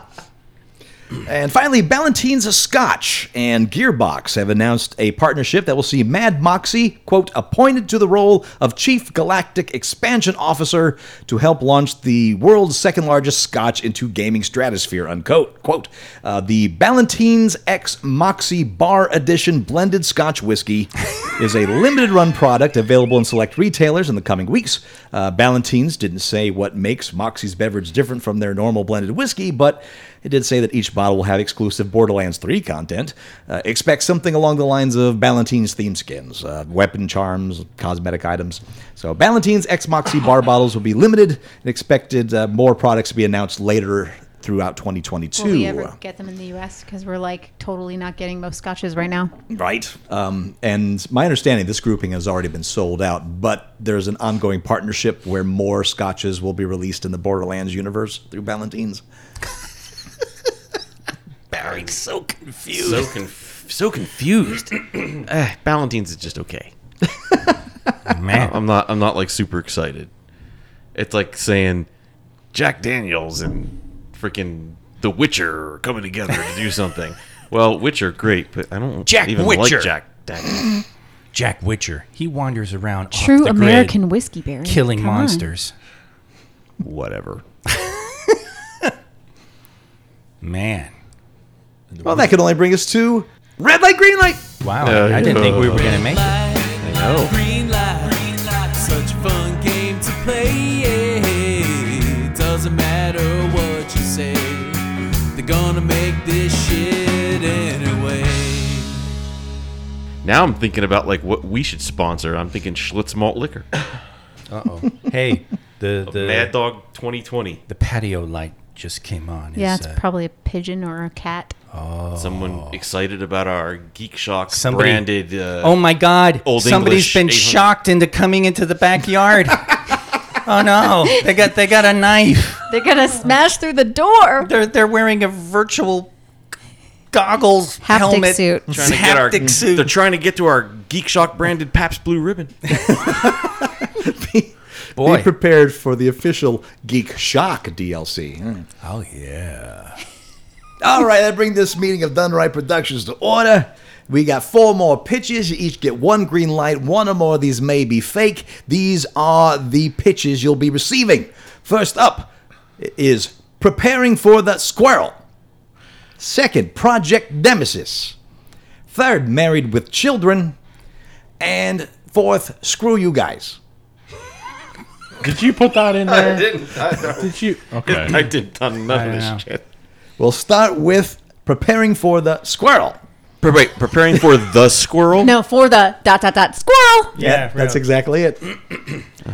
S7: And finally, Ballantine's a Scotch and Gearbox have announced a partnership that will see Mad Moxie, quote, appointed to the role of Chief Galactic Expansion Officer to help launch the world's second largest Scotch into gaming stratosphere, unquote. Quote, uh, the Ballantine's X Moxie Bar Edition Blended Scotch Whiskey is a limited run product available in select retailers in the coming weeks. Uh, Ballantine's didn't say what makes Moxie's beverage different from their normal blended whiskey, but it did say that each bottle will have exclusive Borderlands 3 content. Uh, expect something along the lines of Ballantine's theme skins, uh, weapon charms, cosmetic items. So, Ballantine's X Moxie bar bottles will be limited and expected uh, more products to be announced later throughout 2022.
S5: Will we ever get them in the U.S. because we're like totally not getting most scotches right now?
S7: Right. Um, and my understanding, this grouping has already been sold out, but there's an ongoing partnership where more scotches will be released in the Borderlands universe through Ballantine's.
S3: Barry's so confused.
S6: So, conf- so confused. Eh, Ballantine's is just okay.
S3: Man,
S6: I'm not. I'm not like super excited. It's like saying Jack Daniels and freaking The Witcher are coming together to do something. well, Witcher, great, but I don't
S3: Jack
S6: even
S3: Witcher.
S6: like Jack Daniels.
S3: Jack Witcher. He wanders around off
S5: True
S3: the grid,
S5: American whiskey berry.
S3: killing
S5: Come on.
S3: monsters.
S6: Whatever.
S3: Man,
S7: Well, that could only bring us to red light, green light.
S3: wow! I, I didn't think we were gonna make it.
S9: Green light, such a fun game to play. Doesn't matter what you say, they're gonna make this shit anyway.
S6: Now I'm thinking about like what we should sponsor. I'm thinking Schlitz malt liquor.
S3: Hey, The the
S6: Mad Dog 2020.
S3: the patio light just came on.
S5: Yeah,
S3: It's,
S5: it's
S3: uh,
S5: probably a pigeon or a cat.
S6: Someone excited about our Geek Shock
S3: Somebody-
S6: branded. Uh,
S3: Oh my God!
S6: Old
S3: Somebody's
S6: English
S3: been
S6: 800.
S3: shocked into coming into the backyard. oh no! They got they got a knife.
S5: They're gonna smash through the door.
S3: They're they're wearing a virtual goggles
S5: Haptic
S3: helmet
S5: suit.
S6: trying to get our,
S3: haptic suit.
S6: They're trying to get to our Geek Shock branded Paps Blue Ribbon.
S3: Boy.
S7: Be prepared for the official Geek Shock DLC. Mm.
S3: oh yeah.
S7: All right, I bring this meeting of Done Right Productions to order. We got four more pitches. You each get one green light. One or more of these may be fake. These are the pitches you'll be receiving. First up is Preparing for the Squirrel. Second, Project Nemesis. Third, Married with Children. And fourth, Screw You Guys.
S2: Did you put that in
S6: I
S2: there?
S6: didn't. I,
S2: Did you? Okay.
S6: I did none of this
S3: know.
S6: shit.
S7: We'll start with Preparing for the Squirrel.
S6: Pre- Wait, preparing for the squirrel?
S5: No, for the dot dot dot squirrel.
S3: Yeah,
S7: that's
S3: really.
S7: exactly it.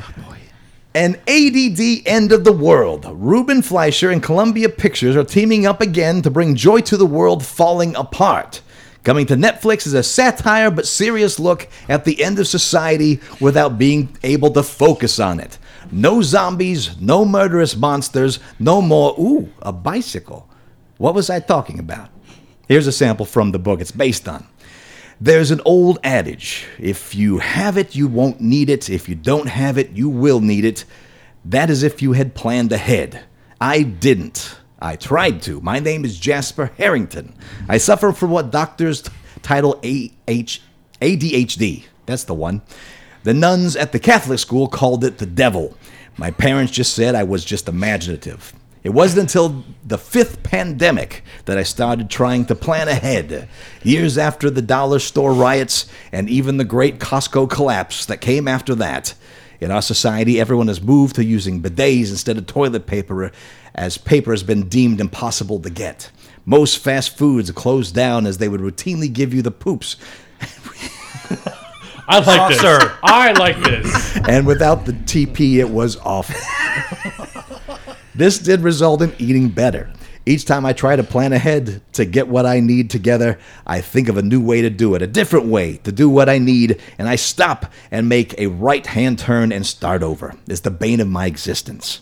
S7: An ADD end of the world. Ruben Fleischer and Columbia Pictures are teaming up again to bring joy to the world falling apart. Coming to Netflix is a satire but serious look at the end of society without being able to focus on it. No zombies, no murderous monsters, no more, ooh, a bicycle. What was I talking about? Here's a sample from the book it's based on. There's an old adage if you have it, you won't need it. If you don't have it, you will need it. That is if you had planned ahead. I didn't. I tried to. My name is Jasper Harrington. I suffer from what doctors t- title AH- ADHD. That's the one. The nuns at the Catholic school called it the devil. My parents just said I was just imaginative. It wasn't until the fifth pandemic that I started trying to plan ahead. Years after the dollar store riots and even the great Costco collapse that came after that, in our society, everyone has moved to using bidets instead of toilet paper as paper has been deemed impossible to get. Most fast foods are closed down as they would routinely give you the poops
S2: I like this.
S3: Sir.
S2: I like this.
S7: and without the TP, it was awful. this did result in eating better. Each time I try to plan ahead to get what I need together, I think of a new way to do it, a different way to do what I need, and I stop and make a right hand turn and start over. It's the bane of my existence.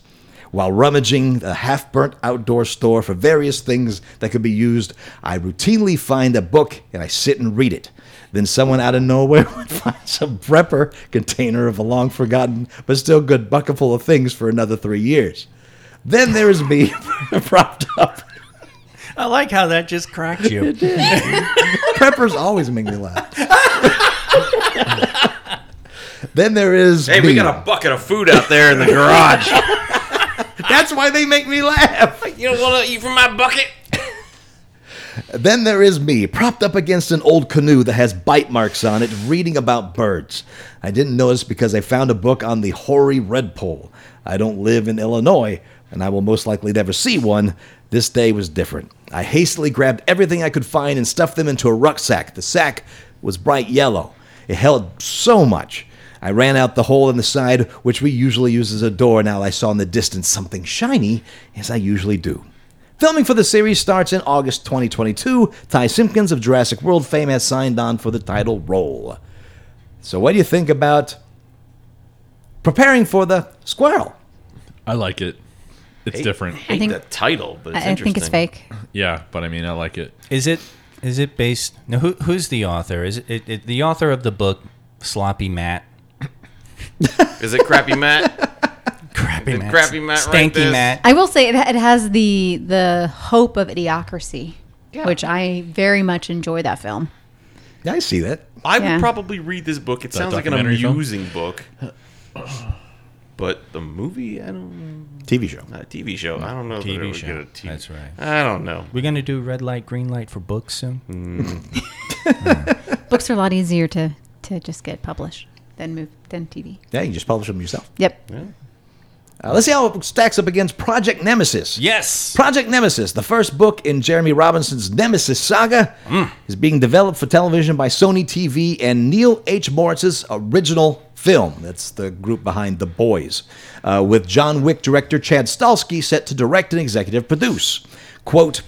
S7: While rummaging the half burnt outdoor store for various things that could be used, I routinely find a book and I sit and read it. Then someone out of nowhere would find some prepper container of a long forgotten but still good bucket full of things for another three years. Then there is me propped up.
S3: I like how that just cracked you.
S7: Preppers always make me laugh. then there is
S6: Hey,
S7: me.
S6: we got a bucket of food out there in the garage.
S7: That's why they make me laugh.
S6: you don't want to eat from my bucket?
S7: Then there is me, propped up against an old canoe that has bite marks on it, reading about birds. I didn't notice because I found a book on the hoary redpoll. I don't live in Illinois, and I will most likely never see one. This day was different. I hastily grabbed everything I could find and stuffed them into a rucksack. The sack was bright yellow. It held so much. I ran out the hole in the side, which we usually use as a door. Now I saw in the distance something shiny, as I usually do. Filming for the series starts in August 2022. Ty Simpkins of Jurassic World fame has signed on for the title role. So, what do you think about preparing for the squirrel?
S2: I like it. It's different.
S6: I
S5: think-
S6: think the title, but it's
S5: I, I think it's
S6: interesting.
S5: fake.
S2: Yeah, but I mean, I like it.
S3: Is it is it based? No, who, who's the author? Is it, it, it the author of the book Sloppy Matt?
S6: Is it Crappy Matt?
S3: Crappy
S6: Did Crappy Matt
S3: Stanky
S6: write this?
S3: Matt.
S5: I will say it, it has the the hope of idiocracy, which I very much enjoy that film.
S7: Yeah, I see that.
S6: I would
S5: Yeah.
S6: probably read this book. It sounds like an
S2: documentary film?
S6: amusing book. But the movie, I don't.
S7: TV show.
S6: Not a TV show. I don't know.
S3: TV
S6: TV
S3: show.
S6: show. Get a TV.
S3: That's right.
S6: I don't know.
S3: We're gonna do red light, green light for books soon.
S5: Books are a lot easier to to just get published than move than TV.
S7: Yeah, you can just publish them yourself.
S5: Yep.
S7: Uh, let's see how it stacks up against Project Nemesis.
S3: Yes.
S7: Project Nemesis, the first book in Jeremy Robinson's Nemesis saga, is being developed for television by Sony TV and Neil H. Moritz's original Film. That's the group behind The Boys, uh, with John Wick director Chad Stahelski set to direct and executive produce. Quote,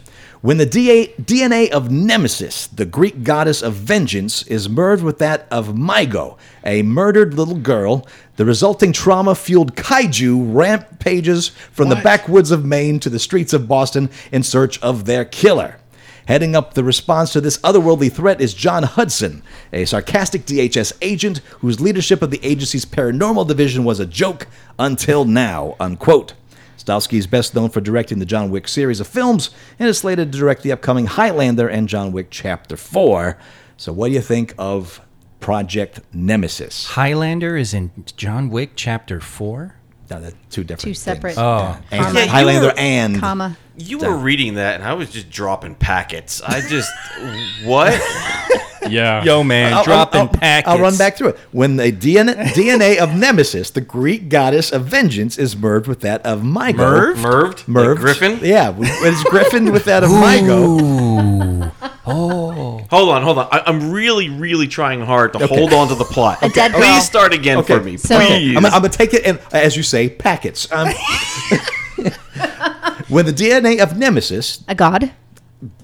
S7: when the DA DNA of Nemesis, the Greek goddess of vengeance, is merged with that of Mygo, a murdered little girl, the resulting trauma fueled kaiju rampages from the backwoods of Maine to the streets of Boston in search of their killer. Heading up the response to this otherworldly threat is John Hudson, a sarcastic DHS agent whose leadership of the agency's paranormal division was a joke until now. Unquote. Stahelski is best known for directing the John Wick series of films and is slated to direct the upcoming Highlander and John Wick Chapter 4. So, what do you think of Project Nemesis?
S3: Highlander is in John Wick Chapter Four.
S7: Now, that's two different
S5: Two
S7: things.
S5: separate.
S6: Oh.
S7: And
S5: comma.
S7: Highlander and.
S5: comma.
S6: You were reading that, and I was just dropping packets. I just what?
S2: Yeah.
S3: Yo, man, dropping
S7: I'll-
S3: packets.
S7: I'll run back through it. When the DNA, DNA of Nemesis, the Greek goddess of vengeance, is merged with that of Mygo.
S6: Merved? Merved? Like
S7: Merved.
S6: Griffin?
S7: Yeah, it's Griffin with that of Mygo.
S6: Hold on, hold on. I, I'm really, really trying hard to hold on to the plot.
S5: A dead
S6: Please
S5: girl.
S6: start again
S7: Okay.
S6: for me,
S5: So-
S6: please.
S7: I'm, going to take it, and as you say, packets. Um, when the DNA of Nemesis,
S5: A god.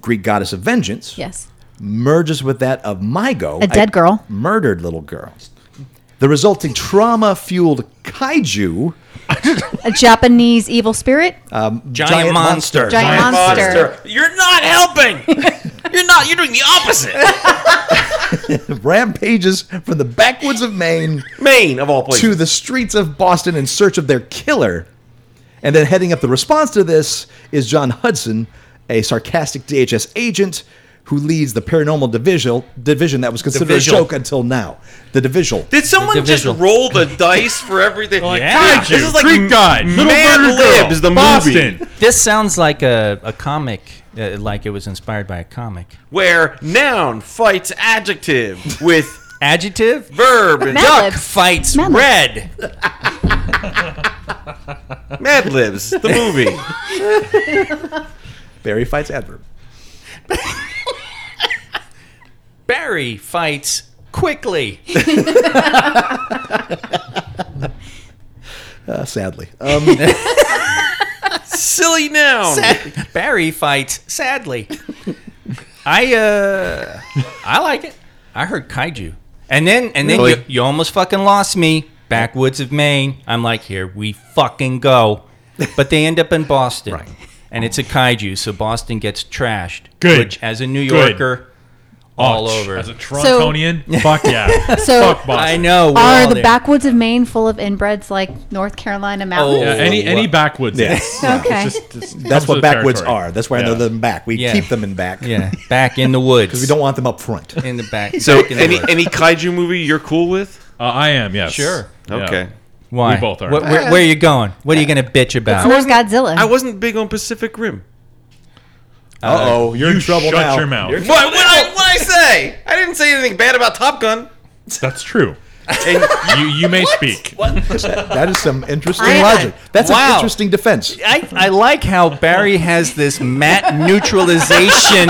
S7: Greek goddess of vengeance,
S5: Yes.
S7: merges with that of Mygo,
S5: A dead girl.
S7: murdered little girl. The resulting trauma fueled kaiju.
S5: A Japanese evil spirit.
S3: Uh, Giant, monster.
S5: giant, monster.
S6: You're not helping. You're not. You're doing the opposite.
S7: rampages from the backwoods of Maine
S6: Maine of all places.
S7: to the streets of Boston in search of their killer. And then heading up the response to this is John Hudson, a sarcastic DHS agent who leads the paranormal division division that was considered
S3: Division.
S7: a joke until now. The division.
S6: Did someone just
S3: Division.
S6: roll the dice for everything?
S2: Yeah.
S6: This is like
S2: Greek god.
S6: Mad
S2: Little murdered girl.
S6: Libs, the
S2: Boston.
S6: movie.
S3: This sounds like a, a comic, uh, like it was inspired by a comic.
S6: Where noun fights adjective with
S3: Adjective?
S6: verb and
S5: Mad
S6: duck.
S5: Libs.
S3: Fights
S5: Mad Libs.
S3: red.
S6: Mad Libs, the movie.
S7: Barry fights adverb.
S3: Barry fights quickly.
S7: Uh, sadly. Um,
S6: Silly noun.
S3: Barry fights sadly. I uh, I like it. I heard kaiju, and then and then you, you almost fucking lost me. Backwoods of Maine. I'm like, here we fucking go, but they end up in Boston, and it's a kaiju, so Boston gets trashed.
S2: Good.
S3: Which, as a New
S2: Good.
S3: Yorker, all over.
S2: As a Torontonian, fuck yeah.
S5: So-
S2: fuck Boston.
S3: I know. we're
S5: Are
S3: all
S5: the
S3: there.
S5: backwoods of Maine full of inbreds like North Carolina
S6: Oh.
S5: mountains?
S2: Yeah, any any backwoods. Uh,
S7: Yeah.
S2: is.
S5: Okay.
S2: It's just- it's-
S7: that's
S2: comes
S7: what
S2: with
S7: backwoods
S2: territory.
S7: are. That's why I know
S2: Yeah.
S7: them back. We
S3: Yeah.
S7: keep them in back.
S3: Yeah, back in the woods.
S7: We don't want them up front.
S3: in the back.
S6: So
S3: back in the
S6: any
S3: woods.
S6: any kaiju movie you're cool with?
S2: Uh, I am. Yes.
S3: Sure.
S2: Yeah.
S6: Okay.
S3: why?
S2: we both are.
S3: Wh- where, where are you going? What are you going to bitch about?
S5: Where's Godzilla?
S6: I wasn't big on Pacific Rim.
S7: Uh oh, you're in trouble
S2: shut
S7: now.
S2: your mouth.
S6: What what I what I say? I didn't say anything bad about Top Gun.
S2: That's true.
S6: And
S2: You you may speak.
S7: That is some interesting
S5: I-
S7: logic. That's an
S3: Wow.
S7: interesting defense.
S3: I, I like how Barry has this mat neutralization.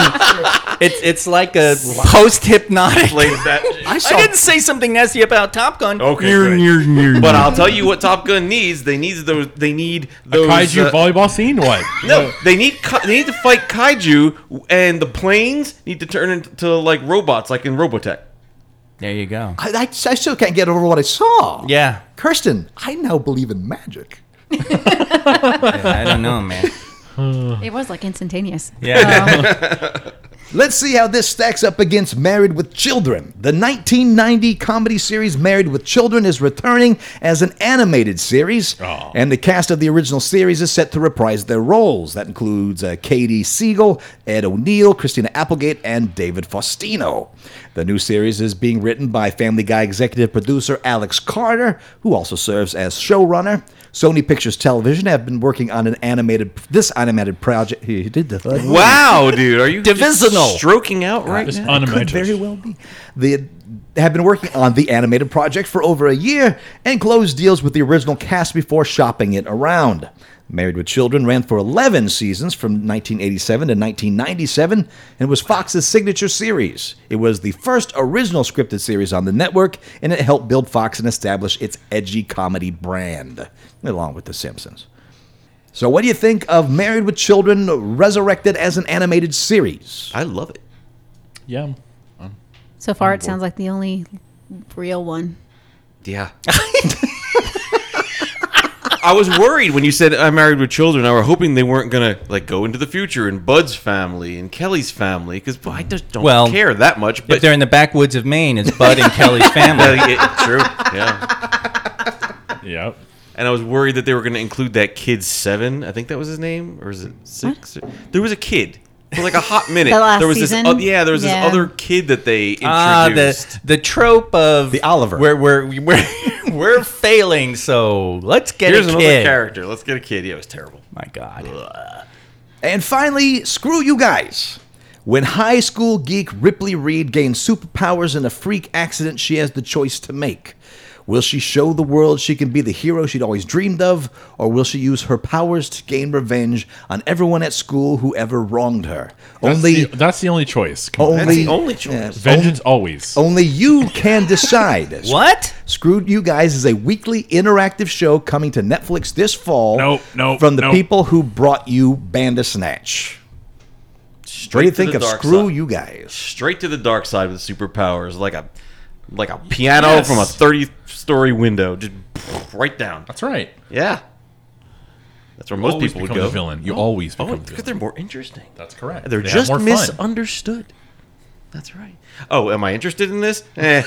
S3: It's it's like a post hypnotic.
S6: played that.
S3: I, Oh, didn't say something nasty about Top Gun.
S6: Okay, good. But I'll tell you what Top Gun needs. They need those. They need those.
S2: Kaiju
S6: uh,
S2: volleyball scene. What?
S6: no, they need. ki- They need to fight kaiju, and the planes need to turn into like robots, like in Robotech.
S3: There you go.
S7: I, I, I still can't get over what I saw.
S3: Yeah,
S7: Kirsten, I now believe in magic.
S3: I don't know, man.
S5: it was like instantaneous.
S3: Yeah,
S5: Um,
S7: Let's see how this stacks up against Married with Children. The 1990 comedy series Married with Children is returning as an animated series,
S2: Oh.
S7: and the cast of the original series is set to reprise their roles. That includes uh, Katie Siegel, Ed O'Neill, Christina Applegate, and David Faustino. The new series is being written by Family Guy executive producer Alex Carter, who also serves as showrunner. Sony Pictures Television have been working on an animated this animated project. He did the
S6: Wow, dude, are you just
S7: Divisional.
S6: stroking out right
S2: Just
S6: now?
S7: could very
S2: unimaginable.
S7: well be. They have been working on the animated project for over a year and closed deals with the original cast before shopping it around. Married with Children ran for 11 seasons from 1987 to 1997 and was Fox's signature series. It was the first original scripted series on the network, and it helped build Fox and establish its edgy comedy brand, along with The Simpsons. So, what do you think of Married with Children resurrected as an animated series?
S6: I love it.
S2: Yeah. I'm-
S5: So far, it sounds like the only real one.
S6: Yeah. I was worried when you said I married with children. I were hoping they weren't gonna like go into the future and Bud's family and Kelly's family because I just don't
S3: Well,
S6: care that much.
S3: If
S6: But
S3: they're in the backwoods of Maine, it's Bud and Kelly's family.
S6: Yeah, yeah, true, yeah.
S2: Yeah.
S6: And I was worried that they were gonna include that kid seven. I think that was his name, or is it six? There was a kid for like a hot minute.
S5: The last
S6: there was
S5: season?
S6: this, oth- yeah, there was
S5: Yeah.
S6: this other kid that they introduced.
S3: Ah, the the trope of
S7: The Oliver.
S3: We're we're we're, we're failing, so let's get
S6: Here's
S3: a
S6: another
S3: kid.
S6: character. Let's get a kid. Yeah, it was terrible.
S3: My God.
S7: And finally, screw you guys. When high school geek Ripley Reed gains superpowers in a freak accident, she has the choice to make. Will she show the world she can be the hero she'd always dreamed of, or will she use her powers to gain revenge on everyone at school who ever wronged her?
S2: That's
S7: only,
S2: the, that's the only choice. Come on.
S7: only,
S6: That's the only choice.
S7: yeah,
S2: Vengeance always.
S7: only you can decide.
S3: What?
S7: Screwed You Guys is a weekly interactive show coming to Netflix this fall.
S2: Nope, nope,
S7: From the
S2: nope.
S7: people who brought you Bandersnatch. What do you
S6: Straight to
S7: think
S6: the
S7: of
S6: dark
S7: Screw
S6: side.
S7: You Guys?
S6: straight to the dark side with superpowers, like a like a piano
S2: Yes.
S6: from a thirty-story window, just right down.
S2: That's right.
S6: Yeah, that's where most
S2: Always
S6: people would
S2: become
S6: go.
S2: the villain. You always
S6: Oh,
S2: become the
S6: because
S2: villain.
S6: they're more interesting.
S2: That's correct.
S6: They're
S2: They have
S6: just
S2: more fun.
S6: misunderstood. That's right. Oh, am I interested in this? Eh.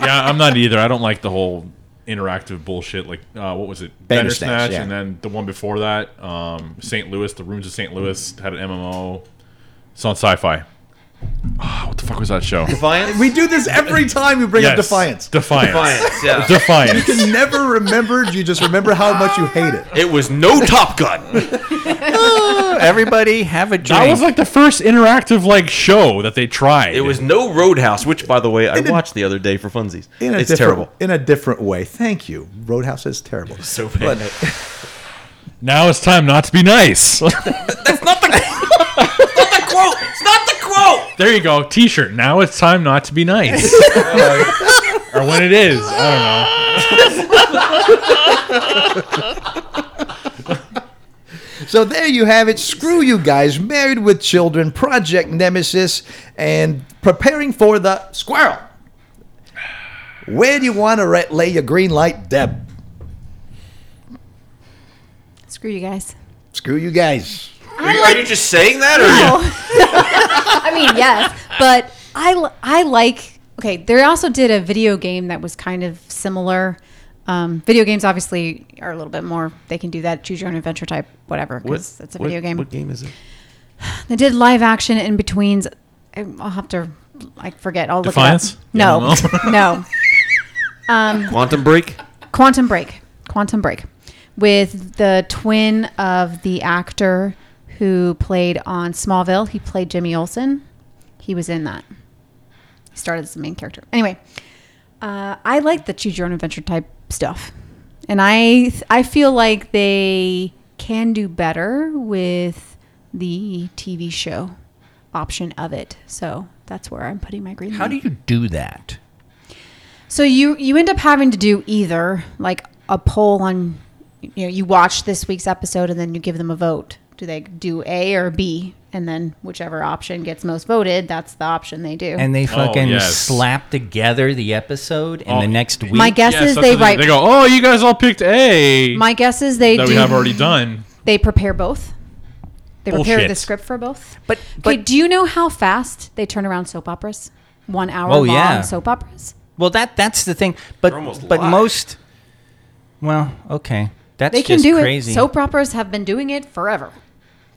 S2: yeah, I'm not either. I don't like the whole interactive bullshit. Like, uh, what was it?
S7: Bandersnatch,
S2: Bandersnatch,
S7: yeah.
S2: and then the one before that, um, St. Louis, the Ruins of St. Louis had an MMO. It's on Sci-Fi. Ah, what the fuck was that show?
S6: Defiance.
S7: We do this every time we bring up
S2: Yes.
S7: Defiance.
S2: Defiance.
S6: Defiance. Yeah.
S2: Defiance.
S7: you never remembered, you just remember how much you hate it.
S6: it was no Top Gun.
S3: Everybody have a drink.
S2: That was like the first interactive like show that they tried.
S6: It was no Roadhouse, which, by the way, I
S7: a-
S6: watched the other day for funsies.
S7: In a
S6: It's
S7: different,
S6: terrible.
S7: In a different way. Thank you. Roadhouse is terrible.
S6: So bad.
S2: now it's time not to be nice.
S6: Quote. It's not the quote.
S2: there you go. T-shirt. Now it's time not to be nice. or when it is, I
S7: So there you have it. Screw you guys. Married with Children, Project Nemesis, and preparing for the squirrel. Where do you want to re- lay your green light, Deb?
S5: Screw you guys.
S7: Screw you guys.
S6: Are you, are you just saying that, or
S5: I mean, yes, but I l- I like. Okay, they also did a video game that was kind of similar. Um, video games obviously are a little bit more. They can do that choose your own adventure type, whatever, because it's a video game.
S6: What game is it?
S5: They did live action in betweens. I- I'll have to. I forget. I'll
S2: Defiance?
S5: look it up. No, no.
S6: Quantum Break.
S5: Quantum Break. Quantum Break. With the twin of the actor who played on Smallville. He played Jimmy Olsen. He was in that. He started as the main character. Anyway, uh, I like the choose your own adventure type stuff. And I I feel like they can do better with the TV show option of it. So that's where I'm putting my green
S3: How
S5: light.
S3: do you do that?
S5: So you you end up having to do either like a poll on you know you watch this week's episode and then you give them a vote. Do they do A or B? And then whichever option gets most voted, that's the option they do.
S3: And they fucking
S2: yes.
S3: slap together the episode and
S2: Oh,
S3: the next week.
S5: my
S2: don't
S5: guess
S2: know.
S5: is
S2: Yes, that's
S5: they
S2: what
S5: write.
S2: They go, oh, you guys all picked A
S5: my guess is they
S2: that
S5: do.
S2: we have already done.
S5: They prepare both. They prepare the
S2: Bullshit.
S5: script for both.
S3: But-
S5: okay,
S3: but-
S5: do you know how fast they turn around soap operas? One hour
S3: Oh,
S5: long
S3: yeah.
S5: soap operas.
S3: well, that that's the thing. But
S6: almost
S3: but
S6: live.
S3: most. Well, okay, that's
S5: They can
S3: just
S5: do
S3: crazy.
S5: it. Soap operas have been doing it forever.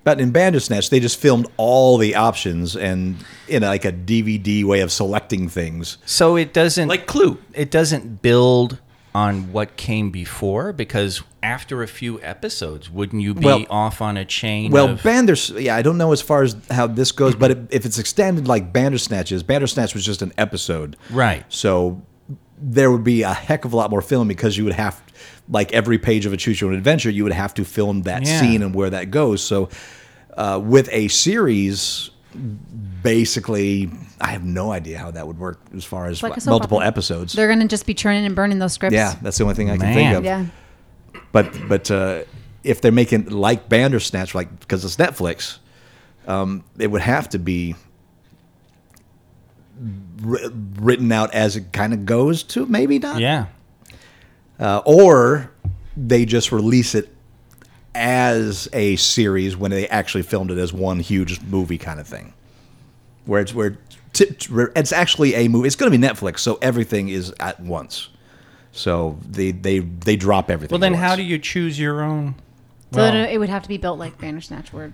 S7: But in Bandersnatch, they just filmed all the options and in like a DVD way of selecting things.
S3: So it doesn't
S6: Like Clue.
S3: It doesn't build on what came before because after a few episodes, wouldn't you be
S7: Well-
S3: off on a chain?
S7: Well,
S3: of,
S7: Banders, yeah, I don't know as far as how this goes,
S3: Mm-hmm.
S7: but it, if it's extended like Bandersnatch is, Bandersnatch was just an episode,
S3: Right.
S7: So there would be a heck of a lot more film because you would have like every page of a choose your own adventure you would have to film that
S3: Yeah.
S7: scene and where that goes so uh, with a series basically i have no idea how that would work as far as
S5: Like a soap
S7: multiple
S5: opera.
S7: episodes
S5: They're gonna just be churning and burning those scripts.
S7: yeah that's the only thing i can
S3: Man.
S7: think of
S5: Yeah.
S7: but but uh, if they're making like Bandersnatch, like because it's Netflix, um, it would have to be wri- written out as it kind of goes to maybe not,
S3: Yeah.
S7: uh, or they just release it as a series when they actually filmed it as one huge movie kind of thing, where it's where t- t- where it's actually a movie. It's going to be Netflix, so everything is at once. So they they they drop everything.
S3: Well, then
S7: at
S3: how
S7: once.
S3: do you choose your own?
S5: So
S3: Well- Hmm.
S5: it- it would have to be built like Bandersnatch word.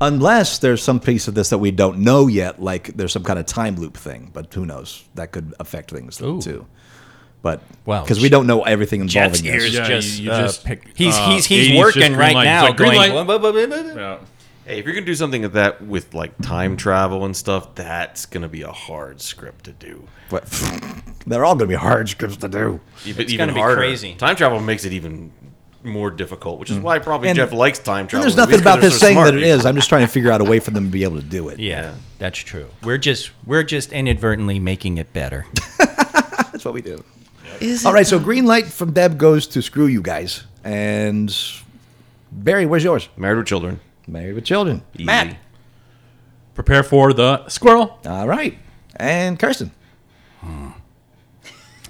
S7: unless there's some piece of this that we don't know yet, like there's some kind of time loop thing. But who knows? That could affect things
S3: Ooh.
S7: too. But
S3: Wow.
S7: because we don't know everything involving
S2: ears.
S7: this.
S2: Yeah,
S3: just,
S2: you- you
S3: uh,
S2: just pick-
S3: he's
S2: uh,
S3: he's
S2: 80s
S3: he's
S2: just
S3: working
S2: green
S3: right
S2: light.
S3: now.
S2: It's like green
S3: going,
S2: light.
S3: "Blah, blah, blah, blah, blah."
S2: Yeah.
S6: Hey, if you're gonna do something like that with like time travel and stuff, that's gonna be a hard script to do.
S7: But they're all going to be hard scripts to do.
S6: Even,
S3: It's
S6: even
S3: gonna be
S6: harder.
S3: crazy.
S6: Time travel makes it even more difficult, which is why probably
S7: Mm. And-
S6: Jeff likes time travel.
S7: And
S6: movies
S7: there's nothing about
S6: 'cause they're
S7: this
S6: so
S7: saying
S6: smart.
S7: that it is. I'm just trying to figure out a way for them to be able to do it.
S3: Yeah, that's true. We're just we're just inadvertently making it better.
S7: That's what we do. All right, so green light from Deb goes to screw you guys. And Barry, where's yours?
S6: Married with Children.
S7: Married with Children.
S6: Matt.
S2: Prepare for the squirrel.
S7: All right. And Kirsten.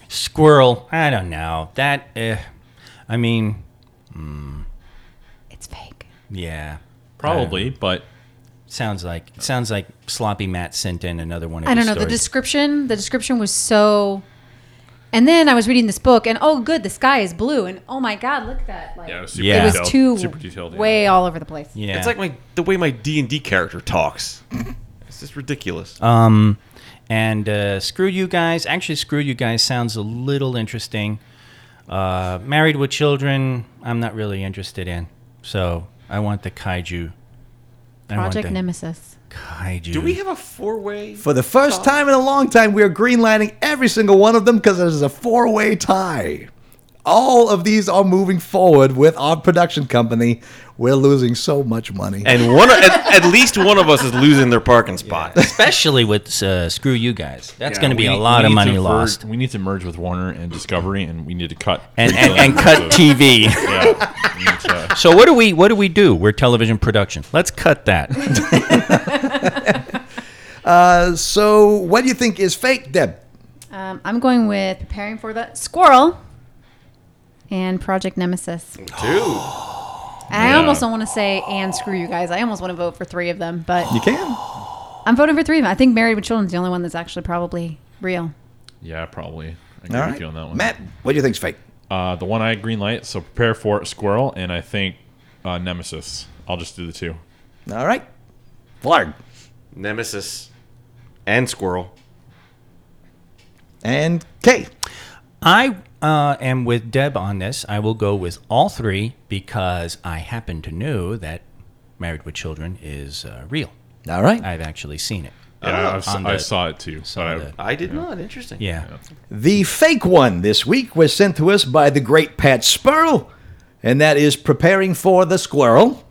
S3: Squirrel. I don't know that. Uh, I mean,
S5: It's fake.
S3: yeah,
S2: Probably, but
S3: sounds like sounds like sloppy Matt sent in another one. Of
S5: I don't
S3: his
S5: know. The
S3: stories.
S5: description, the description was so. And then I was reading this book, and oh, good, the sky is blue, and oh my God, look at that! Like,
S2: yeah, it was super
S3: Yeah.
S5: it was
S2: detailed.
S5: too
S2: super detailed. yeah.
S5: way all over the place.
S3: yeah,
S6: It's like my the way my D and D character talks. it's just ridiculous.
S3: Um, and uh, Screw You Guys. Actually, Screw You Guys sounds a little interesting. Uh, Married with Children, I'm not really interested in. So I want the kaiju. I want
S5: Project
S3: the
S5: Nemesis.
S3: Kaiju.
S6: Do we have a four way?
S7: For the first time in a long time, we are greenlining every single one of them because it is a four way tie. All of these are moving forward with our production company. We're losing so much money.
S6: And one, at, at least one of us is losing their parking spot.
S3: Especially with uh, Screw You Guys. That's
S2: Yeah,
S3: going to be
S2: we- we
S3: a lot
S2: need
S3: of
S2: to
S3: money
S2: ver-
S3: lost.
S2: We need to merge with Warner and Discovery, and we need to cut
S3: And, and,
S2: Disneyland
S3: and cut
S2: episodes.
S3: TV.
S2: Yeah, we need to-
S3: So what do we what do we do? We're television production. Let's cut that.
S7: so, what do you think is fake, Deb?
S5: Um, I'm going with preparing for the squirrel and Project Nemesis. Two. I almost don't want to say and screw you guys. I almost want to vote for three of them, but
S7: You can.
S5: I'm voting for three of them. I think Married with Children is the only one that's actually probably real.
S2: yeah, probably. I agree
S7: All
S2: with
S7: right.
S2: you on that one.
S7: Matt, what do you think's fake?
S2: Uh, the one I green light. So prepare for squirrel, and I think uh, Nemesis. I'll just do the two.
S7: All right. Flarg.
S6: Nemesis and Squirrel.
S7: And Kay.
S3: I uh, am with Deb on this. I will go with all three because I happen to know that Married with Children is uh, real.
S7: All right.
S3: I've actually seen it.
S2: Yeah, I've s-
S3: on
S2: I
S3: the-
S2: saw it too. So
S3: on
S2: I,
S3: the-
S6: I did not. Interesting.
S3: Yeah.
S7: The fake one this week was sent to us by the great Pat Spurl, and that is preparing for the squirrel.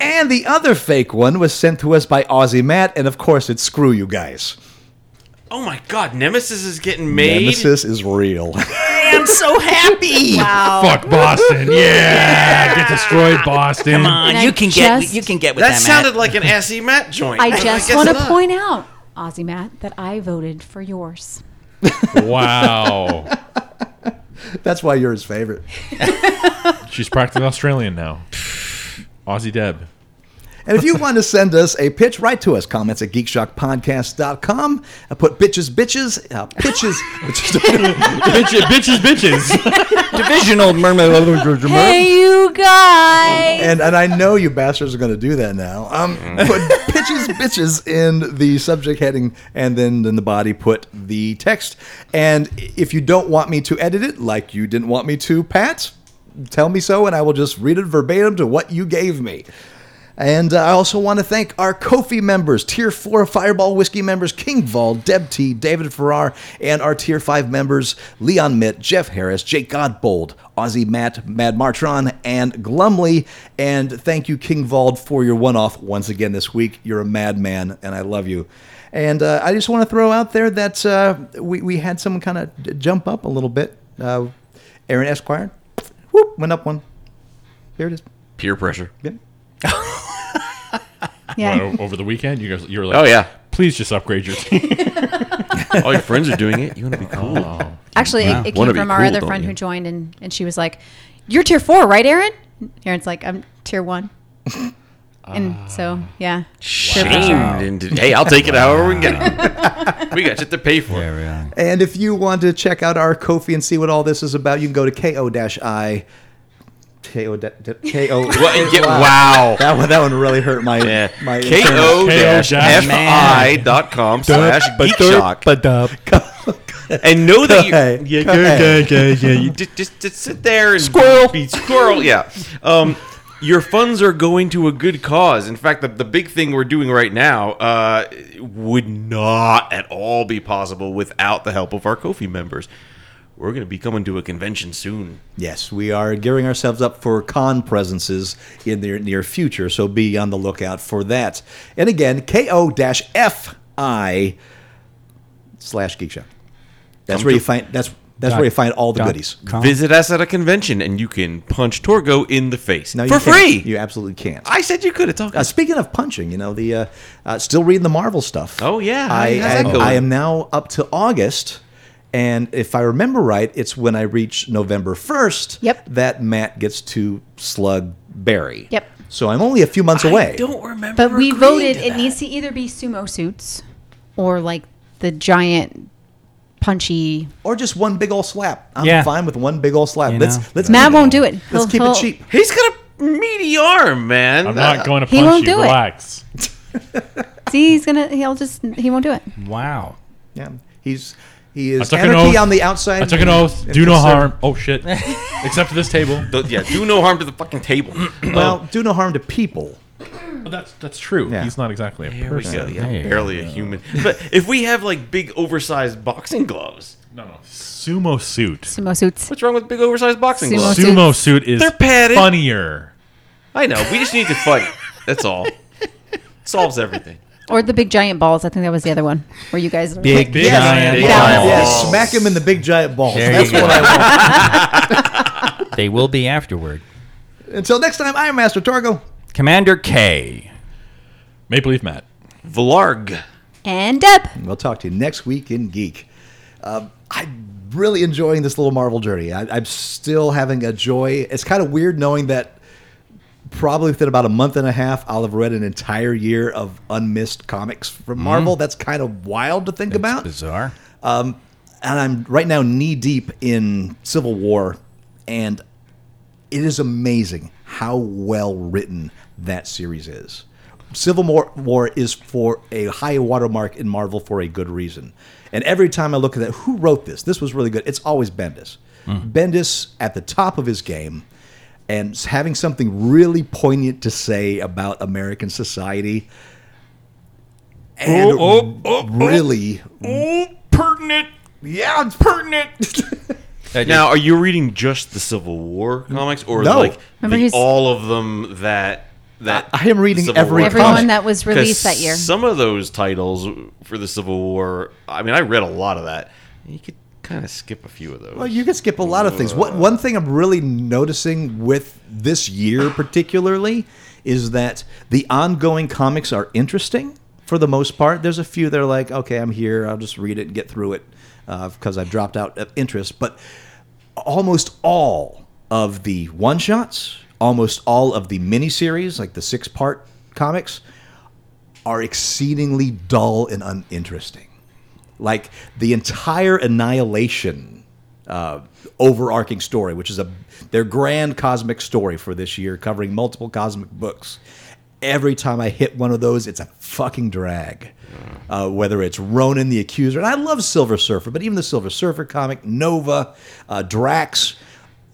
S7: And the other fake one was sent to us by Aussie Matt, and of course it's screw you guys.
S6: Oh my God, Nemesis is getting made.
S7: Nemesis is real.
S3: I'm so happy.
S2: fuck Boston. Yeah, get destroyed, Boston.
S5: And I just-
S3: get with
S6: That sounded like an assy Matt joint.
S5: I just
S6: guess
S5: want to
S6: not.
S5: point out, Ozzy Matt, that I voted for yours.
S2: Wow,
S7: That's why you're his favorite.
S2: she's practically Australian now. Aussie Deb.
S7: And if you want to send us a pitch, write to us. Comments at geekshockpodcast.com. I put bitches, bitches, uh, pitches.
S2: Bitch, bitches, bitches.
S3: divisional mermaid.
S5: Hey, you guys!
S7: and and I know you bastards are going to do that now. Um, put bitches, bitches in the subject heading, and then in the body put the text. And if you don't want me to edit it, like you didn't want me to, Pat, tell me so, and I will just read it verbatim to what you gave me. And uh, I also want to thank our Kofi members, Tier 4 Fireball Whiskey members, King Vol, Deb T, David Farrar, and our Tier 5 members, Leon Mitt, Jeff Harris, Jake Godbold, Ozzy Matt, Mad Martron, and Glumly. And thank you, King Vald, for your one off once again this week. You're a madman, and I love you. And uh, I just want to throw out there that uh, we, we had someone kind of jump up a little bit. Uh, Aaron Esquire, whoop, went up one. Here it is.
S6: Peer pressure.
S7: Yeah.
S5: Yeah.
S2: What, Oh, over the weekend, you guys, you were like,
S6: Oh yeah.
S2: please just upgrade your team.
S6: All your friends are doing it. You want to be cool.
S5: Actually, it, it came
S6: Wanna be
S5: from our
S6: cool,
S5: other
S6: don't
S5: friend
S6: you?
S5: who joined, and, and she was like, "You're tier four, right, Aaron?" Aaron's like, "I'm tier one." and so, yeah,
S6: Shamed into. Hey, I'll take it however we can get it. We got shit to pay for.
S3: Yeah, really.
S7: And if you want to check out our Kofi and see what all this is about, you can go to ko-i. Ko. da- da- Ko.
S6: Well, and get, wow.
S7: That one, that one really hurt my
S6: Yeah.
S7: my
S6: ko fi com slash geek shock and know that you,
S7: uh, Yeah, okay.
S6: you just, just, just sit there and squirrel be squirrel yeah um your funds are going to a good cause in fact the, the big thing we're doing right now uh would not at all be possible without the help of our kofi members we're going to be coming to a convention soon
S7: Yes, we are gearing ourselves up for con presences in the near future, so be on the lookout for that. And again, ko-fi slash geek show. That's
S6: Come
S7: where you
S6: to-
S7: find that's that's where you find all the
S3: Dot
S7: goodies.
S3: com.
S6: visit us at a convention and you can punch torgo in the face
S7: No, you
S6: for
S7: can't.
S6: free
S7: You absolutely can't.
S6: i said you could have talked
S7: Uh, speaking of punching, you know the uh, uh, still reading the Marvel stuff.
S6: Oh, yeah. How-
S7: I
S6: how's that
S7: am,
S6: going?
S7: I am now up to August, and if I remember right, it's when I reach November first.
S5: Yep.
S7: That Matt gets to slug Barry.
S5: Yep.
S7: So I'm only a few months away.
S6: I don't remember.
S5: but we
S6: agreeing
S5: voted
S6: to
S5: it
S6: that.
S5: needs to either be sumo suits or like the giant punchy.
S7: or just one big old slap. I'm
S3: Yeah.
S7: fine with one big old slap.
S3: You
S7: let's
S3: know.
S7: let's
S5: Matt
S7: keep
S5: won't do it. He'll-
S7: Let's keep
S5: he'll-
S7: it cheap.
S6: He's got a meaty arm, man. Uh,
S2: I'm not going to
S5: He
S2: punch
S5: won't
S2: you.
S5: do it.
S2: Relax.
S5: See, he's gonna. He'll just. He won't do it.
S3: Wow.
S7: Yeah. He's he
S2: I
S7: is
S2: took an
S7: anarchy
S2: oath.
S7: on the outside.
S2: I took an oath.
S7: and
S2: Do no
S7: conserv-
S2: harm. Oh shit. Except for this table.
S6: Uh, yeah, do no harm to the fucking table.
S7: Well, do no harm to people.
S2: But that's that's true.
S7: Yeah.
S2: He's not exactly a
S6: There we
S2: person.
S6: go. Yeah, barely a human. But if we have like big oversized boxing gloves,
S2: No, no. Sumo suit.
S5: Sumo suits.
S6: what's wrong with big oversized boxing
S5: Sumo
S6: gloves?
S5: suit.
S2: Sumo suit is
S6: They're padded.
S2: funnier.
S6: I know. We just need to fight. That's all. Solves everything.
S5: Or the big giant balls. I think that was the other one where you guys. Were
S3: Big,
S2: Big
S7: Yes.
S2: giant
S6: Big
S2: balls.
S6: giant
S7: Yeah,
S6: balls.
S7: smack him in the big giant balls.
S3: There you
S7: That's
S3: go.
S7: what I want.
S3: They will be afterward.
S7: Until next time, I'm Master Torgo.
S3: Commander K.
S2: Maple Leaf Matt.
S6: Vlarg.
S5: and Deb.
S7: And we'll talk to you next week in Geek. Um, I'm really enjoying this little Marvel journey. I, I'm still having a joy. It's kind of weird knowing that probably within about a month and a half, I'll have read an entire year of unmissed comics from Marvel. That's kind of wild to think about.
S3: Bizarre.
S7: and I'm right now knee deep in Civil War, and it is amazing how well written that series is. Civil War, War is for a high watermark in Marvel for a good reason. And every time I look at that, who wrote this? This was really good. It's always Bendis. Bendis at the top of his game and having something really poignant to say about American society.
S2: Oh,
S7: And really,
S6: Pertinent.
S7: yeah, it's
S6: Pertinent. Now, are you reading just the Civil War comics, or
S7: No.
S6: like
S5: Remember
S6: the,
S5: he's-
S6: all of them that that
S7: I- I am reading
S6: Civil
S7: every
S6: War
S7: Everyone
S6: comic?
S5: that was
S6: 'Cause
S5: released that year.
S6: Some of those titles for the Civil War. I mean, I read a lot of that. You could kind of skip a few of those.
S7: Well, you can skip a lot of things. What one thing I'm really noticing with this year particularly is that the ongoing comics are interesting for the most part. There's a few that are like, okay, I'm here, I'll just read it and get through it because I've dropped out of interest. But almost all of the one shots, almost all of the miniseries, like the six part comics, are exceedingly dull and uninteresting. Like the entire Annihilation uh, overarching story, which is a their grand cosmic story for this year, covering multiple cosmic books. Every time I hit one of those, it's a fucking drag. Uh, whether it's Ronan the Accuser, and I love Silver Surfer, but even the Silver Surfer comic, Nova, uh, Drax,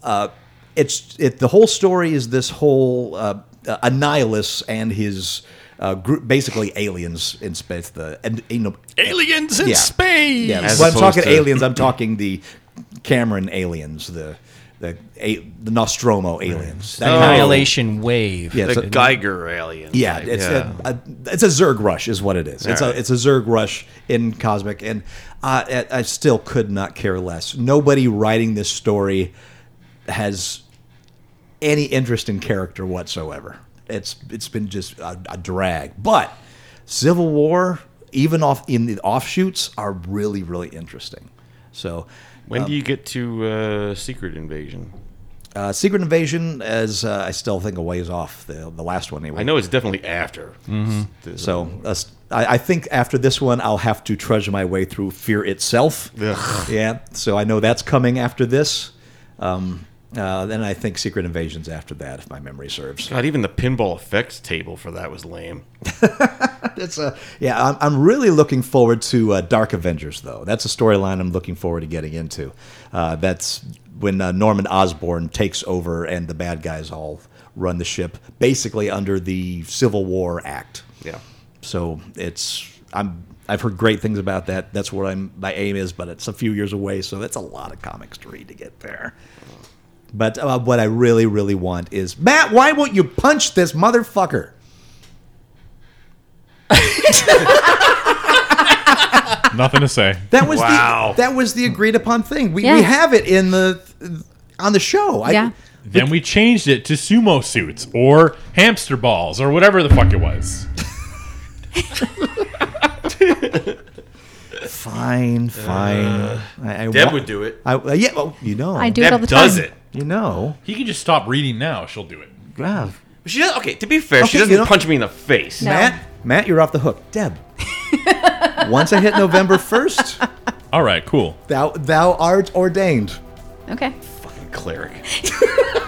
S7: uh, it's it the whole story is this whole uh, uh, Annihilus and his uh, group, basically aliens in space. The and you know,
S2: Aliens in
S7: Yeah.
S2: space.
S7: yeah.
S6: As
S7: When I'm
S6: opposed
S7: talking
S6: to-
S7: aliens, I'm talking the Cameron aliens, the the a, the Nostromo aliens. That
S3: Annihilation wave.
S7: Yeah,
S6: the
S7: so-
S6: Geiger alien.
S7: yeah,
S6: type,
S7: it's
S6: yeah.
S7: A, a it's a Zerg rush is what it is. It's
S6: All right.
S7: a it's a Zerg rush in cosmic, and uh, I, I still could not care less. Nobody writing this story has any interest in character whatsoever. It's it's been just a, a drag. But Civil War, even off in the offshoots, are really really interesting. So
S6: when
S7: Um,
S6: do you get to uh, Secret Invasion?
S7: uh, Secret Invasion, as uh, I still think a ways off the the last one. Anyway.
S6: I know it's definitely after.
S7: So that's- I, I think after this one, I'll have to trudge my way through Fear itself. Yeah. So I know that's coming after this. Um, uh, then I think Secret Invasion's after that, if my memory serves.
S6: God, even the pinball effects table for that was lame.
S7: It's uh, yeah. I'm, I'm really looking forward to uh, Dark Avengers, though. That's a storyline I'm looking forward to getting into. Uh, that's when uh, Norman Osborn takes over, and the bad guys all run the ship, basically under the Civil War Act.
S6: Yeah.
S7: So it's I'm I've heard great things about that. That's what I'm my aim is, but it's a few years away, so that's a lot of comics to read to get there. But uh, what I really really want is Matt. Why won't you punch this motherfucker?
S2: Nothing to say.
S7: That was
S6: Wow.
S7: the that was the agreed upon thing. We,
S5: Yeah.
S7: we have it in the on the show. I-
S5: Yeah.
S2: Then we changed it to sumo suits or hamster balls or whatever the fuck it was.
S7: fine, fine. I, I
S6: Uh, Deb
S7: wa-
S6: would do it.
S7: I, uh, yeah, well, you know,
S5: I do it all
S6: Deb
S5: the time.
S6: does it.
S7: You know,
S2: He can just stop reading now. She'll do it.
S7: Wow.
S6: She does, okay, to be fair,
S7: Okay,
S6: she doesn't
S7: you know-
S6: punch me in the face.
S5: No.
S7: Matt, Matt, you're off the hook. Deb. Once I hit November first,
S2: All right, cool.
S7: thou thou art ordained.
S5: Okay.
S6: Fucking cleric.